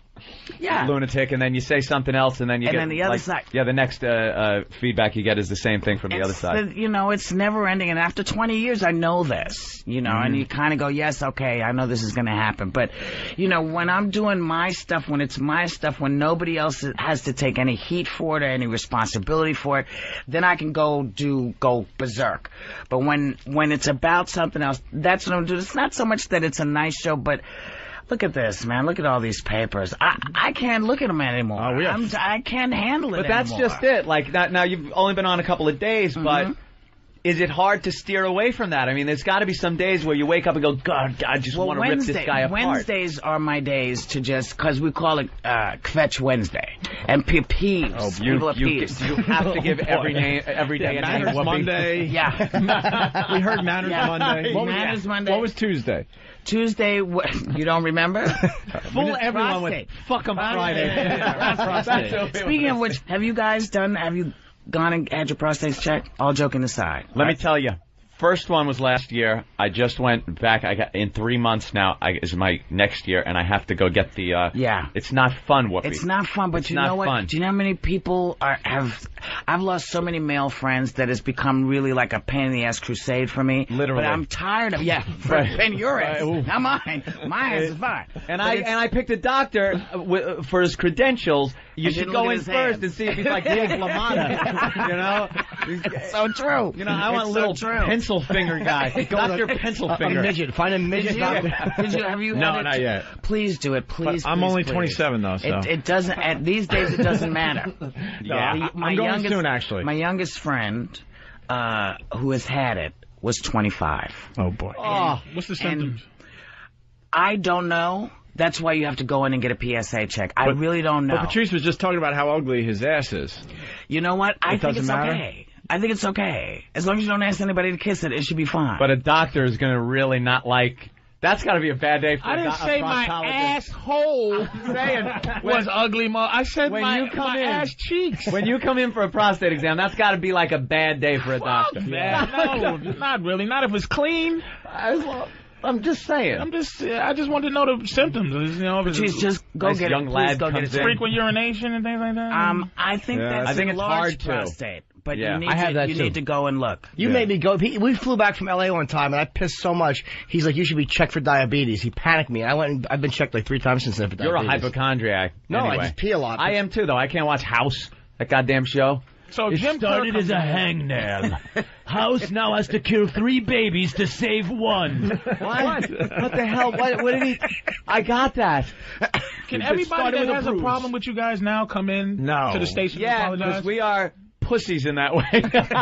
Speaker 19: Yeah.
Speaker 3: lunatic, and then you say something else, and then you
Speaker 19: And
Speaker 3: get
Speaker 19: then the other
Speaker 3: like-
Speaker 19: side.
Speaker 3: Yeah, the next uh, uh, feedback you get is the same thing from the other side.
Speaker 19: But, you know, it's never ending. And after 20 years, I know this, you know,
Speaker 3: Mm-hmm.
Speaker 19: and you kind of go, yes, okay, I know this is going to happen. But, you know, when I'm doing my stuff, when it's my stuff, when nobody else has to take any heat for it or any responsibility for it, then I can go do, go berserk. But when, when it's about something else, that's what I'm doing. It's not so much that it's a nice show, but, Look at this, man. Look at all these papers. I, I can't look at them anymore.
Speaker 3: Oh, yeah.
Speaker 19: I'm, I can't handle it
Speaker 3: But that's
Speaker 19: anymore. Mm-hmm.
Speaker 3: just it. Like that. Now you've only been on a couple of days, but is it hard to steer away from that? I mean, there's got to be some days where you wake up and go, God, I just
Speaker 19: Well,
Speaker 3: want to rip this guy apart.
Speaker 19: Wednesdays are my days to just because we call it uh, Fetch Wednesday and pe- peeves.
Speaker 3: Oh, you-
Speaker 19: people Oh, are
Speaker 3: you-
Speaker 19: peeves.
Speaker 3: you have to give every name- every day Yeah, a name. Manners Whoopee. Monday.
Speaker 19: Yeah,
Speaker 3: We heard Manners
Speaker 19: Yeah.
Speaker 3: Monday. What was-
Speaker 19: Manners Monday.
Speaker 3: what was Tuesday?
Speaker 19: Tuesday, wa- you don't remember?
Speaker 3: Fool everyone with,
Speaker 19: Prostate.
Speaker 3: "Fuck 'em Friday."
Speaker 19: Yeah, yeah, yeah.
Speaker 3: Prostate.
Speaker 19: Prostate. Speaking of which, have you guys done? Have you gone and had your prostates checked? All joking aside.
Speaker 3: Let me tell you. First one was last year. I just went back. I got in three months now. I, is my next year, and I have to go get the. Uh,
Speaker 19: yeah.
Speaker 3: It's not fun. Whoopi.
Speaker 19: It's not fun, but
Speaker 3: It's
Speaker 19: you
Speaker 3: not
Speaker 19: know what?
Speaker 3: fun.
Speaker 19: Do you know how many people are have? I've lost so many male friends that it's become really like a pain in the ass crusade for me. Literally, but I'm tired of yeah. For,
Speaker 3: Right.
Speaker 19: And your ass,
Speaker 3: Right, ooh.
Speaker 19: not mine. My ass is fine.
Speaker 3: And
Speaker 19: But
Speaker 3: I
Speaker 19: it's-
Speaker 3: and I picked a doctor uh, wi- uh, for his credentials. You
Speaker 19: And
Speaker 3: should
Speaker 19: didn't
Speaker 3: go
Speaker 19: look at
Speaker 3: in
Speaker 19: his
Speaker 3: first
Speaker 19: hands.
Speaker 3: and see if he's like Nick LaMotta. You know,
Speaker 19: It's so true.
Speaker 3: You know, I want
Speaker 19: It's
Speaker 3: a
Speaker 19: so
Speaker 3: little
Speaker 19: true.
Speaker 3: pencil finger guy.
Speaker 19: Go
Speaker 3: Doctor
Speaker 19: to-
Speaker 3: Pencil
Speaker 19: a- a
Speaker 3: Finger.
Speaker 19: midget.
Speaker 1: Find a
Speaker 19: Did
Speaker 1: midget
Speaker 19: you-
Speaker 1: doctor.
Speaker 19: Did you, have you?
Speaker 3: No,
Speaker 19: had it?
Speaker 3: not yet.
Speaker 19: Please do it, please.
Speaker 3: I'm
Speaker 19: please,
Speaker 3: only
Speaker 19: please.
Speaker 3: 27 though, so.
Speaker 19: it, it doesn't. At these days, it doesn't matter.
Speaker 3: Yeah.
Speaker 19: The-
Speaker 3: I'm going soon,
Speaker 19: actually. My youngest friend, uh, who has had it, was 25.
Speaker 2: Oh boy.
Speaker 19: What's the symptoms? I don't know. That's why you have to go in and get a PSA check. I
Speaker 4: But-
Speaker 19: really don't know.
Speaker 4: But Patrice was just talking about how ugly his ass is.
Speaker 19: You know what? I think
Speaker 4: It doesn't
Speaker 19: it's
Speaker 4: matter?
Speaker 19: okay. I think it's okay. As long as you don't ask anybody to kiss it, it should be fine.
Speaker 3: But a doctor is going to really not like. That's got to be a bad day for.
Speaker 2: I
Speaker 3: a
Speaker 2: didn't
Speaker 3: do- a
Speaker 2: say my
Speaker 3: proctologist.
Speaker 2: asshole saying was ugly. Mo- I said
Speaker 3: When
Speaker 2: my,
Speaker 3: you come
Speaker 2: my
Speaker 3: in-
Speaker 2: ass cheeks.
Speaker 3: When you come in for a prostate exam, that's got to be like a bad day for a doctor.
Speaker 2: no, not really. Not if it's clean.
Speaker 3: I, am just saying.
Speaker 2: I'm just. I just wanted to know the symptoms. You know, if
Speaker 19: Patrice,
Speaker 2: it's-
Speaker 19: just go
Speaker 2: Nice
Speaker 19: get
Speaker 2: young
Speaker 19: it. Please
Speaker 2: lad
Speaker 19: go get
Speaker 2: comes
Speaker 19: it.
Speaker 2: in. Frequent urination and things like that.
Speaker 19: Um, I think
Speaker 2: Yeah,
Speaker 19: that's
Speaker 2: I think
Speaker 19: a
Speaker 2: it's
Speaker 19: large
Speaker 2: hard to.
Speaker 19: prostate, but
Speaker 1: Yeah.
Speaker 19: you need
Speaker 1: I have
Speaker 19: to,
Speaker 1: that
Speaker 19: you
Speaker 1: too.
Speaker 19: need to go and look.
Speaker 1: You made me go. He, we flew back from LA one time, and I pissed so much. He's like, "You should be checked for diabetes." He panicked me. I went. And, I've been checked like three times since then for
Speaker 3: You're a
Speaker 1: diabetes.
Speaker 3: hypochondriac.
Speaker 1: No, I
Speaker 3: anyway.
Speaker 1: just pee a lot.
Speaker 3: I am too, though. I can't watch House, that goddamn show.
Speaker 2: So
Speaker 3: it
Speaker 2: Jim
Speaker 3: started
Speaker 2: Kirk
Speaker 3: as a hangnail. House now has to kill three babies to save one. What? what the hell? What, what did he? I got that.
Speaker 2: Can
Speaker 3: It
Speaker 2: everybody that
Speaker 3: started with a
Speaker 2: has a
Speaker 3: bruise.
Speaker 2: problem with you guys now come in
Speaker 3: No.
Speaker 2: to the station
Speaker 3: Yeah,
Speaker 2: and apologize?
Speaker 3: 'cause we are pussies in that way.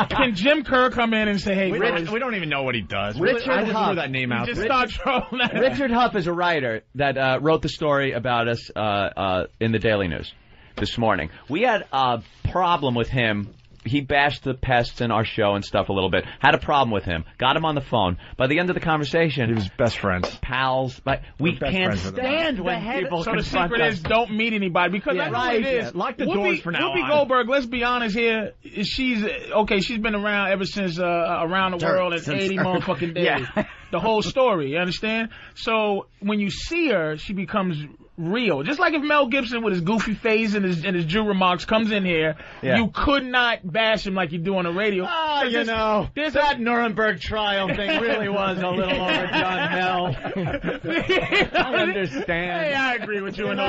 Speaker 2: Can Jim Kerr come in and say, "Hey,
Speaker 3: We
Speaker 2: Rich,
Speaker 3: don't-
Speaker 4: we don't even know what he does.
Speaker 3: Richard Huff.
Speaker 2: Just start throwing that.
Speaker 3: Richard Huff is a writer that uh, wrote the story about us uh, uh, in the Daily News this morning. We had a problem with him. He bashed the pests in our show and stuff a little bit. Had a problem with him. Got him on the phone. By the end of the conversation, he was
Speaker 4: best friends,
Speaker 3: pals. But we can't
Speaker 2: friends with him.
Speaker 3: stand when people
Speaker 2: so the
Speaker 3: confront
Speaker 2: secret
Speaker 3: us.
Speaker 2: is don't meet anybody because
Speaker 3: Yeah,
Speaker 2: I know
Speaker 3: right.
Speaker 2: it is.
Speaker 3: Yeah, lock the
Speaker 2: Whoopi,
Speaker 3: doors for now
Speaker 2: Whoopi
Speaker 3: on.
Speaker 2: Goldberg, let's be honest here. She's okay. She's been around ever since uh, around the
Speaker 3: Dirt.
Speaker 2: world and
Speaker 3: Since
Speaker 2: eighty
Speaker 3: dirt.
Speaker 2: motherfucking days.
Speaker 3: Yeah.
Speaker 2: The whole story. You understand? So when you see her, she becomes real. Just like if Mel Gibson with his goofy face and his and his Jew remarks comes in here,
Speaker 3: Yeah.
Speaker 2: you could not bash him like you do on the radio.
Speaker 3: Ah, you know, that Nuremberg trial thing really was a little overdone, Mel. I understand.
Speaker 2: Hey, I agree with you. And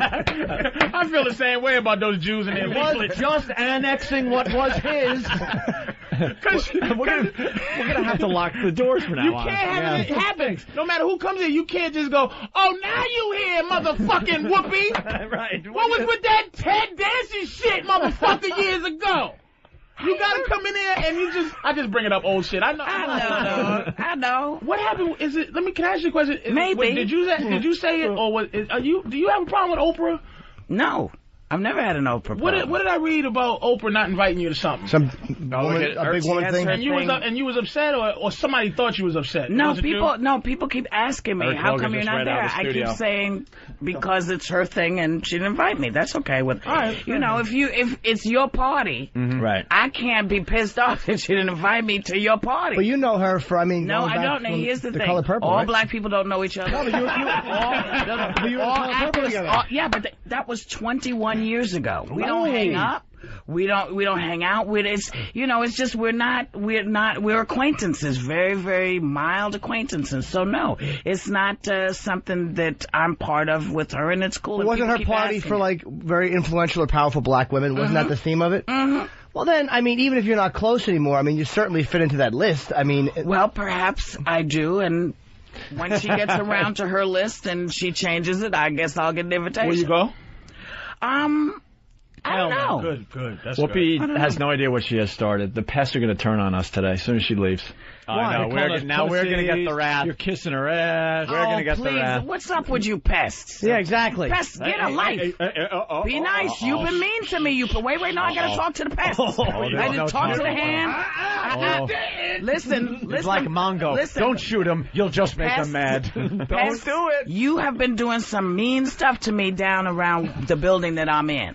Speaker 2: I feel the same way about those Jews and their leaflets.
Speaker 3: just annexing what was his.
Speaker 2: we're, gonna,
Speaker 4: we're gonna have to lock the doors for now
Speaker 2: You
Speaker 4: on.
Speaker 2: can't have
Speaker 4: Yeah.
Speaker 2: it. It happens. No matter who comes in, you can't just go, oh, now you here, motherfucking whoopee. right. What was with that Ted Danson shit, motherfucker, years ago? You gotta come in there and you just, I just bring it up old shit. I know. I know.
Speaker 19: I know.
Speaker 2: What happened? Is it? Let me. Can I ask you a question? Is-
Speaker 19: Maybe.
Speaker 2: wait, Did you did you say it or was? Is, are you? Do you have a problem with Oprah?
Speaker 19: No, I've never had an Oprah.
Speaker 2: What did,
Speaker 19: problem.
Speaker 2: what did I read about Oprah not inviting you to something? Some
Speaker 1: woman- it a big irks woman you. thing?
Speaker 2: And you was
Speaker 1: thing.
Speaker 2: up, and you was upset, or, or somebody thought you was upset.
Speaker 19: No,
Speaker 2: Was it you?
Speaker 19: people. No, people keep asking me,
Speaker 2: Eric
Speaker 19: "How
Speaker 2: Logan
Speaker 19: come you're
Speaker 2: just
Speaker 19: not
Speaker 2: ran
Speaker 19: there?"
Speaker 2: out of the
Speaker 19: I keep
Speaker 2: studio.
Speaker 19: saying because it's her thing and she didn't invite me. That's okay with
Speaker 2: right,
Speaker 19: you know. If you if it's your party,
Speaker 1: Right.
Speaker 19: I can't be pissed off that she didn't invite me to your party.
Speaker 1: But you know her for I mean.
Speaker 19: no,
Speaker 1: going
Speaker 19: I
Speaker 1: back
Speaker 19: don't know.
Speaker 1: from
Speaker 19: Here's the, thing:
Speaker 1: Color purple.
Speaker 19: all
Speaker 1: right?
Speaker 19: black people don't know each other.
Speaker 1: No, but you- you- all- but you were in
Speaker 19: All
Speaker 1: Color Purple
Speaker 19: actors-
Speaker 1: together.
Speaker 19: all- yeah, but th- that was 21 years ago. We don't
Speaker 1: Right.
Speaker 19: hang up. We don't we don't hang out with it's you know it's just we're not we're not we're acquaintances very very mild acquaintances so no it's not uh, something that I'm part of with her and it's cool
Speaker 1: It
Speaker 19: and
Speaker 1: wasn't
Speaker 19: people
Speaker 1: her
Speaker 19: keep
Speaker 1: party
Speaker 19: asking me.
Speaker 1: for
Speaker 19: Uh-huh.
Speaker 1: like very influential or powerful black women? Wasn't that the theme of it?
Speaker 19: Mhm.
Speaker 1: Well, then, I mean, even if you're not close anymore, I mean, you certainly fit into that list. I mean,
Speaker 19: well, perhaps I do, and when she gets around to her list and she changes it I guess I'll get an invitation
Speaker 2: Where you go?
Speaker 19: um I don't know.
Speaker 2: Good, good. That's
Speaker 4: Whoopi
Speaker 19: good.
Speaker 4: has no idea what she has started. The pests are going to turn on us today as soon as she leaves.
Speaker 19: Why?
Speaker 4: I know. We're,
Speaker 19: Call us
Speaker 4: now we're going to get the wrath. You're kissing her ass. we're going to
Speaker 19: oh,
Speaker 4: get
Speaker 19: please.
Speaker 4: the wrath.
Speaker 19: What's up with you pests?
Speaker 20: uh, Yeah, exactly.
Speaker 19: Pests, get a
Speaker 20: Hey,
Speaker 19: life.
Speaker 20: hey,
Speaker 19: Be nice.
Speaker 20: oh,
Speaker 19: You've
Speaker 20: oh.
Speaker 19: been mean to me. You wait, wait. No, I gotta
Speaker 20: Oh.
Speaker 19: talk to the pests.
Speaker 20: Oh, there's
Speaker 19: I
Speaker 20: no
Speaker 19: just talk to the
Speaker 20: talking.
Speaker 19: hand.
Speaker 20: Oh.
Speaker 19: Listen, listen.
Speaker 20: It's like Mongo.
Speaker 19: Listen.
Speaker 20: Don't
Speaker 3: shoot him. You'll just
Speaker 20: make him mad. Don't
Speaker 19: do it. You have been doing some mean stuff to me down around the building that I'm in.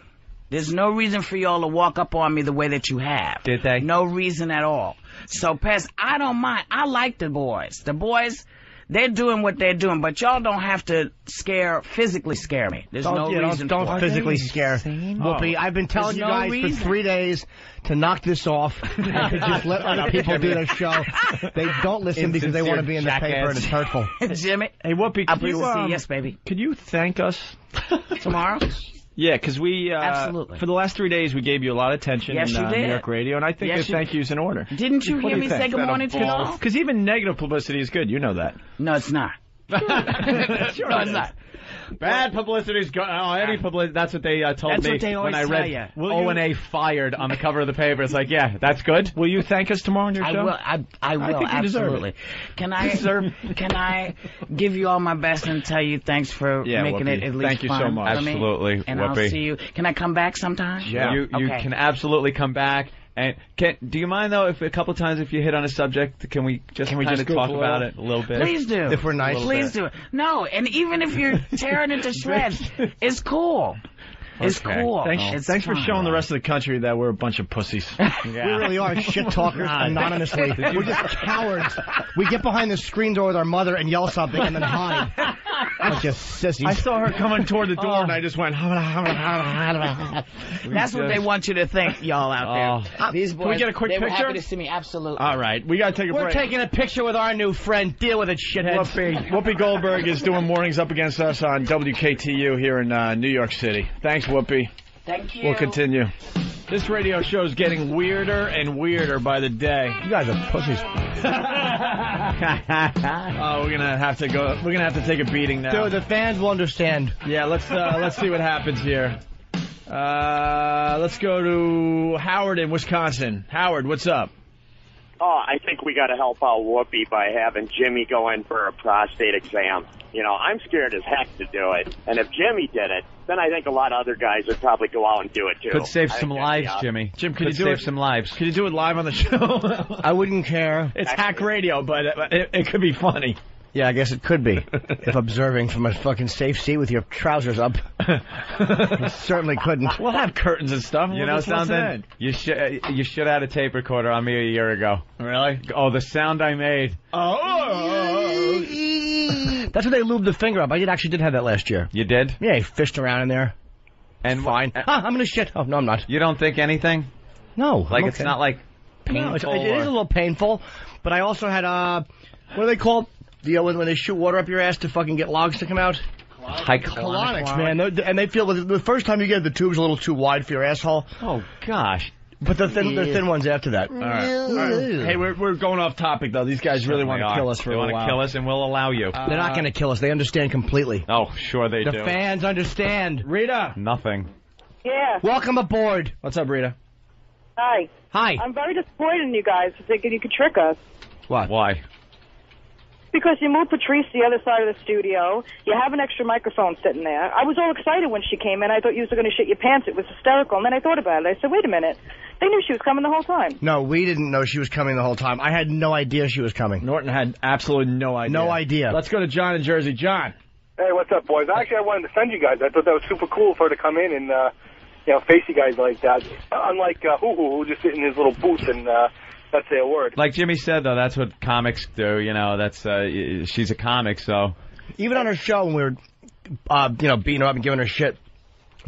Speaker 19: There's no reason for y'all to walk up on me the way that you have. Did they? No reason at all. So, Pest, I don't mind. I like the boys. The boys, they're doing what they're doing, but y'all don't have to scare, physically scare me. There's
Speaker 1: Don't-
Speaker 19: no
Speaker 1: yeah, don't-
Speaker 19: reason
Speaker 1: Don't,
Speaker 19: for it.
Speaker 1: physically scare Whoopi.
Speaker 19: Oh.
Speaker 1: I've been
Speaker 19: There's
Speaker 1: telling you
Speaker 19: no
Speaker 1: guys for
Speaker 19: reason.
Speaker 1: three days to knock this off and to just let
Speaker 19: Shut
Speaker 1: other
Speaker 19: up,
Speaker 1: people do
Speaker 19: Jimmy.
Speaker 1: their show. They don't listen because they want to be in the paper and it's hurtful.
Speaker 19: Jimmy.
Speaker 4: Hey, Whoopi,
Speaker 19: I
Speaker 4: could you,
Speaker 19: see.
Speaker 4: um,
Speaker 19: Yes, baby.
Speaker 4: Could you thank us
Speaker 19: tomorrow?
Speaker 4: Yeah, because we uh,
Speaker 19: Absolutely.
Speaker 4: for the last three days we gave you a lot of attention
Speaker 19: Yes,
Speaker 4: in
Speaker 19: you
Speaker 4: uh,
Speaker 19: did.
Speaker 4: New York radio, and I think
Speaker 19: Yes,
Speaker 4: the
Speaker 19: you-
Speaker 4: thank you's in order.
Speaker 19: Didn't you hear me say good morning to y'all?
Speaker 4: Because even negative publicity is good. You know that.
Speaker 19: No, it's not.
Speaker 3: Sure
Speaker 19: no,
Speaker 3: it
Speaker 19: it's
Speaker 3: is.
Speaker 19: not.
Speaker 3: Bad publicity's go- oh, any publicity. That's what they uh, told
Speaker 19: That's
Speaker 3: me
Speaker 19: what they
Speaker 3: when
Speaker 19: always
Speaker 3: I
Speaker 19: tell ya.
Speaker 3: read
Speaker 19: Will
Speaker 3: O and A fired on the cover of the paper. It's like, yeah, that's good.
Speaker 4: Will you thank us tomorrow on your
Speaker 19: I
Speaker 3: show?
Speaker 19: will. I, I will.
Speaker 3: think you deserve
Speaker 19: absolutely.
Speaker 3: it.
Speaker 19: Can I
Speaker 3: Deserve-
Speaker 19: can I give you all my best and tell you thanks for
Speaker 3: Yeah,
Speaker 19: making
Speaker 3: Whoopi.
Speaker 19: it at least
Speaker 3: Thank you so
Speaker 19: fun
Speaker 3: much.
Speaker 19: for me?
Speaker 3: Absolutely,
Speaker 19: And I'll
Speaker 3: Whoopi.
Speaker 19: see you. Can I come back sometime?
Speaker 3: You you
Speaker 19: Okay.
Speaker 3: can absolutely come back. And can do you mind though if a couple times if you hit on a subject, can we just
Speaker 19: Can we
Speaker 3: kinda
Speaker 19: just goof
Speaker 3: talk
Speaker 19: a
Speaker 3: about it a
Speaker 19: little?
Speaker 3: little bit?
Speaker 19: Please do. please do it. No, and even if you're tearing it to shreds, it's cool. It's
Speaker 4: Okay.
Speaker 19: cool.
Speaker 4: Thanks,
Speaker 19: It's
Speaker 4: thanks for
Speaker 19: fun.
Speaker 4: showing the rest of the country that we're a bunch of pussies.
Speaker 1: We really are shit talkers
Speaker 4: God.
Speaker 1: anonymously.
Speaker 4: Did you-
Speaker 1: We're just cowards. We get behind the screen door with our mother and yell something and then hide. Bunch of sissies. Oh.
Speaker 4: I saw her coming toward the door, and I just went.
Speaker 19: That's what they want you to think, y'all out there.
Speaker 1: Oh.
Speaker 19: These
Speaker 1: Can
Speaker 19: boys,
Speaker 1: we get a quick
Speaker 19: they
Speaker 1: picture?
Speaker 19: were happy to see me. Absolutely.
Speaker 4: Oh. All right, we gotta take a
Speaker 1: We're
Speaker 4: break.
Speaker 1: taking a picture with our new friend. Deal with it, shitheads.
Speaker 4: Whoopi, Whoopi Goldberg is doing mornings up against us on WKTU here in uh, New York City. Thanks, Whoopi.
Speaker 19: Thank
Speaker 4: We'll continue. This radio show is getting weirder and weirder by the day. You guys are pussies. oh, we're gonna have to go. We're gonna have to take a beating now.
Speaker 1: Dude, the fans will understand.
Speaker 4: Yeah, let's uh, let's see what happens here. Uh, let's go to Howard in Wisconsin. Howard, what's up?
Speaker 21: Oh, I think we got to help out Whoopi by having Jimmy go in for a prostate exam. You know, I'm scared as heck to do it. And if Jimmy did it, then I think a lot of other guys would probably go out and do it too.
Speaker 3: Could save
Speaker 21: I
Speaker 3: some
Speaker 21: think that'd
Speaker 3: lives,
Speaker 21: be awesome.
Speaker 3: Jimmy.
Speaker 4: Jim, could
Speaker 3: could
Speaker 4: you do
Speaker 3: save
Speaker 4: it?
Speaker 3: some lives.
Speaker 4: Could you do it live on the show?
Speaker 1: I wouldn't care.
Speaker 4: it's hack radio, but it, it, it could be funny.
Speaker 1: Yeah, I guess it could be. if observing from a fucking safe seat with your trousers up, you certainly couldn't.
Speaker 4: We'll have curtains and stuff.
Speaker 3: You know something? You should uh, you should have had a tape recorder on me a year ago.
Speaker 4: Really?
Speaker 3: Oh, the sound I made. oh,
Speaker 1: That's what they lubed the finger up. I did actually did have that last year.
Speaker 3: You did?
Speaker 1: Yeah, he fished around in there.
Speaker 3: And uh,
Speaker 1: fine. Ah, I'm gonna shit. Oh no, I'm not.
Speaker 3: You don't think anything?
Speaker 1: No.
Speaker 3: Like it's not like
Speaker 1: No, it's,
Speaker 3: painful.
Speaker 1: it is a
Speaker 3: or-
Speaker 1: little painful, but I also had uh, what do they call the uh, when, when they shoot water up your ass to fucking get logs to come out?
Speaker 3: High colonics,
Speaker 1: Colonics, man. They're- And they feel the- the first time you get it, the tube's a little too wide for your asshole.
Speaker 3: Oh gosh.
Speaker 1: But the thin, the
Speaker 4: Yeah.
Speaker 1: thin ones after that.
Speaker 4: All right. All right. Hey, we're, we're going off topic though. These guys really want to kill us for
Speaker 3: they
Speaker 4: a
Speaker 3: want
Speaker 4: while. Uh,
Speaker 3: to kill us, and we'll allow you.
Speaker 1: They're not going to kill us. They understand completely.
Speaker 3: Oh, sure they
Speaker 1: the
Speaker 3: do.
Speaker 1: fans understand.
Speaker 4: Rita.
Speaker 3: Nothing.
Speaker 8: Yeah.
Speaker 1: Welcome aboard.
Speaker 4: What's up, Rita?
Speaker 8: Hi.
Speaker 1: Hi.
Speaker 8: I'm very disappointed in you guys for thinking you could trick us.
Speaker 1: What?
Speaker 3: Why?
Speaker 8: Because you moved Patrice to the other side of the studio. You have an extra microphone sitting there. I was all excited when she came in. I thought you were going to shit your pants. It was hysterical. And then I thought about it. I said, wait a minute. They knew she was coming the whole time.
Speaker 1: No, we didn't know she was coming the whole time. I had no idea she was coming.
Speaker 4: Norton had absolutely no idea.
Speaker 1: No idea.
Speaker 4: Let's go to John in Jersey. John.
Speaker 22: Hey, what's up, boys? Actually, I wanted to send you guys. I thought that was super cool for her to come in and, uh, you know, face you guys like that. Unlike uh, Hoo Hoo, who just sit in his little booth and uh, not say a word.
Speaker 3: Like Jimmy said though, that's what comics do. You know, that's uh, y- she's a comic, so
Speaker 1: Even on her show, when we were, uh, you know, beating her up and giving her shit,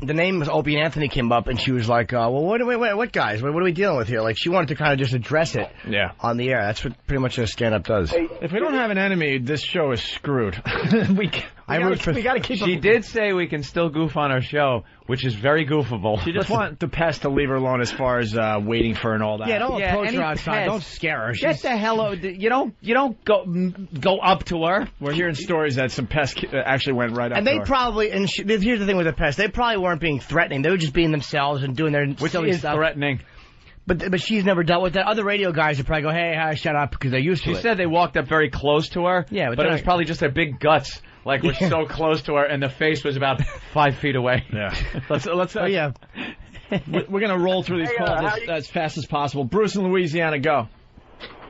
Speaker 1: the name was Opie and Anthony came up, and she was like, uh, "Well, what, wait, wait, what guys? What, what are we dealing with here?" Like she wanted to kind of just address it.
Speaker 4: Yeah.
Speaker 1: On the air. That's what pretty much a stand-up does.
Speaker 4: If we don't have an enemy, this show is screwed. we c-
Speaker 3: I
Speaker 4: gotta- root for- we gotta keep
Speaker 3: She
Speaker 4: up-
Speaker 3: did say we can still goof on our show, which is very goofable.
Speaker 4: You just want the pest to leave her alone as far as uh, waiting for her and all that.
Speaker 3: Yeah, don't approach her outside. Don't
Speaker 4: scare her.
Speaker 3: Get the hell out! You don't. You don't go go up to her.
Speaker 4: We're hearing stories that some pest ki- uh, actually went right up
Speaker 1: And
Speaker 4: to
Speaker 1: they
Speaker 4: her.
Speaker 1: probably and sh- here's the thing with the pest, they probably weren't being threatening. They were just being themselves and doing their silly
Speaker 3: is
Speaker 1: stuff.
Speaker 3: threatening.
Speaker 1: But but she's never dealt with that. Other radio guys would probably go, hey, hi, shut up, because they're used
Speaker 3: She
Speaker 1: to it.
Speaker 3: said they walked up very close to her. Yeah, but,
Speaker 1: they're
Speaker 3: it was
Speaker 1: not-
Speaker 3: probably just their big guts. Like we're so close to her, and the face was about five feet away.
Speaker 4: Yeah.
Speaker 3: Let's let's.
Speaker 4: Oh, yeah. We- We're gonna roll through these
Speaker 3: Hey, uh,
Speaker 4: calls
Speaker 3: how
Speaker 4: as,
Speaker 3: you-
Speaker 4: as fast as possible. Bruce in Louisiana, go.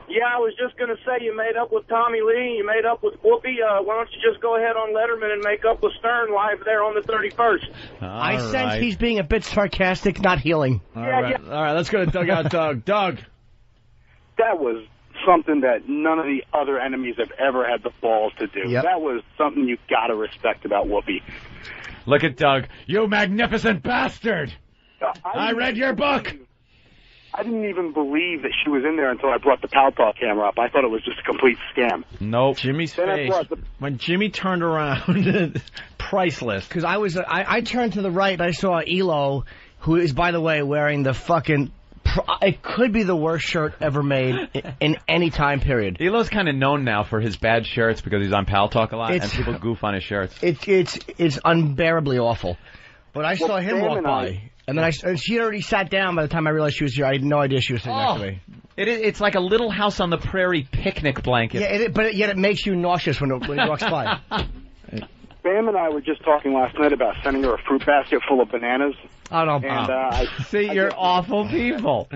Speaker 23: Yeah, I was just going to say you made up with Tommy Lee, you made up with Whoopi. Uh, why don't you just go ahead on Letterman and make up with Stern live there on the 31st?
Speaker 1: I sense
Speaker 4: right.
Speaker 1: he's being a bit sarcastic, not healing.
Speaker 4: All right. All right. Let's go to dugout Doug. Doug.
Speaker 8: that was something that none of the other enemies have ever had the balls to do.
Speaker 3: Yep.
Speaker 8: That was something you got to respect about Whoopi.
Speaker 3: Look at Doug. You magnificent bastard.
Speaker 8: I
Speaker 3: read your book.
Speaker 8: I didn't even believe that she was in there until I brought the Pow Paw camera up. I thought it was just a complete scam.
Speaker 3: Nope.
Speaker 4: Jimmy's
Speaker 8: Then I
Speaker 4: face.
Speaker 8: brought the-
Speaker 4: When Jimmy turned around, priceless.
Speaker 1: Because I was, I, I turned to the right and I saw Elo, who is, by the way, wearing the fucking. pro- It could be the worst shirt ever made i- in any time period.
Speaker 3: Elo's kind of known now for his bad shirts because he's on Pal Talk a lot, and
Speaker 1: It's-
Speaker 3: people goof on his shirts.
Speaker 1: It, it's it's unbearably awful. But I
Speaker 3: Well,
Speaker 1: saw him
Speaker 3: Sam
Speaker 1: walk
Speaker 3: and
Speaker 1: by,
Speaker 3: I-
Speaker 1: and then I and she already sat down by the time I realized she was here. I had no idea she was sitting next to me.
Speaker 3: Oh. It is, it's like a little house on the prairie picnic
Speaker 4: Oh.
Speaker 3: blanket.
Speaker 1: Yeah, it, but yet it makes you nauseous when it, when it walks by.
Speaker 8: Sam and I were just talking last night about sending her a fruit basket full of bananas.
Speaker 1: I
Speaker 8: And,
Speaker 3: Ah.
Speaker 8: uh, I,
Speaker 3: See, you're awful people.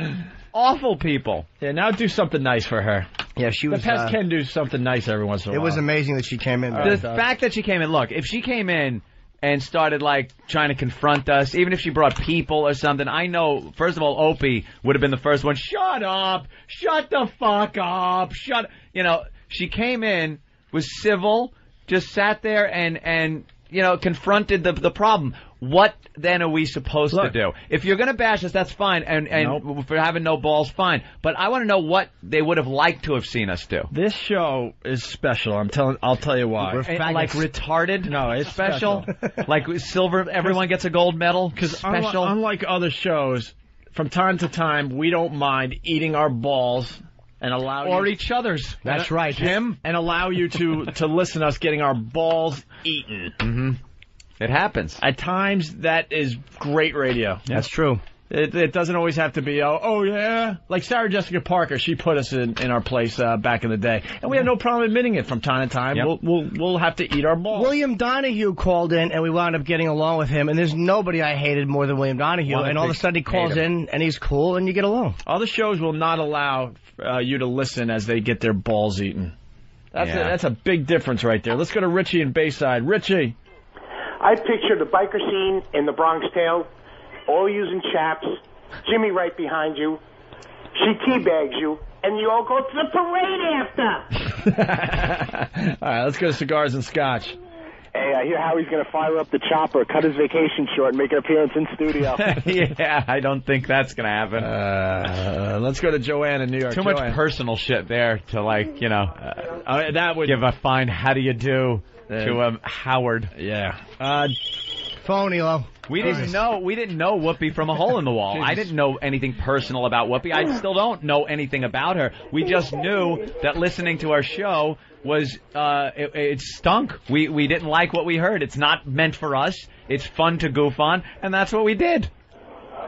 Speaker 3: awful people.
Speaker 4: Yeah, now do something nice for her.
Speaker 1: Yeah, she was,
Speaker 4: The pest
Speaker 1: uh,
Speaker 4: can do something nice every once in a
Speaker 1: It
Speaker 4: while.
Speaker 1: was amazing that she came in.
Speaker 3: the fact that she came in, look, if she came in and started like trying to confront us, even if she brought people or something, I know first of all Opie would have been the first one, shut up, shut the fuck up, shut you know, she came in, was civil, just sat there and and you know, confronted the the problem. What then are we supposed
Speaker 4: Look.
Speaker 3: to do? If you're going to bash us, that's fine, and and for having no balls, fine. But I want to know what they would have liked to have seen us do.
Speaker 4: This show is special. I'm telling. I'll tell you why.
Speaker 3: We're And, like, faggots. retarded.
Speaker 4: No, it's
Speaker 3: Special, like silver. Everyone gets a gold medal. Because
Speaker 4: Unlike,
Speaker 3: special.
Speaker 4: unlike other shows, from time to time we don't mind eating our balls and allow
Speaker 3: Or
Speaker 4: you-
Speaker 3: each other's. uh,
Speaker 4: That's right, him and allow you to to listen to us getting our balls eaten. Mm-hmm.
Speaker 3: It happens
Speaker 4: at times. That is great radio.
Speaker 1: That's true.
Speaker 4: It, it doesn't always have to be oh oh yeah like Sarah Jessica Parker she put us in, in our place uh, back in the day and we have no problem admitting it from time to time we'll, we'll we'll have to eat our balls
Speaker 1: William Donahue called in, and we wound up getting along with him. And there's nobody I hated more than William Donahue.
Speaker 4: Well,
Speaker 1: and all of a sudden he
Speaker 4: hate
Speaker 1: calls
Speaker 4: him.
Speaker 1: in, and he's cool, and you get along.
Speaker 4: All the shows will not allow uh, you to listen as they get their balls eaten. That's a,
Speaker 3: Yeah.
Speaker 4: that's a big difference right there. Let's go to Richie in Bayside. Richie,
Speaker 24: I picture the biker scene in the Bronx Tale, all using chaps, Jimmy right behind you. She teabags you, and you all go to the parade after.
Speaker 4: all right, let's go to cigars and scotch.
Speaker 24: Hey, I hear Howie's going to fire up the chopper, cut his vacation short, and make an appearance in studio.
Speaker 3: yeah, I don't think that's gonna happen.
Speaker 4: Uh, let's go to Joanne in New York.
Speaker 3: Too
Speaker 4: Joanne.
Speaker 3: much personal shit there to like, you know.
Speaker 4: Uh, that would
Speaker 3: give a fine. How do you do to
Speaker 4: Uh,
Speaker 3: um Howard?
Speaker 4: Yeah. Uh,
Speaker 1: Phony, low.
Speaker 3: We didn't know. We didn't know Whoopi from a hole in the wall. I didn't know anything personal about Whoopi. I still don't know anything about her. We just knew that listening to our show was uh, it, it stunk. We we didn't like what we heard. It's not meant for us. It's fun to goof on, and that's what we did.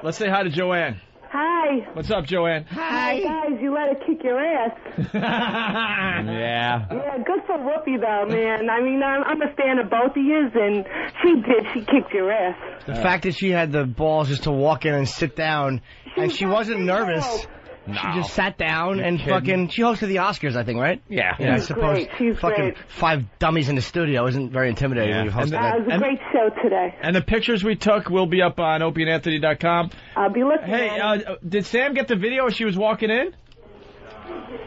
Speaker 4: Let's say hi to Joanne.
Speaker 25: Hi.
Speaker 4: What's up, Joanne?
Speaker 25: Hi. guys, you let it kick your ass.
Speaker 4: yeah.
Speaker 25: Yeah, good for Whoopi though, man. I mean, I'm, I'm a fan of both of yous, and she did. She kicked your ass.
Speaker 1: The fact that she had the balls just to walk in and sit down, and she wasn't nervous. She just sat down and
Speaker 26: kidding.
Speaker 1: fucking. She hosted the Oscars, I think, right?
Speaker 3: Yeah.
Speaker 1: Yeah, I
Speaker 25: She's
Speaker 1: suppose
Speaker 25: great. She's
Speaker 1: fucking
Speaker 25: great.
Speaker 1: five dummies in the studio isn't very intimidating when you host
Speaker 25: Uh, it was
Speaker 1: that.
Speaker 25: a great show today.
Speaker 4: And the pictures we took will be up on opieandanthony.com.
Speaker 25: I'll be looking.
Speaker 4: Hey, uh, did Sam get the video as she was walking in?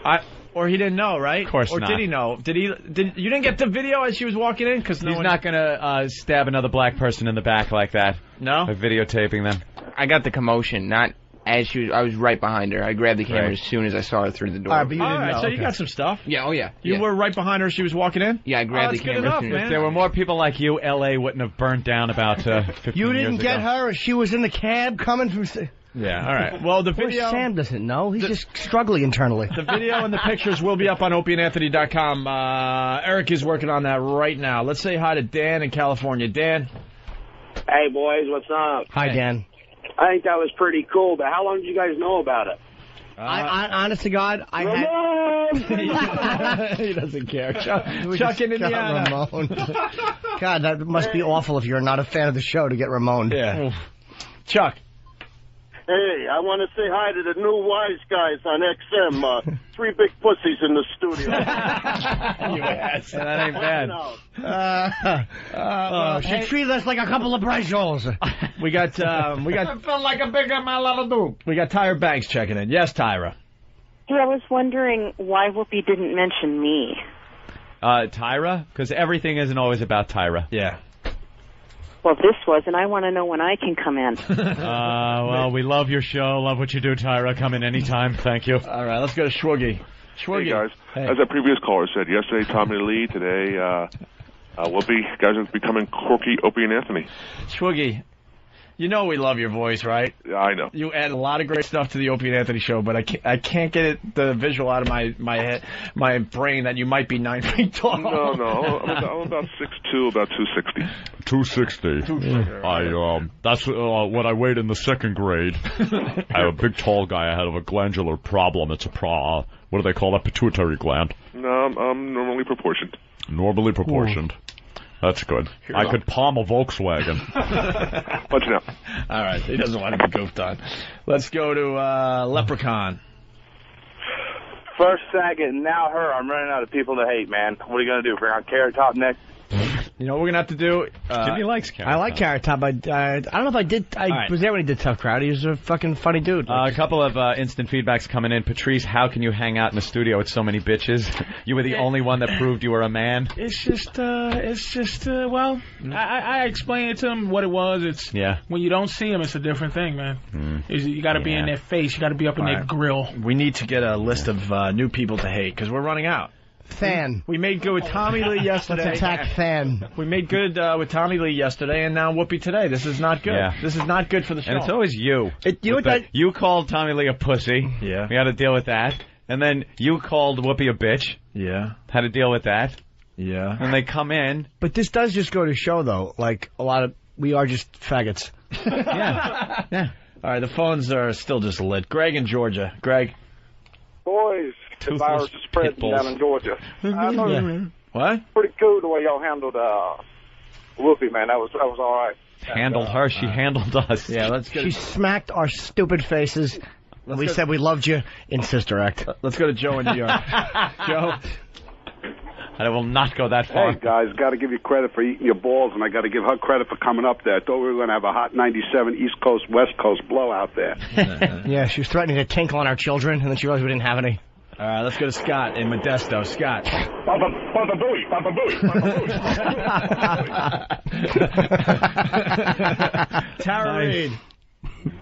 Speaker 4: I or he didn't know, right? Of
Speaker 3: course
Speaker 4: or
Speaker 3: not.
Speaker 4: did he know? Did he? Did you didn't get the video as she was walking in? Because no
Speaker 3: He's
Speaker 4: one-
Speaker 3: not gonna uh, stab another black person in the back like that.
Speaker 4: No.
Speaker 3: By videotaping them.
Speaker 27: I got the commotion, not
Speaker 9: and she was, I was right behind her. I grabbed the camera
Speaker 4: Right.
Speaker 9: as soon as I saw her through the door.
Speaker 4: All right, but you didn't know. so you got some stuff.
Speaker 9: Yeah, oh yeah.
Speaker 4: You
Speaker 9: yeah.
Speaker 4: were right behind her. She was walking in.
Speaker 9: Yeah, I
Speaker 4: oh,
Speaker 9: grabbed
Speaker 4: that's
Speaker 9: the camera.
Speaker 4: Good enough,
Speaker 9: as soon
Speaker 4: man.
Speaker 9: as-
Speaker 3: If there were more people like you, L.A. wouldn't have burned down about uh, 15
Speaker 1: You didn't
Speaker 3: years
Speaker 1: get
Speaker 3: ago.
Speaker 1: her. She was in the cab coming from. Sa-
Speaker 3: Yeah, all right. Well, the
Speaker 1: Poor
Speaker 4: video-
Speaker 1: Sam doesn't know. He's just struggling internally.
Speaker 4: The video and the pictures will be up on opieandanthony.com. Uh, Eric is working on that right now. Let's say hi to Dan in California. Dan.
Speaker 28: Hey boys, what's up?
Speaker 1: Hi, Dan.
Speaker 28: I think that was pretty cool. But how long did you guys know about it?
Speaker 1: I,
Speaker 4: Uh,
Speaker 1: I, honest to God, I had. he doesn't care. Chuck,
Speaker 4: We Chuck just in got Indiana.
Speaker 1: Ramon. God, that must be awful if you're not a fan of the show to get Ramon.
Speaker 4: Yeah. Chuck.
Speaker 29: Hey, I want to say hi to the new wise guys on XM. Uh, three big pussies in the studio.
Speaker 4: Yeah, that ain't bad. Uh,
Speaker 1: Uh, Oh, she treated us like a couple of brejos.
Speaker 4: We got um, we got
Speaker 29: felt like a big Malaladoop.
Speaker 4: we got Tyra Banks checking in. Yes, Tyra.
Speaker 30: Hey, I was wondering why Whoopi didn't mention me.
Speaker 3: Uh, Tyra? Because everything isn't always about Tyra.
Speaker 4: Yeah.
Speaker 30: Well, this was, and I want to know when I can come in.
Speaker 3: Uh, well, we love your show. Love what you do, Tyra. Come in anytime. Thank you. All
Speaker 4: right, let's go to Schwoogie.
Speaker 31: Hey guys, as a previous caller said, yesterday Tommy Lee, today uh, uh, Whoopi. Guys, it's becoming quirky Opie and Anthony.
Speaker 4: Schwoogie, you know we love your voice, right?
Speaker 31: Yeah, I know.
Speaker 4: You add a lot of great stuff to the Opie and Anthony show, but I can't, I can't get it, the visual out of my my head, my brain that you might be nine feet tall.
Speaker 31: No, no, I'm about, I'm about six two, about two sixty.
Speaker 32: 260. I um, that's uh, what I weighed in the second grade. I have a big tall guy. I had a glandular problem. It's a pro. Uh, what do they call that? Pituitary gland.
Speaker 31: No, I'm, I'm normally proportioned.
Speaker 32: Normally proportioned. That's good. I could palm a Volkswagen.
Speaker 31: What's now?
Speaker 4: All right, he doesn't want to be goofed on. Let's go to uh, Leprechaun.
Speaker 29: First, second, now her. I'm running out of people to hate, man. What are you gonna do? Bring on Carrot Top next?
Speaker 4: You know what we're gonna have to do? Uh,
Speaker 29: Jimmy likes Carrot
Speaker 1: I like Carrot Top. I, I, I don't know if I did. I
Speaker 3: All right.
Speaker 1: was there when he did Tough Crowd. He was a fucking funny dude.
Speaker 3: Uh, a couple of uh, instant feedbacks coming in. Patrice, how can you hang out in the studio with so many bitches? You were the only one that proved you were a man.
Speaker 2: It's just, uh, it's just, uh, well, I, I I explained it to him what it was. It's
Speaker 3: Yeah.
Speaker 2: when you don't see him, it's a different thing, man.
Speaker 1: Hmm.
Speaker 2: Is You got to be in their face. You got to be up in
Speaker 4: All
Speaker 2: their
Speaker 4: right.
Speaker 2: grill.
Speaker 4: We need to get a list of uh, new people to hate because we're running out.
Speaker 1: Than.
Speaker 4: We made good with Tommy Lee yesterday.
Speaker 1: Let's attack Than.
Speaker 4: We made good uh, with Tommy Lee yesterday, and now Whoopi today. This is not good.
Speaker 3: Yeah.
Speaker 4: This is not good for the show.
Speaker 3: And it's always you. you, you called Tommy Lee a pussy. Yeah. We had to deal with that. And then you called Whoopi a bitch.
Speaker 4: Yeah.
Speaker 3: Had to deal with that.
Speaker 4: Yeah.
Speaker 3: And they come in.
Speaker 1: But this does just go to show, though. Like a lot of we are just faggots.
Speaker 4: yeah. Yeah. All right, the phones are still just lit. Greg in Georgia. Greg.
Speaker 29: Boys, the virus is spreading
Speaker 4: bulls.
Speaker 29: down in Georgia. I know it's
Speaker 4: What?
Speaker 29: pretty cool the way y'all handled uh, Whoopi, man. That was that was all right.
Speaker 3: Handled her. She handled us. Yeah. Let's
Speaker 1: She smacked our stupid faces. and we said we loved you in Sister Act.
Speaker 4: Let's go to Joe in New York. Joe.
Speaker 3: I will not go that
Speaker 13: Hey guys, got to give you credit for eating your balls, and I got to give her credit for coming up there. I thought we were going to have a hot '97 East Coast West Coast blowout there.
Speaker 1: yeah, she was threatening to tinkle on our children, and then she realized we didn't have any.
Speaker 4: All right, let's go to Scott in Modesto. Scott.
Speaker 29: Papa, Papa Booey, Papa Booey, Papa Booey.
Speaker 4: Tara Reid.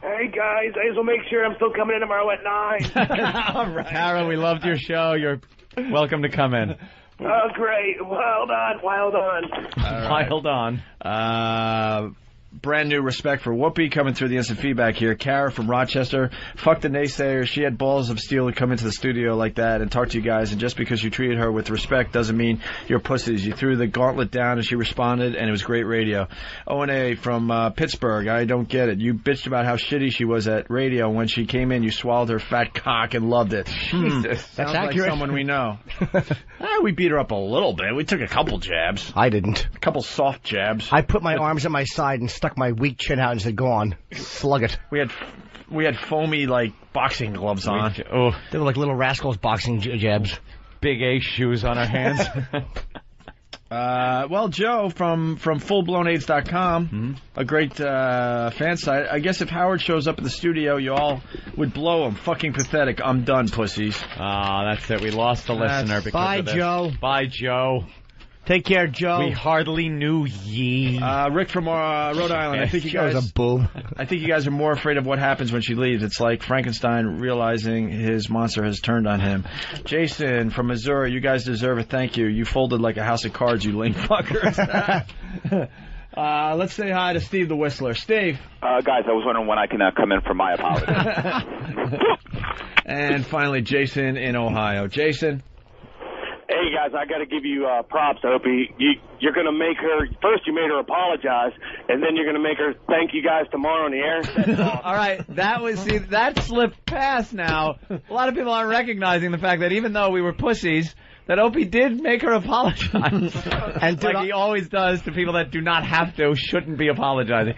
Speaker 29: Hey guys, I just want to make sure I'm still coming in tomorrow at nine.
Speaker 3: All right. Tara, we loved your show. You're welcome to come in.
Speaker 29: oh great, wild on, wild on.
Speaker 3: Piled on.
Speaker 4: Uh, brand new respect for Whoopi coming through the instant feedback here. Kara from Rochester. Fuck the naysayers. She had balls of steel to come into the studio like that and talk to you guys. And just because you treated her with respect doesn't mean you're pussies. You threw the gauntlet down and she responded, and it was great radio. O and A from uh, Pittsburgh. I don't get it. You bitched about how shitty she was at radio. When she came in, you swallowed her fat cock and loved it. Hmm.
Speaker 1: That's
Speaker 4: Sounds
Speaker 1: accurate.
Speaker 4: Like someone we know. Ah, we beat her up a little bit. We took a couple jabs.
Speaker 1: I didn't.
Speaker 4: A couple soft jabs.
Speaker 1: I put my arms at my side and stuck my weak chin out and said, "Go on, slug it."
Speaker 4: We had we had foamy like boxing gloves on.
Speaker 3: oh,
Speaker 1: they were like little rascals boxing j- jabs.
Speaker 3: Big A shoes on our hands.
Speaker 4: Uh, well, Joe from from fullblownaids.com, a great uh, fan site. I guess if Howard shows up at the studio, you all would blow him. Fucking pathetic. I'm done, pussies.
Speaker 3: Ah, that's it. We lost the listener because
Speaker 4: Bye,
Speaker 3: of this.
Speaker 4: Joe.
Speaker 3: Bye, Joe.
Speaker 33: Take care, Joe.
Speaker 4: We
Speaker 34: hardly knew ye.
Speaker 4: Uh, Rick from uh, Rhode Island. I think you
Speaker 1: She was
Speaker 4: guys.
Speaker 1: a boob.
Speaker 4: I think you guys are more afraid of what happens when she leaves. It's like Frankenstein realizing his monster has turned on him. Jason from Missouri, you guys deserve a thank you. You folded like a house of cards, you lame fuckers. uh, let's say hi to Steve the Whistler. Steve.
Speaker 35: Uh, guys, I was wondering when I can uh, come in for my apology.
Speaker 4: And finally, Jason in Ohio. Jason.
Speaker 8: Hey guys, I got to give you uh, props. I hope you, you you're gonna make her first. You made her apologize, and then you're gonna make her thank you guys tomorrow on the air.
Speaker 3: All right, that was see that slipped past. Now a lot of people aren't recognizing the fact that even though we were pussies, that Opie did make her apologize, and like he always does to people that do not have to, shouldn't be apologizing.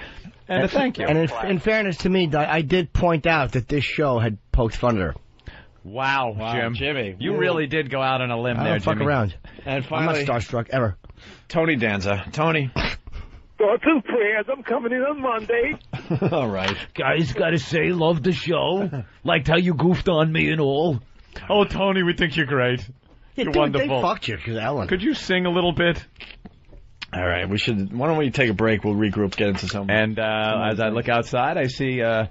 Speaker 3: And, a thank you.
Speaker 1: And in, in fairness to me, I I did point out that this show had poked fun at her.
Speaker 3: wow, Jim, Jimmy, you really did go out on a limb
Speaker 1: I
Speaker 3: there,
Speaker 1: don't fuck
Speaker 3: Jimmy.
Speaker 1: around.
Speaker 4: And
Speaker 1: I'm not starstruck ever.
Speaker 4: Tony Danza. Tony.
Speaker 8: Thoughts and prayers. I'm coming in on Monday.
Speaker 4: all right.
Speaker 36: Guys, gotta say, love the show. Liked how you goofed on me and all.
Speaker 34: Oh, Tony, we think you're great. you're
Speaker 36: Yeah, dude, they
Speaker 34: wonderful.
Speaker 36: fucked
Speaker 1: you, Ellen.
Speaker 34: Could you sing a little bit?
Speaker 4: All right, we should. Why don't we take a break? We'll regroup, get into some.
Speaker 3: And uh, as I look outside, I see uh,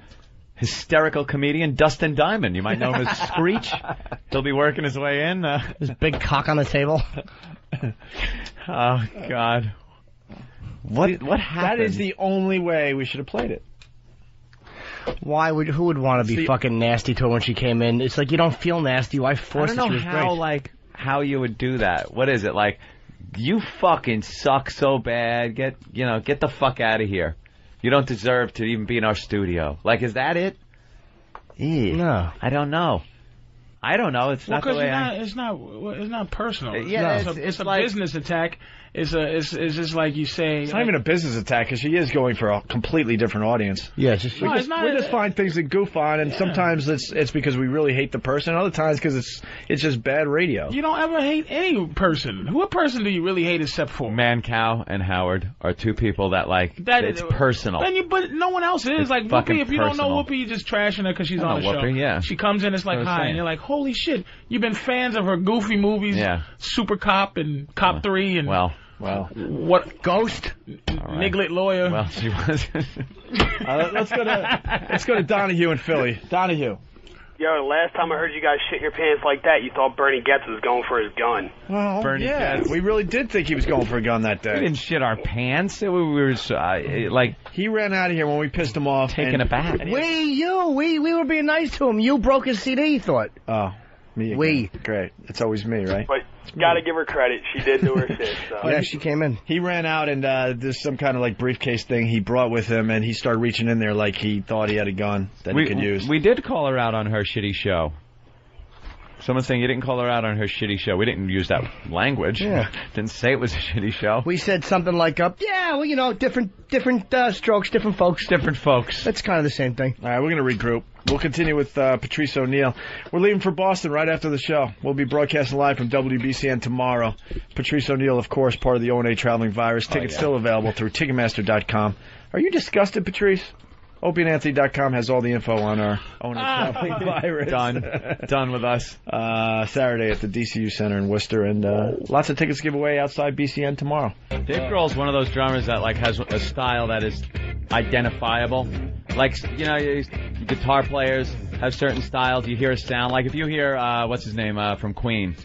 Speaker 3: hysterical comedian Dustin Diamond. You might know him as Screech. He'll be working his way in. Uh,
Speaker 1: His big cock on the table.
Speaker 3: oh God. What what happened?
Speaker 4: That is the only way we should have played it.
Speaker 1: Why would who would want to be
Speaker 4: See-
Speaker 1: fucking nasty to her when she came in? It's like you don't feel nasty. Why
Speaker 3: I
Speaker 1: force
Speaker 3: don't
Speaker 1: it?
Speaker 3: know
Speaker 1: She was
Speaker 3: how
Speaker 1: great.
Speaker 3: like how you would do that. What is it like? You fucking suck so bad. Get you know get the fuck out of here. You don't deserve to even be in our studio. Like is that it?
Speaker 1: No,
Speaker 3: I don't know. I don't know. It's
Speaker 2: Well,
Speaker 3: not the
Speaker 2: because
Speaker 3: way I.
Speaker 2: it's not well, it's not
Speaker 4: Uh,
Speaker 2: personal.
Speaker 3: Yeah, No.
Speaker 2: it's,
Speaker 3: it's-
Speaker 2: a, it's a
Speaker 3: like-
Speaker 2: business attack. It's a it's, it's just like you say.
Speaker 4: It's not even a business attack because she is going for a completely different audience.
Speaker 1: Yeah, just,
Speaker 4: we,
Speaker 2: No,
Speaker 4: just,
Speaker 2: it's not-
Speaker 4: we just find things that goof on, and sometimes it's it's because we really hate the person. Other times because it's it's just bad radio.
Speaker 2: You don't ever hate any person. Who a person do you really hate except for?
Speaker 3: Man, cow, and Howard are two people that like
Speaker 2: That-
Speaker 3: it's personal.
Speaker 2: Then you, but no one else is
Speaker 3: It's
Speaker 2: like
Speaker 3: fucking
Speaker 2: Whoopi. If you don't know
Speaker 3: personal.
Speaker 2: Whoopi, you're just trashing her because she's
Speaker 3: I
Speaker 2: on the
Speaker 3: know
Speaker 2: show.
Speaker 3: Whoopi, yeah.
Speaker 2: She comes in, it's like
Speaker 3: That's what I'm
Speaker 2: hi,
Speaker 3: saying.
Speaker 2: and you're like, holy shit! You've been fans of her goofy movies,
Speaker 3: Yeah.
Speaker 2: Super Cop and Cop Three, and
Speaker 3: well, well,
Speaker 2: what
Speaker 1: Ghost,
Speaker 2: Niglet Lawyer.
Speaker 3: Well, she was.
Speaker 4: Uh, let's go to let's go to Donahue in Philly. Donahue.
Speaker 8: Yo, the last time I heard you guys shit your pants like that, you thought Bernie Getz was going for his gun.
Speaker 4: Well,
Speaker 3: Bernie
Speaker 4: yeah,
Speaker 3: Getz.
Speaker 4: we really did think he was going for a gun that
Speaker 3: we
Speaker 4: day.
Speaker 3: didn't shit our pants. It- We were uh, like
Speaker 4: he ran out of here when we pissed him off.
Speaker 3: Taken
Speaker 4: and-
Speaker 3: aback.
Speaker 4: and he-
Speaker 1: We, you, we, we were being nice to him. You broke his CD. You thought.
Speaker 4: Oh, me. Again.
Speaker 1: We.
Speaker 4: Great. It's always me, right?
Speaker 8: But gotta give her credit, she did do her shit. So.
Speaker 1: Yeah, she uh, came in.
Speaker 4: He ran out and uh, there's some kind of like briefcase thing he brought with him, and he started reaching in there like he thought he had a gun that
Speaker 3: we,
Speaker 4: he could use.
Speaker 3: We did call her out on her shitty show. Someone's saying you didn't call her out on her shitty show. We didn't use that language.
Speaker 1: Yeah.
Speaker 3: didn't say it was a shitty show.
Speaker 1: We said something like, "Up, yeah, well, you know, different, different uh, strokes, different folks,
Speaker 3: different folks."
Speaker 1: That's kind of the same thing."
Speaker 4: All right, we're going to regroup. We'll continue with uh, Patrice O'Neill. We're leaving for Boston right after the show. We'll be broadcasting live from WBCN tomorrow. Patrice O'Neill, of course, part of the ONA Traveling Virus. Tickets
Speaker 3: Oh, yeah.
Speaker 4: still available through Ticketmaster.com. Are you disgusted, Patrice? OpieandAnthony.com has all the info on our ONA
Speaker 2: Ah.
Speaker 4: Traveling Virus.
Speaker 3: Done. Done with us.
Speaker 4: Uh, Saturday at the DCU Center in Worcester, and uh, lots of tickets to give away outside BCN tomorrow.
Speaker 3: Dave Grohl's one of those drummers that like has a style that is identifiable. Like you know, you- guitar players have certain styles. You hear a sound. Like if you hear uh, what's his name uh, from Queen,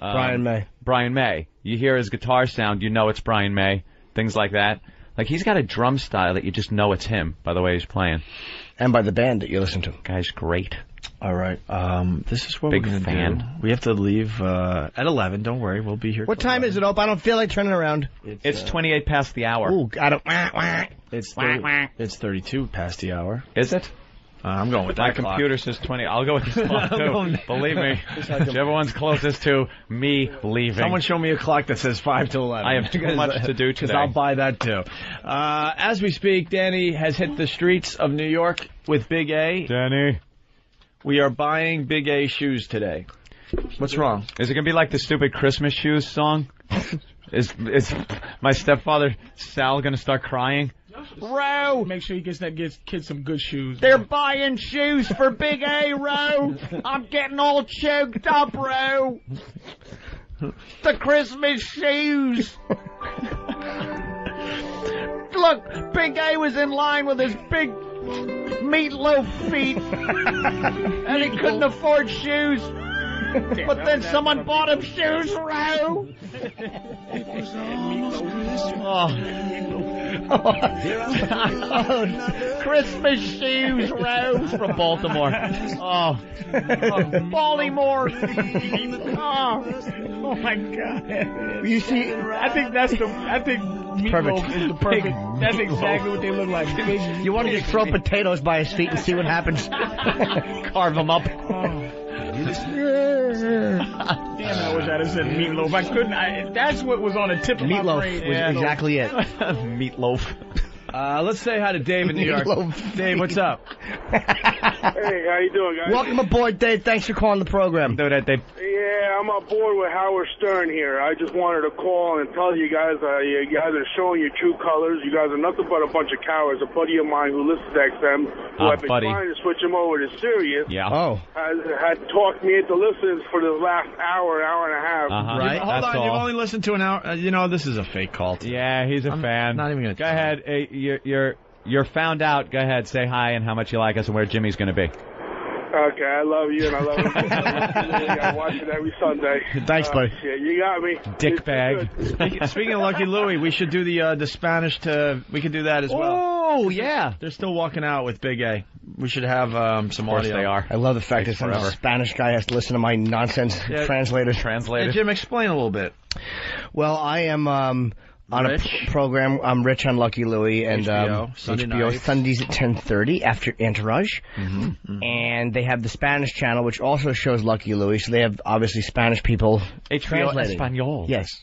Speaker 3: um,
Speaker 1: Brian May.
Speaker 3: Brian May. You hear his guitar sound. You know it's Brian May. Things like that. Like he's got a drum style that you just know it's him by the way he's playing.
Speaker 1: And by the band that you listen to.
Speaker 3: Guy's great.
Speaker 4: All right. Um, this is what
Speaker 3: Big
Speaker 4: we're going to
Speaker 3: fan.
Speaker 4: do. We have to leave uh, at 11. Don't worry. We'll be here.
Speaker 1: What
Speaker 4: till
Speaker 1: time is it, Op? I don't feel like turning around.
Speaker 3: It's 28 past the hour.
Speaker 1: uh, Ooh, I don't. Wah, wah.
Speaker 4: It's
Speaker 1: Wah,
Speaker 4: 30
Speaker 1: wah.
Speaker 4: it's 32 past the hour.
Speaker 3: Is it?
Speaker 4: Uh, I'm going with
Speaker 3: My
Speaker 4: that clock.
Speaker 3: computer says 20. I'll go with this clock
Speaker 4: I'm going-
Speaker 3: too. Believe me,
Speaker 4: This I can-
Speaker 3: everyone's closest to me leaving.
Speaker 4: Someone show me a clock that says 5 to 11.
Speaker 3: I have too
Speaker 4: Because-
Speaker 3: much to do
Speaker 4: because
Speaker 3: today.
Speaker 4: I'll buy that too. Uh, as we speak, Danny has hit the streets of New York with Big A.
Speaker 34: Danny.
Speaker 4: We are buying Big A shoes today. What's wrong?
Speaker 3: Is it gonna be like the stupid Christmas shoes song? is is my stepfather Sal gonna start crying?
Speaker 2: Row. Make sure he gets that gets kid some good shoes.
Speaker 36: They're buying shoes for Big A, Row. I'm getting all choked up, Row.
Speaker 37: The Christmas shoes. Look, Big A was in line with his big meatloaf feet, and he couldn't afford shoes. but then someone bought him shoes, Ro. oh. Christmas shoes, Ro, from Baltimore. Oh, Baltimore. Oh. oh my God.
Speaker 2: You see, I think that's the. I think meatloaf
Speaker 1: Perfect.
Speaker 2: is the perfect. That's exactly what they look like. Big-
Speaker 1: You want to just throw potatoes by his feet and see what happens? Carve them up.
Speaker 4: Oh.
Speaker 2: Damn, I wish I'd have said meatloaf. I couldn't. I, that's what was on the tip of my
Speaker 1: Meatloaf
Speaker 2: brain.
Speaker 1: was
Speaker 2: Yeah.
Speaker 1: exactly it.
Speaker 4: Meatloaf. Uh, let's say hi to Dave in New York.
Speaker 1: Meatloaf.
Speaker 4: Dave, what's up?
Speaker 8: Hey, how you doing, guys?
Speaker 1: Welcome aboard, Dave. Thanks for calling the program.
Speaker 4: Do that, Dave.
Speaker 8: Yeah, I'm on board with Howard Stern here. I just wanted to call and tell you guys, uh, you guys are showing your true colors. You guys are nothing but a bunch of cowards. A buddy of mine who listens to XM, who
Speaker 6: Ah,
Speaker 8: I've been
Speaker 6: buddy.
Speaker 8: trying to switch him over to Sirius,
Speaker 6: Yeah. Oh.
Speaker 8: has, had talked me into listening for the last hour, hour and a half.
Speaker 4: You- Uh-huh. Hold on, you've only listened to an hour. Uh, you know, this is a fake call.
Speaker 3: Yeah, he's a fan. Not even gonna. Go ahead. Hey, you're you're you're found out. Go ahead. Say hi and how much you like us and where Jimmy's gonna be.
Speaker 8: Okay, I love you and I love it. I watch it every Sunday. Uh,
Speaker 4: Thanks, buddy.
Speaker 8: Yeah, you got me.
Speaker 3: Dick bag.
Speaker 4: Speaking- Speaking of Lucky Louie, we should do the uh, the Spanish to. We could do that as well.
Speaker 3: Oh yeah,
Speaker 4: they're still walking out with Big A. We should have um, some
Speaker 1: course
Speaker 4: audio.
Speaker 1: they are. I love the fact that
Speaker 4: Takes
Speaker 1: some
Speaker 4: forever.
Speaker 1: Spanish guy has to listen to my nonsense
Speaker 4: Yeah.
Speaker 1: translated.
Speaker 4: Hey, Jim, explain a little bit.
Speaker 1: Well, I am um, on a p- program. I'm rich on Lucky Louie and um,
Speaker 4: HBO, Sunday
Speaker 1: HBO
Speaker 4: nights.
Speaker 1: Sundays at 10:30 after Entourage, and they have the Spanish channel, which also shows Lucky Louie. So they have obviously Spanish people
Speaker 3: HBO
Speaker 1: translating.
Speaker 3: Espanol.
Speaker 1: Yes,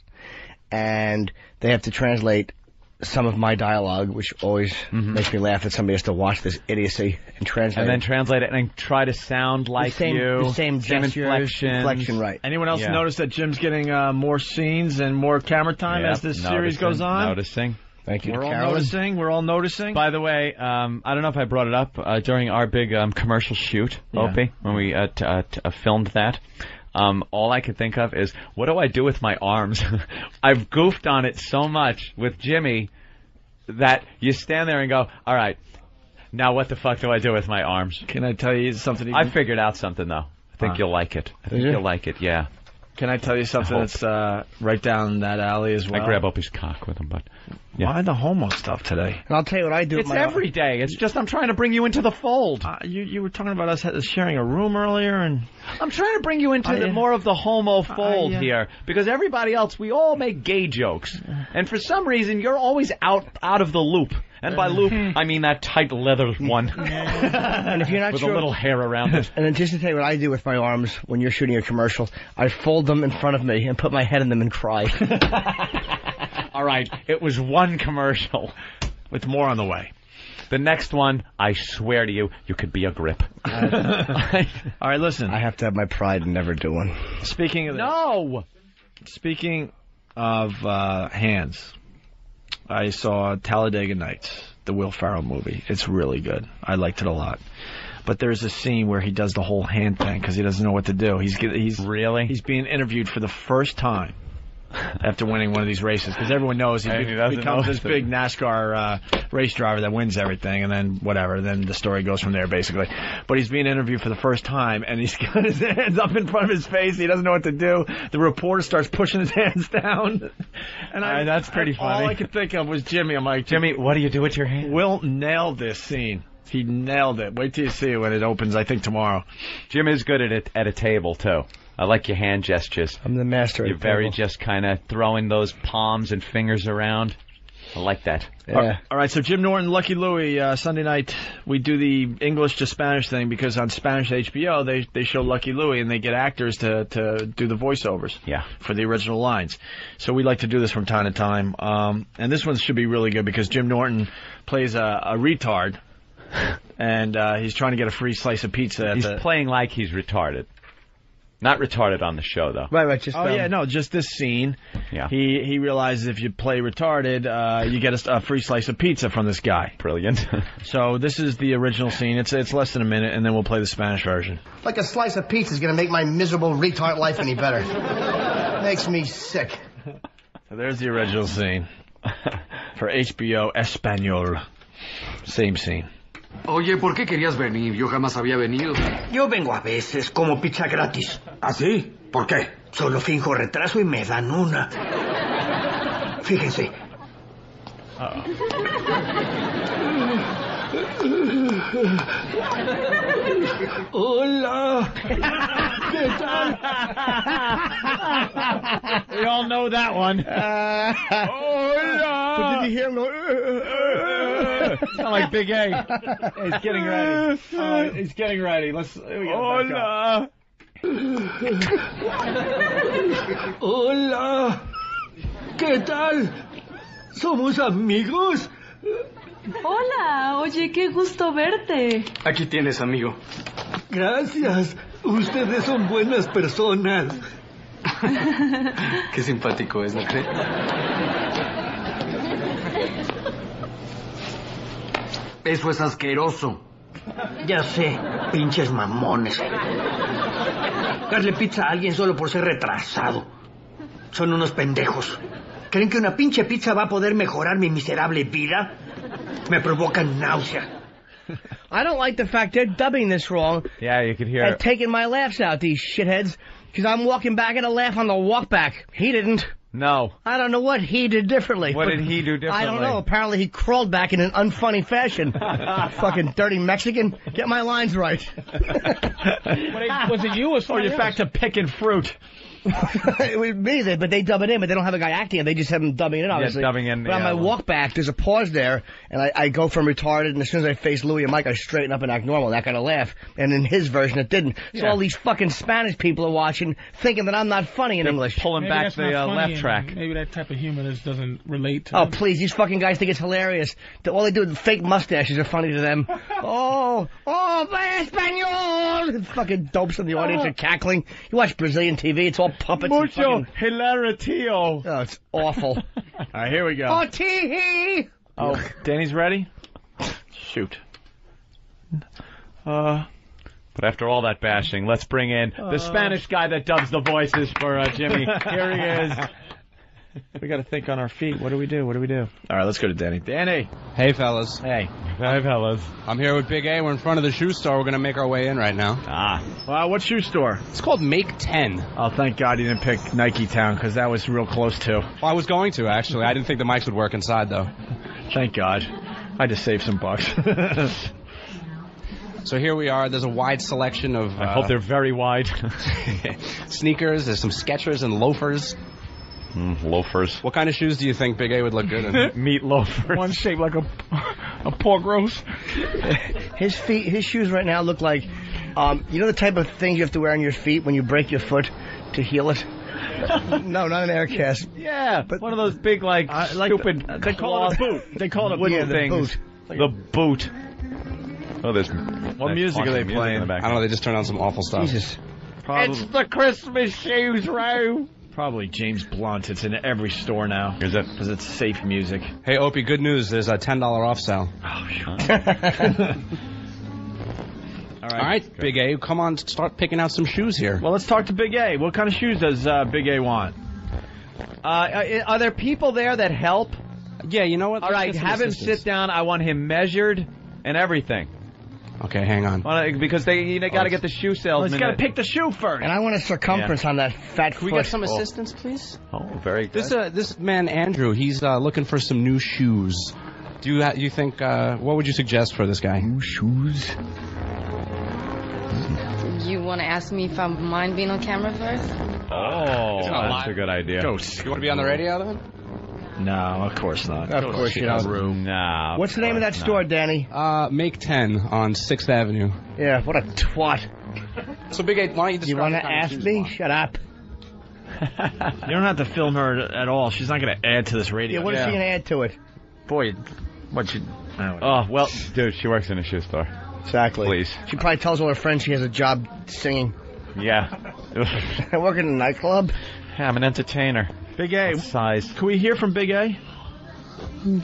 Speaker 1: and they have to translate some of my dialogue, which always makes me laugh that somebody has to watch this idiocy and translate.
Speaker 3: And then
Speaker 1: it.
Speaker 3: translate it and try to sound like
Speaker 1: same-
Speaker 3: you.
Speaker 1: the same gestures,
Speaker 3: inflections.
Speaker 1: inflection, right.
Speaker 4: Anyone else
Speaker 3: Yeah.
Speaker 4: notice that Jim's getting uh, more scenes and more camera time
Speaker 3: Yep,
Speaker 4: as this
Speaker 3: noticing,
Speaker 4: series goes on?
Speaker 3: Noticing.
Speaker 1: Thank
Speaker 4: We're all noticing. We're all noticing.
Speaker 3: By the way, um, I don't know if I brought it up uh, during our big um, commercial shoot,
Speaker 4: Yeah.
Speaker 3: Opie, when we uh, t- uh, t- uh, filmed that. Um, all I could think of is, what do I do with my arms? I've goofed on it so much with Jimmy that you stand there and go, all right, now what the fuck do I do with my arms?
Speaker 4: Can I tell you something?
Speaker 3: I figured out something though. I think
Speaker 4: Huh.
Speaker 3: you'll like it. I think
Speaker 4: you?
Speaker 3: you'll like it. Yeah.
Speaker 4: Can I tell you something
Speaker 3: hope.
Speaker 4: that's uh, right down that alley as well?
Speaker 3: I grab Opie's cock with him, but
Speaker 4: Why the homo stuff today?
Speaker 1: And I'll tell you what I do. with
Speaker 3: it's
Speaker 1: my
Speaker 3: every day. It's just I'm trying to bring you into the fold.
Speaker 4: Uh, you you were talking about us ha- sharing a room earlier, and
Speaker 3: I'm trying to bring you into
Speaker 4: I- uh,
Speaker 3: the more of the homo fold
Speaker 4: I, uh,
Speaker 3: here because everybody else we all make gay jokes,
Speaker 4: Mm-hmm.
Speaker 3: and for some reason you're always out out of the loop. And by loop,
Speaker 4: Mm-hmm.
Speaker 3: I mean that tight leather one
Speaker 1: and if you're not
Speaker 3: with
Speaker 1: sure,
Speaker 3: a little hair around it.
Speaker 1: And then just to tell you what I do with my arms when you're shooting a commercial, I fold them in front of me and put my head in them and cry.
Speaker 3: All right, it was one commercial.
Speaker 4: with more on the way.
Speaker 3: The next one, I swear to you, you could be a grip.
Speaker 4: All right, listen.
Speaker 1: I have to have my pride and never do one.
Speaker 4: Speaking of
Speaker 3: no,
Speaker 4: Speaking of uh, hands, I saw Talladega Nights, the Will Ferrell movie. It's really good. I liked it a lot. But there's a scene where he does the whole hand thing because he doesn't know what to do. He's get- he's
Speaker 3: really.
Speaker 4: he's being interviewed for the first time after winning one of these races because everyone knows he,
Speaker 3: And he
Speaker 4: be-
Speaker 3: doesn't know
Speaker 4: becomes this
Speaker 3: what to
Speaker 4: big
Speaker 3: do.
Speaker 4: NASCAR uh, race driver that wins everything, and then whatever. Then the story goes from there basically. But he's being interviewed for the first time, and he's got his hands up in front of his face. He doesn't know what to do. The reporter starts pushing his hands down, and I,
Speaker 3: Uh, that's pretty
Speaker 4: and
Speaker 3: funny.
Speaker 4: All I could think of was Jimmy. I'm like,
Speaker 3: Jimmy, what do you do with your hand?
Speaker 4: Will nailed this scene. He nailed it. Wait till you see it when it opens. I think tomorrow.
Speaker 3: Jim is good at it at a table too. I like your hand gestures.
Speaker 1: I'm the master.
Speaker 3: You're
Speaker 1: at
Speaker 3: very
Speaker 1: table.
Speaker 3: just kind of throwing those palms and fingers around. I like that.
Speaker 1: Yeah.
Speaker 4: All right, so Jim Norton, Lucky Louie, uh, Sunday night we do the English to Spanish thing because on Spanish HBO they they show Lucky Louie and they get actors to to do the voiceovers
Speaker 3: Yeah.
Speaker 4: for the original lines. So we like to do this from time to time. Um, and this one should be really good because Jim Norton plays a, a retard, and uh, he's trying to get a free slice of pizza. At
Speaker 3: He's
Speaker 4: the,
Speaker 3: playing like he's retarded. Not retarded on the show though.
Speaker 1: Right, right. Just
Speaker 4: Oh
Speaker 1: um,
Speaker 4: yeah, no, just this scene.
Speaker 3: Yeah.
Speaker 4: He he realizes if you play retarded, uh, you get a s a a free slice of pizza from this guy.
Speaker 3: Brilliant.
Speaker 4: So this is the original scene. It's it's less than a minute, and then we'll play the Spanish version.
Speaker 1: Like a slice of pizza is going to make my miserable retard life any better. Makes me sick.
Speaker 4: So there's the original scene for HBO Español. Same scene.
Speaker 10: Oye, ¿por qué querías venir? Yo jamás había venido.
Speaker 12: Yo vengo a veces como pizza gratis.
Speaker 10: ¿Ah, sí? ¿Por qué?
Speaker 12: Solo finjo retraso y me dan una. Fíjense.
Speaker 7: Hola. ¿Qué
Speaker 2: We all know that one.
Speaker 7: Hola.
Speaker 2: But did you hear? him go, Sound like Big A.
Speaker 4: He's getting ready. Uh, he's getting ready. Let's. We gotta back up.
Speaker 7: Hola. Hola. ¿Qué tal? ¿Somos amigos?
Speaker 38: Hola, oye, qué gusto verte.
Speaker 10: Aquí tienes, amigo.
Speaker 7: Gracias. Ustedes son buenas personas.
Speaker 10: Qué simpático es, ¿no crees? Eso es asqueroso.
Speaker 12: Ya sé, pinches mamones. Darle pizza a alguien solo por ser retrasado. Son unos pendejos. ¿Creen que una pinche pizza va a poder mejorar mi miserable vida? Me provocan náusea.
Speaker 1: I don't like the fact they're dubbing this wrong
Speaker 3: Yeah, you could hear
Speaker 1: and
Speaker 3: it.
Speaker 1: taking my laughs out, these shitheads. Because I'm walking back and I laugh on the walk back. He didn't.
Speaker 3: No.
Speaker 1: I don't know what he did differently.
Speaker 3: What did he do
Speaker 1: I don't
Speaker 3: differently?
Speaker 1: know. Apparently he crawled back in an unfunny fashion. Fucking dirty Mexican. Get my lines right.
Speaker 4: was it
Speaker 3: Oh,
Speaker 4: you or somebody Or you're back to picking fruit.
Speaker 1: it was me, they- but they dub it in, but they don't have a guy acting it. They just have him dubbing it in, obviously.
Speaker 3: dubbing in
Speaker 1: But
Speaker 3: the
Speaker 1: on my
Speaker 3: other
Speaker 1: walk back, there's a pause there, and I, I go from retarded, and as soon as I face Louie and Mike, I straighten up and act normal, that kind of laugh. And in his version, it didn't. So
Speaker 7: Yeah.
Speaker 1: all these fucking Spanish people are watching, thinking that I'm not funny in English. Pulling
Speaker 2: Maybe that's
Speaker 3: uh,
Speaker 2: not funny anymore. Maybe that type of humor just doesn't relate to.
Speaker 1: Oh please! These fucking guys think it's hilarious. The- All they do is fake mustaches are funny to them. oh, oh, my español! Fucking dopes in the audience
Speaker 2: Uh-huh.
Speaker 1: are cackling. You watch Brazilian TV; it's all puppets.
Speaker 4: Mucho
Speaker 1: and fucking... hilaritio. Oh, it's awful.
Speaker 4: All right, here we go.
Speaker 1: oh, tee
Speaker 4: Oh, Danny's ready? Shoot. Uh,
Speaker 3: But after all that bashing, let's bring in the
Speaker 14: Uh.
Speaker 3: Spanish guy that dubs the voices for uh, Jimmy. Here he is.
Speaker 4: we got to think on our feet. What do we do? What do we do? All right, let's go to Danny. Danny.
Speaker 19: Hey, fellas.
Speaker 4: Hey.
Speaker 19: Hey, fellas. I'm here with Big A. We're in front of the shoe store. We're going to make our way in right now.
Speaker 3: Ah.
Speaker 4: Wow, what shoe store?
Speaker 19: It's called Make 10.
Speaker 4: Oh, thank God you didn't pick Nike Town because that was real close to.
Speaker 19: Well, I was going to, actually. I didn't think the mics would work inside, though.
Speaker 4: Thank God. I just saved some bucks.
Speaker 19: So here we are. There's a wide selection of. I
Speaker 3: hope they're very wide.
Speaker 19: sneakers. There's some Skechers and loafers.
Speaker 32: Hmm,
Speaker 3: loafers.
Speaker 19: What kind of shoes do you think Big A would look good in?
Speaker 3: Meat
Speaker 1: Oh.
Speaker 3: loafers.
Speaker 2: One shaped like a a pork roast.
Speaker 1: His feet, his shoes right now look like, um, you know the type of things you have to wear on your feet when you break your foot to heal it. no, not an air cast.
Speaker 3: Yeah, but one of those big like, stupid.
Speaker 4: they call it a boot. They call it a
Speaker 1: Wooden
Speaker 4: boot.
Speaker 1: things.
Speaker 3: The boot. Oh, there's. What
Speaker 19: music are they playing? I don't know. They just turned on some awful stuff.
Speaker 1: Jesus.
Speaker 4: Probably,
Speaker 3: the Christmas shoes room.
Speaker 4: probably James Blunt. It's in every store now. Is it? Because it's safe music. Oh,
Speaker 19: Hey, Opie, good news. There's a $10 off sale. All right, Big A, come on, start picking out some shoes here.
Speaker 4: Well, let's talk to Big A. What kind of shoes does uh, Big A want?
Speaker 14: Uh, are are there people there that help?
Speaker 19: Yeah, you know what?
Speaker 14: All
Speaker 19: Let's
Speaker 14: right,
Speaker 19: get some
Speaker 14: have him
Speaker 19: assistance.
Speaker 14: sit down. I want him measured and everything.
Speaker 19: Okay, hang on.
Speaker 14: Wanna- Because they you got to get the shoe salesman.
Speaker 4: gotta pick the shoe first.
Speaker 1: And I want a circumference on that fat
Speaker 19: Can we
Speaker 1: foot.
Speaker 19: get some
Speaker 1: Oh.
Speaker 19: assistance, please?
Speaker 14: Oh, very good.
Speaker 19: This uh, this man Andrew, he's uh, looking for some new shoes. Do you, ha- you think? Uh, what would you suggest for this guy? New shoes.
Speaker 39: You want to ask me if I mind being on camera first?
Speaker 3: Oh,
Speaker 19: It's not
Speaker 3: that's
Speaker 19: live.
Speaker 3: a good idea.
Speaker 19: You want to be on the radio then?
Speaker 4: No, of course not.
Speaker 1: Of course you don't.
Speaker 3: Room. Nah.
Speaker 1: What's the name of that store, Danny?
Speaker 19: Uh, make ten on Sixth Avenue.
Speaker 1: Yeah, what a twat.
Speaker 19: So big eight, why don't you describe?
Speaker 1: You want to
Speaker 19: the kind of
Speaker 1: ask
Speaker 19: shoes
Speaker 1: me? Shut up.
Speaker 4: You don't have to film her at all. She's not going to add to this radio.
Speaker 1: Yeah, what is she going to add to it?
Speaker 4: Boy, what you.
Speaker 3: Oh well, dude, she works in a shoe store.
Speaker 1: Exactly.
Speaker 3: Please.
Speaker 1: She probably tells all her friends she has a job singing.
Speaker 3: Yeah.
Speaker 1: I work in a nightclb.
Speaker 3: Yeah, I'm an entertainer.
Speaker 4: Big A.
Speaker 3: Size.
Speaker 4: Can we hear from Big A?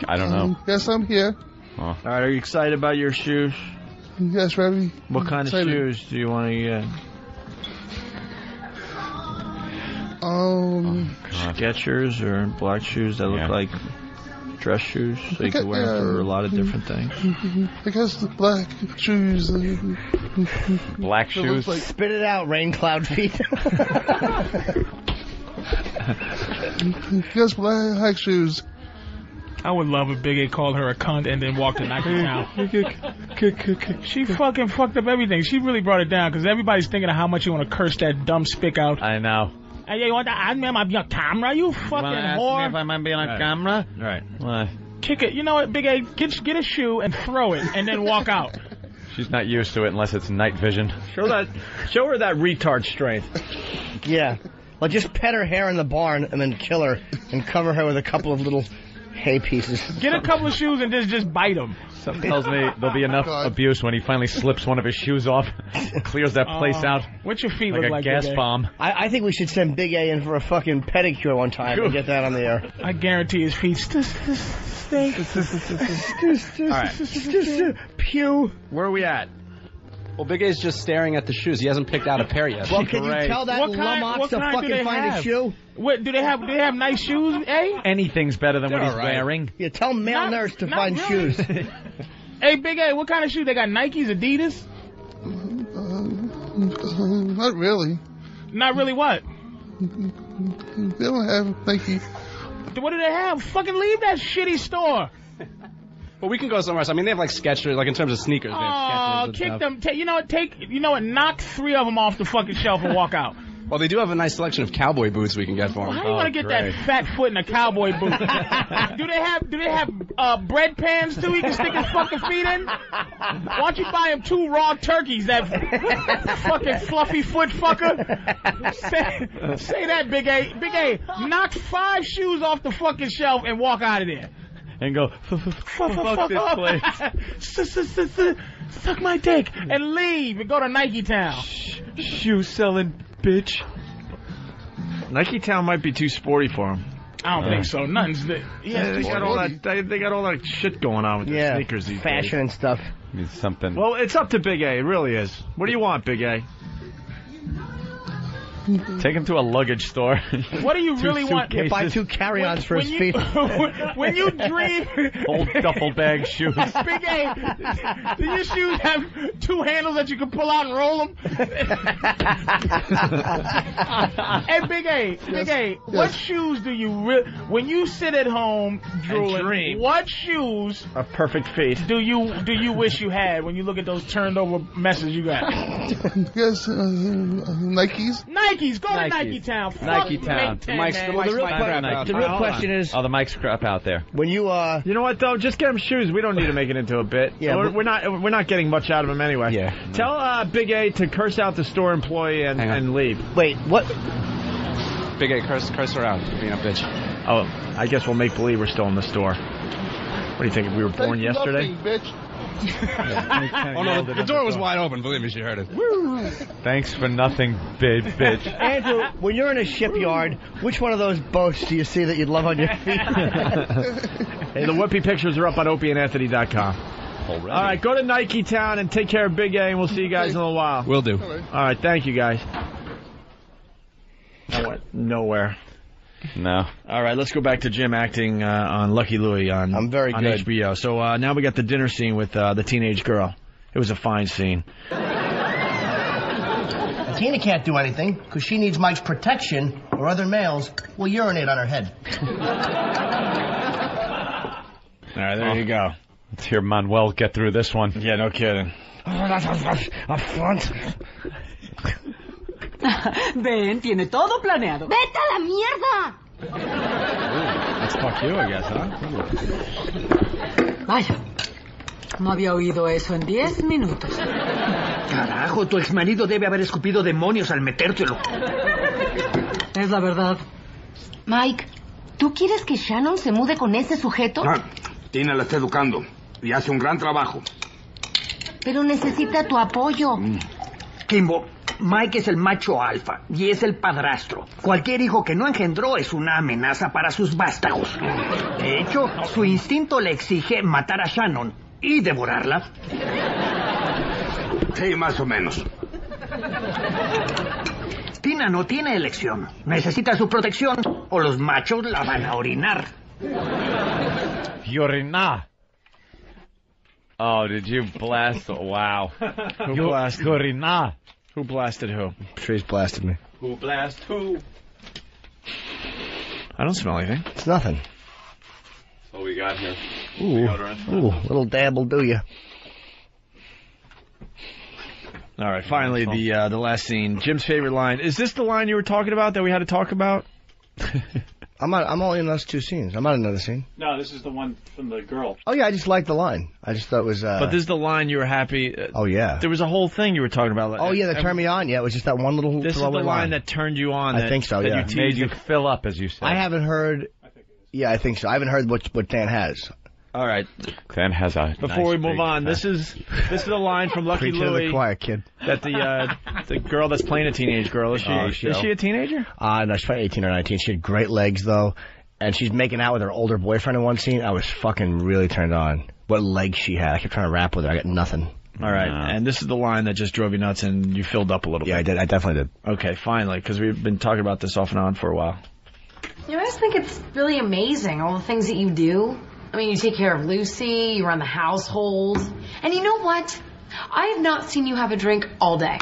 Speaker 3: I don't know. Oh.
Speaker 19: Yes, I'm here.
Speaker 4: All right, are you excited about your shoes?
Speaker 19: Yes, very.
Speaker 4: What kind of uh,
Speaker 19: excited.
Speaker 4: shoes do you want to get?
Speaker 6: Um,
Speaker 4: Skechers or black shoes that look like dress shoes so you
Speaker 6: Okay,
Speaker 4: could wear
Speaker 6: yeah.
Speaker 4: for a lot of different things.
Speaker 6: I guess the black shoes. And,
Speaker 4: Black
Speaker 6: It looks shoes? like-
Speaker 1: Spit it out, rain cloud feet.
Speaker 6: I guess black shoes.
Speaker 2: I would love if Big A called her a cunt and then walked the Nike town. she fucking fucked up everything. She really brought it down because everybody's thinking of how much you want to curse that dumb spick out.
Speaker 3: I know.
Speaker 2: Hey, you want to add me on my your camera, you fucking whore?
Speaker 3: I might be on
Speaker 2: Right.
Speaker 3: camera? Right.
Speaker 2: Kick it. You know what, Big A? Get, get a shoe and throw it and then walk out.
Speaker 3: She's not used to it unless it's night vision.
Speaker 4: Show that, show her that retard strength.
Speaker 1: yeah. Well, just pet her hair in the barn and then kill her and cover her with a couple of little hay pieces.
Speaker 2: Get a couple of shoes and just just bite them.
Speaker 3: Something tells me there'll be enough abuse when he finally slips one of his shoes off, clears that place
Speaker 1: Uh,
Speaker 3: out.
Speaker 2: What's your feet
Speaker 3: Like look a like, gas Big A? bomb.
Speaker 1: I, I think we should send Big A in for a fucking pedicure one time and get that on the air.
Speaker 2: I guarantee his feet stink.
Speaker 1: All right. Pew.
Speaker 4: Where are we at?
Speaker 40: Well, Big A's just staring at the shoes. He hasn't picked out a pair yet.
Speaker 1: Well, can you Great. tell that lummox to fucking find a shoe?
Speaker 2: What do they have? Do they have nice shoes, eh?
Speaker 3: Anything's better than
Speaker 2: They're
Speaker 3: what he's
Speaker 2: all right.
Speaker 3: wearing.
Speaker 1: Yeah, tell male nurse to
Speaker 2: not
Speaker 1: find
Speaker 2: really.
Speaker 1: shoes.
Speaker 2: Hey, Big A, what kind of shoe they got? Nikes, Adidas?
Speaker 6: Um, not really.
Speaker 2: Not really what?
Speaker 6: They don't have Nike.
Speaker 2: Th- What do they have? Fucking leave that shitty store.
Speaker 40: But we can go somewhere else. I mean, they have like Skechers, like in terms of sneakers. they have Skechers
Speaker 2: Oh,
Speaker 40: and
Speaker 2: kick
Speaker 40: stuff.
Speaker 2: them. Ta- you know what? Take. You know what? Knock three of them off the fucking shelf and walk out.
Speaker 40: Well, they do have a nice selection of cowboy boots we can get for them.
Speaker 2: How do you
Speaker 4: Oh,
Speaker 2: want to get that fat foot in a cowboy boot? do they have do they have uh, bread pans too? He can stick his fucking feet in. Why don't you buy him two raw turkeys? That fucking fluffy foot fucker. Say,
Speaker 3: Uh,
Speaker 2: say that, Big A. Big A, knock five shoes off the fucking shelf and walk out of there.
Speaker 3: And go, fuck this place.
Speaker 2: place. Suck my dick and leave and go to Nike Town.
Speaker 3: Shoe selling bitch.
Speaker 4: Nike Town might be too sporty for him.
Speaker 2: I don't think so. Nothing's. The,
Speaker 4: Yeah, they got all that. They, they got all that shit going on with their
Speaker 1: Yeah,
Speaker 4: sneakers these
Speaker 1: fashion and stuff.
Speaker 3: Needs something.
Speaker 4: Well, it's up to Big A. It really is. What do you want, Big A?
Speaker 3: Take him to a luggage store.
Speaker 2: What do you
Speaker 3: Two
Speaker 2: really want?
Speaker 3: suitcases.
Speaker 1: Buy two carry-ons for his feet.
Speaker 2: when you dream,
Speaker 3: Old duffel bag shoes.
Speaker 2: Big A, do your shoes have two handles that you can pull out and roll them? hey, Big A, Big A, what shoes do you really, when you sit at home drooling,
Speaker 4: dream.
Speaker 2: what shoes
Speaker 4: A perfect feet.
Speaker 2: do you do you wish you had when you look at those turned over messes you got?
Speaker 6: Yes, uh, Nikes.
Speaker 2: Nikes, go to
Speaker 3: Nikes.
Speaker 2: Nike Town. Fuck
Speaker 3: Nike Town.
Speaker 2: Make 10, man.
Speaker 1: Well, the real que- the real question is
Speaker 3: Oh, the mic's crap out there.
Speaker 1: when you uh.
Speaker 4: You know what though? Just get him shoes. We don't need to make it into a bit.
Speaker 1: Yeah,
Speaker 4: we're,
Speaker 1: but-
Speaker 4: we're not. We're not getting much out of him anyway. Yeah. Tell uh, Big A to curse out the store employee and, and leave.
Speaker 1: Wait, what?
Speaker 40: Big A, curse, curse her out for being a bitch.
Speaker 4: Oh, I guess we'll make believe we're still in the store. What do you think? We were born yesterday.
Speaker 40: oh no, the, the door was wide open. Believe me, she heard it.
Speaker 3: Thanks for nothing, big bitch.
Speaker 1: Andrew, when you're in a shipyard, which one of those boats do you see that you'd love on your feet?
Speaker 4: Hey, the whoopee pictures are up on opieandanthony.com. All right, go to Nike Town and take care of Big A, and we'll see you guys in a little while.
Speaker 40: Will do.
Speaker 4: All right, thank you guys. I went nowhere.
Speaker 3: No.
Speaker 4: All right, let's go back to Jim acting uh, on Lucky Louie on I'm very on
Speaker 1: good.
Speaker 4: HBO. So uh, now we got the dinner scene with uh, the teenage girl. It was a fine scene.
Speaker 1: Tina can't do anything because she needs Mike's protection, or other males will urinate on her head.
Speaker 4: All right, there you go.
Speaker 3: Oh. Let's hear Manuel get through this one.
Speaker 4: Yeah, no kidding.
Speaker 1: Up front.
Speaker 32: Ven, tiene todo planeado.
Speaker 5: ¡Vete a la mierda!
Speaker 4: That's fuck you, I guess, huh?
Speaker 32: Vaya, no había oído eso en diez minutos.
Speaker 8: Carajo, tu exmarido debe haber escupido demonios al metértelo.
Speaker 32: Es la verdad.
Speaker 5: Mike, ¿tú quieres que Shannon se mude con ese sujeto?
Speaker 9: Ah, Tina la está educando y hace un gran trabajo.
Speaker 5: Pero necesita tu apoyo.
Speaker 8: Mm. Kimbo, Mike es el macho alfa y es el padrastro. Cualquier hijo que no engendró es una amenaza para sus vástagos. De hecho, su instinto le exige matar a Shannon y devorarla.
Speaker 9: Sí, más o menos.
Speaker 12: Latina no tiene elección. Necesita su protección o los machos la van a orinar.
Speaker 14: Yorina. Oh, did you blast? Wow.
Speaker 4: Who
Speaker 14: You-
Speaker 4: blasted?
Speaker 14: Yorina.
Speaker 4: Who blasted who?
Speaker 1: Trees blasted me.
Speaker 14: Who blast who?
Speaker 4: I don't smell anything.
Speaker 1: It's nothing.
Speaker 14: What we got here?
Speaker 1: Ooh, ooh, little dab will do you.
Speaker 4: All right, finally the uh, the last scene. Jim's favorite line. Is this the line you were talking about that we had to talk about?
Speaker 1: I'm not, I'm only in those two scenes. I'm not in another scene.
Speaker 41: No, this is the one from the girl.
Speaker 1: Oh yeah, I just liked the line. I just thought it was. Uh,
Speaker 4: but this is the line you were happy. Uh,
Speaker 1: oh yeah.
Speaker 4: There was a whole thing you were talking about.
Speaker 1: Oh yeah, that turned me on. Yeah, it was just that one little.
Speaker 4: This is the
Speaker 1: throwaway
Speaker 4: line, that turned you on.
Speaker 1: I
Speaker 4: that-
Speaker 1: think so,
Speaker 4: That
Speaker 1: yeah.
Speaker 4: you teased
Speaker 1: Made you
Speaker 4: the-
Speaker 14: Fill up, as you said.
Speaker 1: I haven't heard. Yeah, I think so. I haven't heard what what Dan has.
Speaker 4: All right.
Speaker 14: Dan has a.
Speaker 4: Before we move on, this is this is a line from Lucky
Speaker 1: Preaching to
Speaker 4: Louie
Speaker 1: the choir, kid.
Speaker 4: that the uh, the girl that's playing a teenage girl is she
Speaker 1: Oh,
Speaker 4: is
Speaker 1: show.
Speaker 4: she a teenager?
Speaker 1: Uh, no, she's probably 18 or 19. She had great legs, though. And she's making out with her older boyfriend in one scene. I was fucking really turned on. What legs she had. I kept trying to rap with her. I got nothing.
Speaker 4: All right, and this is the line that just drove you nuts, and you filled up a little. Yeah,
Speaker 1: bit. I did. I definitely
Speaker 4: did. Okay, finally, because we've been talking about this off and on for a while.
Speaker 42: You always think it's really amazing, all the things that you do. I mean, you take care of Lucy, you run the household. And you know what? I have not seen you have a drink all day.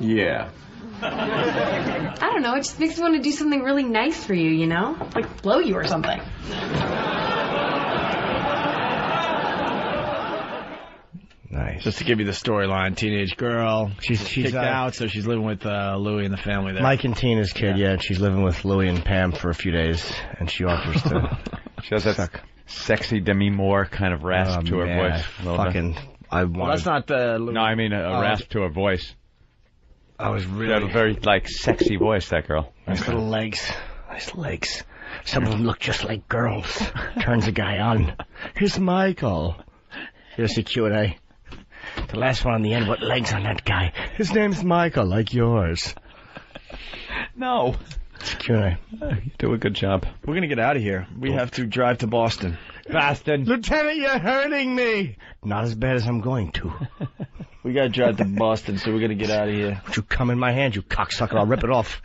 Speaker 14: Yeah.
Speaker 42: I don't know, it just makes me want to do something really nice for you, you know? Like blow you or something.
Speaker 1: Nice.
Speaker 4: Just to give you the storyline, teenage girl.
Speaker 1: She's, she's
Speaker 4: kicked
Speaker 1: uh,
Speaker 4: out, so she's living with uh, Louie and the family there.
Speaker 1: Mike and Tina's kid, yeah. and she's living with Louie and Pam for a few days, and she offers to.
Speaker 14: She has that sexy Demi Moore kind of
Speaker 8: Oh,
Speaker 14: rasp to her
Speaker 1: man,
Speaker 14: voice.
Speaker 1: I
Speaker 14: a little bit.
Speaker 1: fucking- I
Speaker 4: Well, that's not the.
Speaker 14: No, I mean uh, a, a
Speaker 4: Oh,
Speaker 14: rasp to her voice.
Speaker 1: I was
Speaker 14: She had a very like sexy voice. That girl.
Speaker 1: Nice little legs. Nice legs. Some of them look just like girls. Turns a guy on. Here's Michael. Here's the Q&A. The last one on the end, what legs on that guy? His name's Michael, like yours.
Speaker 14: No.
Speaker 1: It's a Q&A.
Speaker 14: Uh, You do a good job.
Speaker 4: We're gonna get out of here. We have to drive to Boston.
Speaker 14: Boston.
Speaker 1: Lieutenant, you're hurting me. Not as bad as I'm going to.
Speaker 4: We gotta drive to Boston, so we're gonna get out of here.
Speaker 1: Would you come in my hand, you cocksucker? I'll rip it off.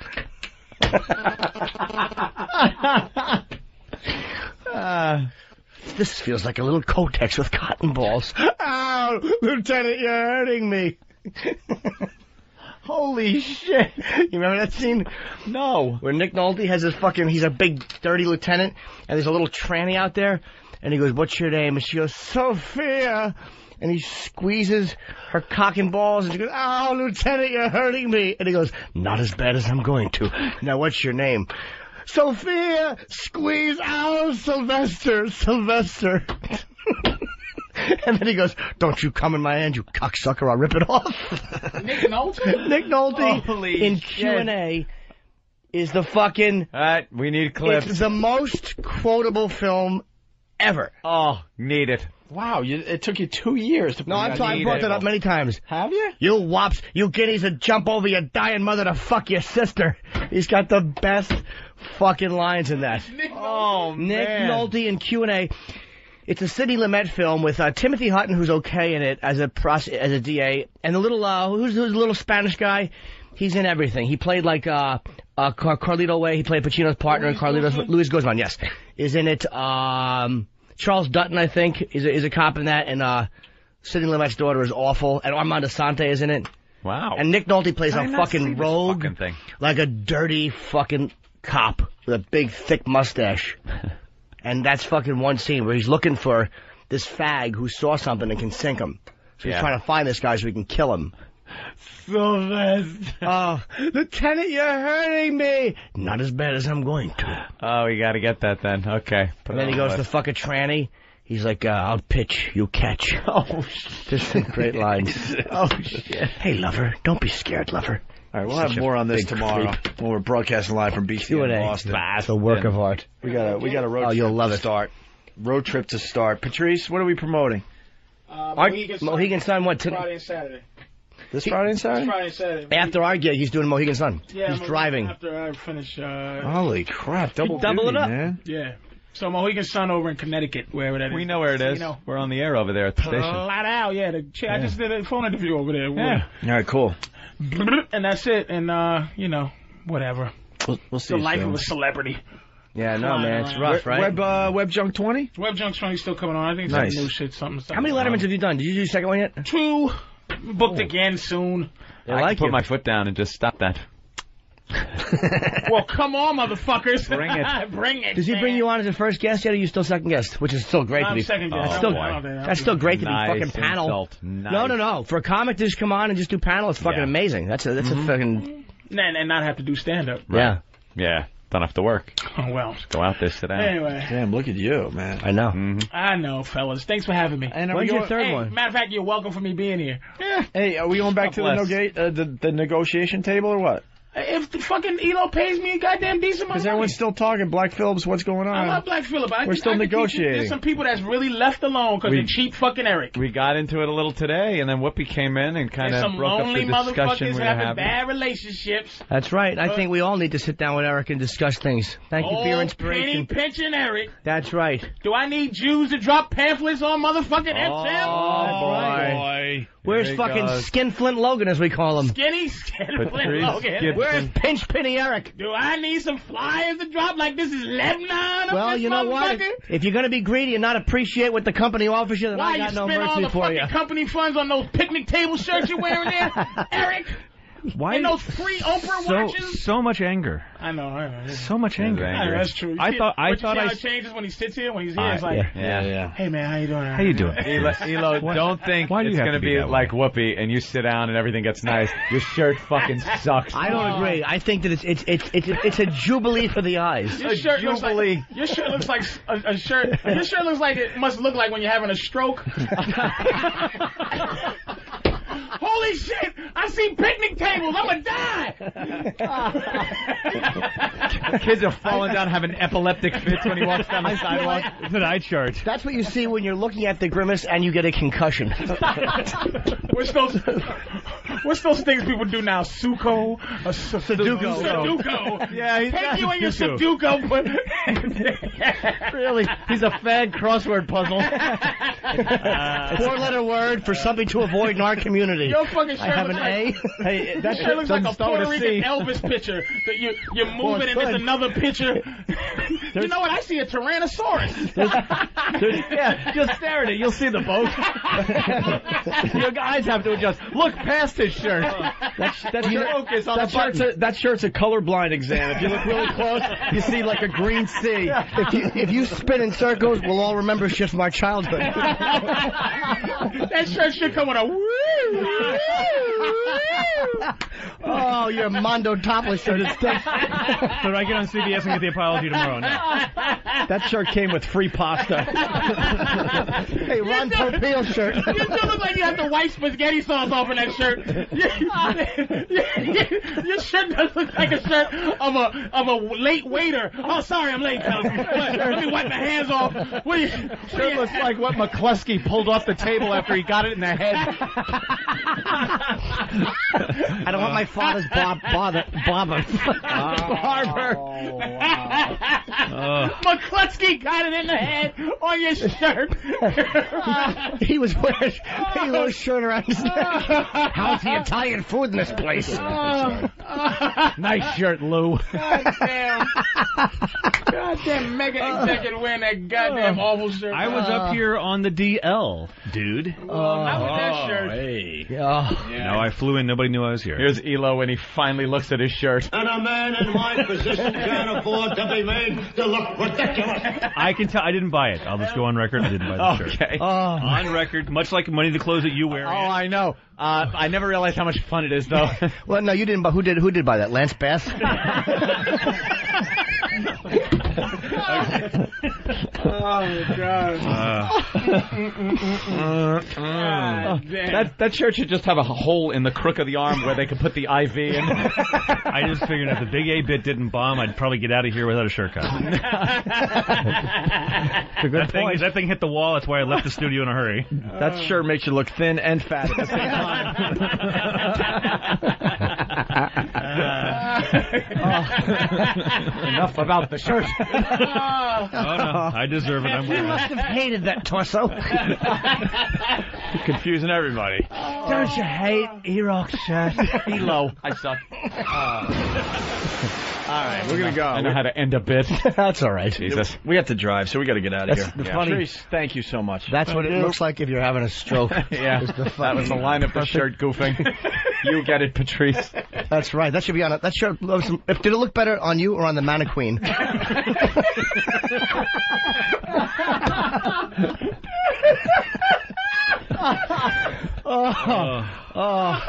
Speaker 1: This feels like a little Kotex with cotton balls. Ow! Lieutenant, you're hurting me! Holy shit! You remember that scene?
Speaker 14: No.
Speaker 1: Where Nick Nolte has his fucking, he's a big, dirty lieutenant, and there's a little tranny out there, and he goes, What's your name? And she goes, Sophia! And he squeezes her cock and balls, and she goes, Ow, Lieutenant, you're hurting me! And he goes, Not as bad as I'm going to. Now, what's your name? Sophia, squeeze out Sylvester, Sylvester. and then he goes, "Don't you come in my hand, you cocksucker! I'll rip it off."
Speaker 2: Nick Nolte.
Speaker 1: Nick Nolte
Speaker 2: Holy
Speaker 1: in
Speaker 2: shit.
Speaker 1: Q and A is the fucking.
Speaker 14: All right, we need clips.
Speaker 1: It's the most quotable film ever.
Speaker 14: Oh, need it.
Speaker 4: Wow, you, it took you two years to.
Speaker 1: No, I'm
Speaker 4: I
Speaker 1: sorry, I
Speaker 4: need
Speaker 1: brought
Speaker 4: it.
Speaker 1: that up many times.
Speaker 4: Have you?
Speaker 1: You wops, you guineas that jump over your dying mother to fuck your sister. He's got the best fucking lines in that.
Speaker 14: Oh,
Speaker 1: Nick
Speaker 14: man.
Speaker 1: Nolte and Q and A. It's a Sidney Lumet film with uh, Timothy Hutton, who's okay in it as a pros- as a DA, and the little uh, who's, who's the little Spanish guy. He's in everything. He played like uh, uh, Car- Carlito Way. He played Pacino's partner in Carlito's. Luis Guzman, yes, is in it. Um, Charles Dutton, I think, is a, is a cop in that, and uh, Sidney Lumet's daughter is awful, and Armando Sante is in it.
Speaker 14: Wow.
Speaker 1: And Nick Nolte plays
Speaker 14: I
Speaker 1: a
Speaker 14: did not see
Speaker 1: fucking
Speaker 14: this
Speaker 1: rogue,
Speaker 14: fucking thing.
Speaker 1: like a dirty fucking cop with a big thick mustache. and that's fucking one scene where he's looking for this fag who saw something and can sink him. So he's
Speaker 14: Yeah.
Speaker 1: trying to find this guy so he can kill him.
Speaker 4: Sylvester.
Speaker 1: Oh, Lieutenant, you're hurting me. Not as bad as I'm going to.
Speaker 14: Oh, we got to get that then. Okay.
Speaker 1: And then he goes to fuck a tranny. He's like, uh, I'll pitch, you catch. Oh, just some great lines. oh shit! Hey, lover, don't be scared, lover.
Speaker 4: All right, we'll have more on this tomorrow when we're broadcasting live from BC
Speaker 1: Q&A.
Speaker 4: in Boston.
Speaker 1: It's a work of art.
Speaker 4: We got a we got a road.
Speaker 1: Oh, you'll
Speaker 4: trip
Speaker 1: love
Speaker 4: to
Speaker 1: it.
Speaker 4: Start road trip to start. Patrice, what are we promoting?
Speaker 2: Uh,
Speaker 1: Art- Mohegan Sun, what, today?
Speaker 8: Friday and Saturday.
Speaker 4: This Friday and Saturday.
Speaker 8: Friday and Saturday.
Speaker 1: After our gig, he's doing Mohegan Sun.
Speaker 8: Yeah,
Speaker 1: he's
Speaker 8: Mohegan-
Speaker 1: driving. Uh-huh.
Speaker 8: After I finish, uh,
Speaker 4: Holy crap! Double
Speaker 8: double
Speaker 4: duty,
Speaker 8: it up.
Speaker 4: man.
Speaker 8: yeah. So Mohegan Sun over in Connecticut, wherever that is.
Speaker 14: We know where it
Speaker 8: So you
Speaker 14: is.
Speaker 8: know.
Speaker 14: We're
Speaker 2: Oh.
Speaker 14: on the air over there at the station.
Speaker 8: Flat out, yeah. The, shit, I just did a phone interview over there.
Speaker 14: Yeah.
Speaker 4: All right, cool.
Speaker 2: and that's it. And uh, you know, whatever.
Speaker 1: We'll, we'll see.
Speaker 2: the life
Speaker 1: soon.
Speaker 2: of a celebrity.
Speaker 1: Yeah, no, man, it's rough, right?
Speaker 2: Web,
Speaker 4: uh, Web Junk 20?
Speaker 2: Web Junk 20 is still coming on. I think it's
Speaker 1: Nice.
Speaker 2: some new shit, something, something.
Speaker 1: How many Lettermans have you done? Did you do the second one yet? Oh.
Speaker 2: Two. Booked again soon.
Speaker 3: I, can put my foot down and just stop that.
Speaker 2: well, come on, motherfuckers.
Speaker 1: Bring it.
Speaker 2: bring it.
Speaker 1: Does he bring you on as a first guest yet, or are you still second guest? Which is still great
Speaker 2: I'm
Speaker 1: to be.
Speaker 2: second guest.
Speaker 1: That's still,
Speaker 2: Oh, boy.
Speaker 1: that's still great to be
Speaker 2: Nice
Speaker 1: fucking panel.
Speaker 2: insult.
Speaker 1: No, no, no. For a comic to just come on and just do panel, it's fucking amazing. That's a that's
Speaker 2: Mm-hmm.
Speaker 1: a fucking
Speaker 2: And, and not have to do stand up.
Speaker 1: yeah.
Speaker 3: Yeah, don't have to work.
Speaker 2: Oh, well.
Speaker 3: Just go out there, sit down.
Speaker 2: Anyway.
Speaker 3: Damn, look at you, man.
Speaker 1: I know.
Speaker 8: Mm-hmm.
Speaker 2: I know, fellas. Thanks for having me. And
Speaker 4: are When's we your going- third
Speaker 2: hey,
Speaker 4: one?
Speaker 2: Matter of fact, you're welcome for me being here. Yeah.
Speaker 4: Hey, are we going back to the,
Speaker 2: Bless.
Speaker 4: negate, uh, the, the negotiation table or what?
Speaker 2: If the fucking Elo pays me a goddamn decent amount
Speaker 8: Oh,
Speaker 4: Because
Speaker 2: of money.
Speaker 4: everyone's still talking. Black Phillips, what's going on?
Speaker 2: I love Black Phillip. I
Speaker 4: uh, We're
Speaker 2: think-
Speaker 4: still
Speaker 2: I think people-
Speaker 4: negotiating.
Speaker 2: There's some people that's really left alone because
Speaker 3: We-
Speaker 2: they're cheap fucking Eric.
Speaker 3: We got into it a little today, and then Whoopi came in and kind
Speaker 2: There's
Speaker 3: of
Speaker 2: some
Speaker 3: broke up
Speaker 2: lonely
Speaker 3: the discussion
Speaker 2: motherfuckers
Speaker 3: we were
Speaker 2: having
Speaker 3: having.
Speaker 2: bad relationships.
Speaker 1: That's right.
Speaker 2: Uh,
Speaker 1: I think we all need to sit down with Eric and discuss things. Thank you for your
Speaker 2: Old Penny
Speaker 1: inspiration.
Speaker 2: pinching Eric.
Speaker 1: That's right.
Speaker 2: Do I need Jews to drop pamphlets on motherfucking
Speaker 1: That's
Speaker 2: FM?
Speaker 1: right. Where's
Speaker 2: There Oh, he
Speaker 1: fucking
Speaker 2: goes.
Speaker 1: Skinflint Logan, as we call him?
Speaker 2: Skinny, skinny,
Speaker 1: Patrice
Speaker 2: Logan.
Speaker 1: Gibson. Where's Pinch Penny Eric?
Speaker 2: Do I need some flyers to drop like this is Lebanon? up
Speaker 1: Well,
Speaker 2: this
Speaker 1: you know what?
Speaker 2: motherfucker?
Speaker 1: If you're gonna be greedy and not appreciate what the company offers you, then
Speaker 2: Why
Speaker 1: I
Speaker 2: you
Speaker 1: got no
Speaker 2: spend all
Speaker 1: mercy
Speaker 2: the
Speaker 1: for
Speaker 2: fucking
Speaker 1: you.
Speaker 2: company funds on those picnic table shirts you're wearing there, Eric?
Speaker 1: Why
Speaker 2: And those free Oprah
Speaker 8: so
Speaker 2: watches?
Speaker 8: so much anger?
Speaker 2: I know, I know.
Speaker 8: So much anger.
Speaker 2: I know, that's true. You
Speaker 8: I
Speaker 2: see-
Speaker 8: thought I
Speaker 2: but you
Speaker 8: thought
Speaker 2: see
Speaker 8: I.
Speaker 2: how it changes when he sits here. When he's here,
Speaker 8: I-
Speaker 2: it's like,
Speaker 8: yeah, yeah, yeah.
Speaker 2: Hey man, how you doing?
Speaker 8: How you doing?
Speaker 3: Elo, Elo, don't think
Speaker 8: Why do you
Speaker 3: it's
Speaker 8: have
Speaker 3: going
Speaker 8: to
Speaker 3: to
Speaker 8: be
Speaker 3: be
Speaker 8: that way?
Speaker 3: like Whoopi and you sit down and everything gets nice. Your shirt fucking sucks.
Speaker 1: I don't agree. I think that it's it's it's it's it's a jubilee for the eyes.
Speaker 2: Your shirt looks like your shirt looks like a, a shirt. Your shirt looks like it must look like when you're having a stroke. Holy shit! I see picnic tables. I'ma die.
Speaker 3: Kids are falling down, having epileptic fits when he walks down
Speaker 1: I
Speaker 3: the
Speaker 1: feel
Speaker 3: sidewalk.
Speaker 1: like-
Speaker 3: it's an eye chart.
Speaker 1: That's what you see when you're looking at the grimace and you get a concussion.
Speaker 2: What's those? What's those things people do now? Suko, a s-
Speaker 1: Sudoku.
Speaker 2: Sudoku.
Speaker 1: Yeah, he's
Speaker 2: Take
Speaker 1: got
Speaker 2: you and your
Speaker 1: Sudoku.
Speaker 2: Sudoku. But
Speaker 1: really, he's a fag crossword puzzle. Uh, Four-letter word for something to avoid in our community.
Speaker 2: your fucking shirt
Speaker 1: I have an
Speaker 2: looks like,
Speaker 1: A.
Speaker 2: Your shirt looks like a Puerto Rican Elvis picture. That you you're moving and it's
Speaker 1: son.
Speaker 2: another picture. you know what? I see a Tyrannosaurus.
Speaker 8: yeah, just stare at it. You'll see the boat. Your guys have to adjust. Look past his shirt.
Speaker 4: That's,
Speaker 8: You focus on
Speaker 4: that
Speaker 8: the
Speaker 4: shirt's
Speaker 8: button.
Speaker 4: a, that shirt's a colorblind exam. If you look really close, you see like a green C.
Speaker 1: If you if you spin in circles, we'll all remember shit from our childhood.
Speaker 2: that shirt should come with a woo. woo, woo.
Speaker 1: Oh, your Mondo topless shirt is dead.
Speaker 8: So I get on CBS and get the apology tomorrow. No.
Speaker 4: That shirt came with free pasta.
Speaker 1: Hey, Ron Popeil shirt.
Speaker 2: You still look like you have to wipe spaghetti sauce off in that shirt. Your shirt does look like a shirt of a of a late waiter. Oh, sorry, I'm late. Tom. But let me wipe my hands off. What do you? What do
Speaker 8: It
Speaker 2: you
Speaker 8: looks like what McCluskey pulled off the table after he got it in the head.
Speaker 1: I don't want my father's bob bother bobber.
Speaker 8: Barber.
Speaker 1: Oh,
Speaker 8: Oh.
Speaker 2: McCluskey got it in the head on your shirt.
Speaker 1: He was wearing he wore a shirt around his neck. How's the Italian food in this place?
Speaker 8: nice shirt,
Speaker 4: Oh.
Speaker 8: Lou.
Speaker 2: Goddamn. Goddamn mega executive wearing that goddamn awful shirt.
Speaker 8: I was
Speaker 2: Uh.
Speaker 8: up here on the DL, dude. Uh,
Speaker 2: Well, not with
Speaker 1: Oh,
Speaker 2: that shirt.
Speaker 8: hey.
Speaker 1: Yeah.
Speaker 8: No, I flew in. Nobody knew I was here.
Speaker 3: Here's Elo when he finally looks at his shirt.
Speaker 9: And a man in my position can't afford to be made to look ridiculous.
Speaker 8: I can tell I didn't buy it. I'll just go on record. I didn't buy the shirt.
Speaker 3: Okay.
Speaker 8: On record, much like money the clothes that you wear.
Speaker 3: Oh, I know. Uh, I never realized how much fun it is, though.
Speaker 1: Well, no, you didn't. But who did? Who did buy that? Lance Bass.
Speaker 2: Oh god.
Speaker 1: Uh.
Speaker 3: Uh, that that shirt should just have a hole in the crook of the arm where they could put the IV in.
Speaker 8: I just figured if the big A bit didn't bomb, I'd probably get out of here without a shirt on. that, thing, that thing hit the wall. That's why I left the studio in a hurry.
Speaker 4: That shirt makes you look thin and fat. at the same time.
Speaker 3: Oh. Enough about the shirt.
Speaker 8: Oh no, I deserve it. I'm
Speaker 1: You
Speaker 8: wearing it.
Speaker 1: must have hated that torso.
Speaker 3: Confusing everybody.
Speaker 7: Don't you hate Erock shirt?
Speaker 14: Elo. I suck.
Speaker 4: All right, we're gonna go.
Speaker 14: I know how
Speaker 4: to end a bit.
Speaker 1: That's all right.
Speaker 4: Jesus. We have to drive, so we got to get out of
Speaker 1: That's the
Speaker 4: here.
Speaker 1: funny-
Speaker 4: Patrice, thank you so much.
Speaker 1: That's what it looks like if you're having a stroke.
Speaker 4: yeah,
Speaker 1: Is the
Speaker 4: that was the
Speaker 1: fucking
Speaker 4: lineup of
Speaker 1: perfect-
Speaker 4: shirt goofing. you get it, Patrice.
Speaker 1: That's right. That should be on it. That shirt. looks- Did it look better on you or on the mannequin? Oh, oh.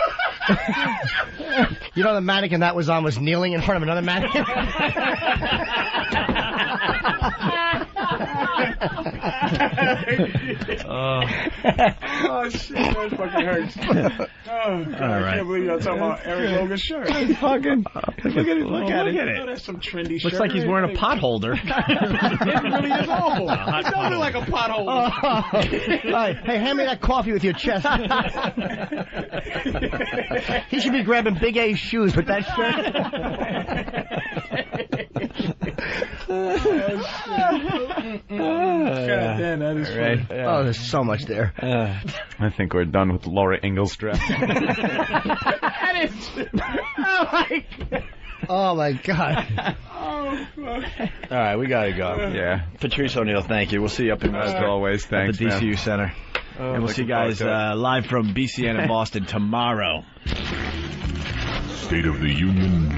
Speaker 1: you know the mannequin that was on was kneeling in front of another mannequin.
Speaker 8: oh shit, that fucking hurts. Oh, God, I can't believe y'all talking about Eric Rogan's shirt.
Speaker 4: fucking. Look at it. Look at it.
Speaker 8: Oh, that's some trendy shirt.
Speaker 4: Looks like he's wearing a pot holder.
Speaker 8: it really is awful.
Speaker 4: hot
Speaker 8: It does
Speaker 4: pot.
Speaker 8: look like a pothole.
Speaker 1: Hey, Uh-huh. hey, hand me that coffee with your chest. he should be grabbing big A shoes with that shirt.
Speaker 8: God damn, that is funny.
Speaker 1: Oh, there's so much there.
Speaker 3: Uh, I think we're done with Laura Ingalls
Speaker 8: that is. Oh my
Speaker 1: Oh my god.
Speaker 8: God. Oh, fuck.
Speaker 4: All right, we gotta go.
Speaker 3: Yeah.
Speaker 4: Patrice O'Neill, thank you. We'll see you up in
Speaker 3: As
Speaker 4: Boston.
Speaker 3: always, thanks,
Speaker 4: at the
Speaker 3: man. Oh,
Speaker 4: DCU Center, and we'll see you guys uh, live from BCN in Boston tomorrow.
Speaker 5: State of the Union.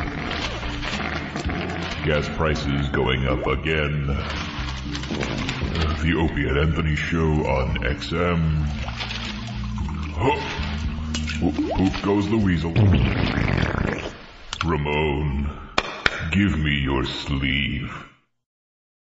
Speaker 5: Gas prices going up again. The Opie and Anthony show on XM. Huh. Oop, oop goes the weasel. Ramon, give me your sleeve.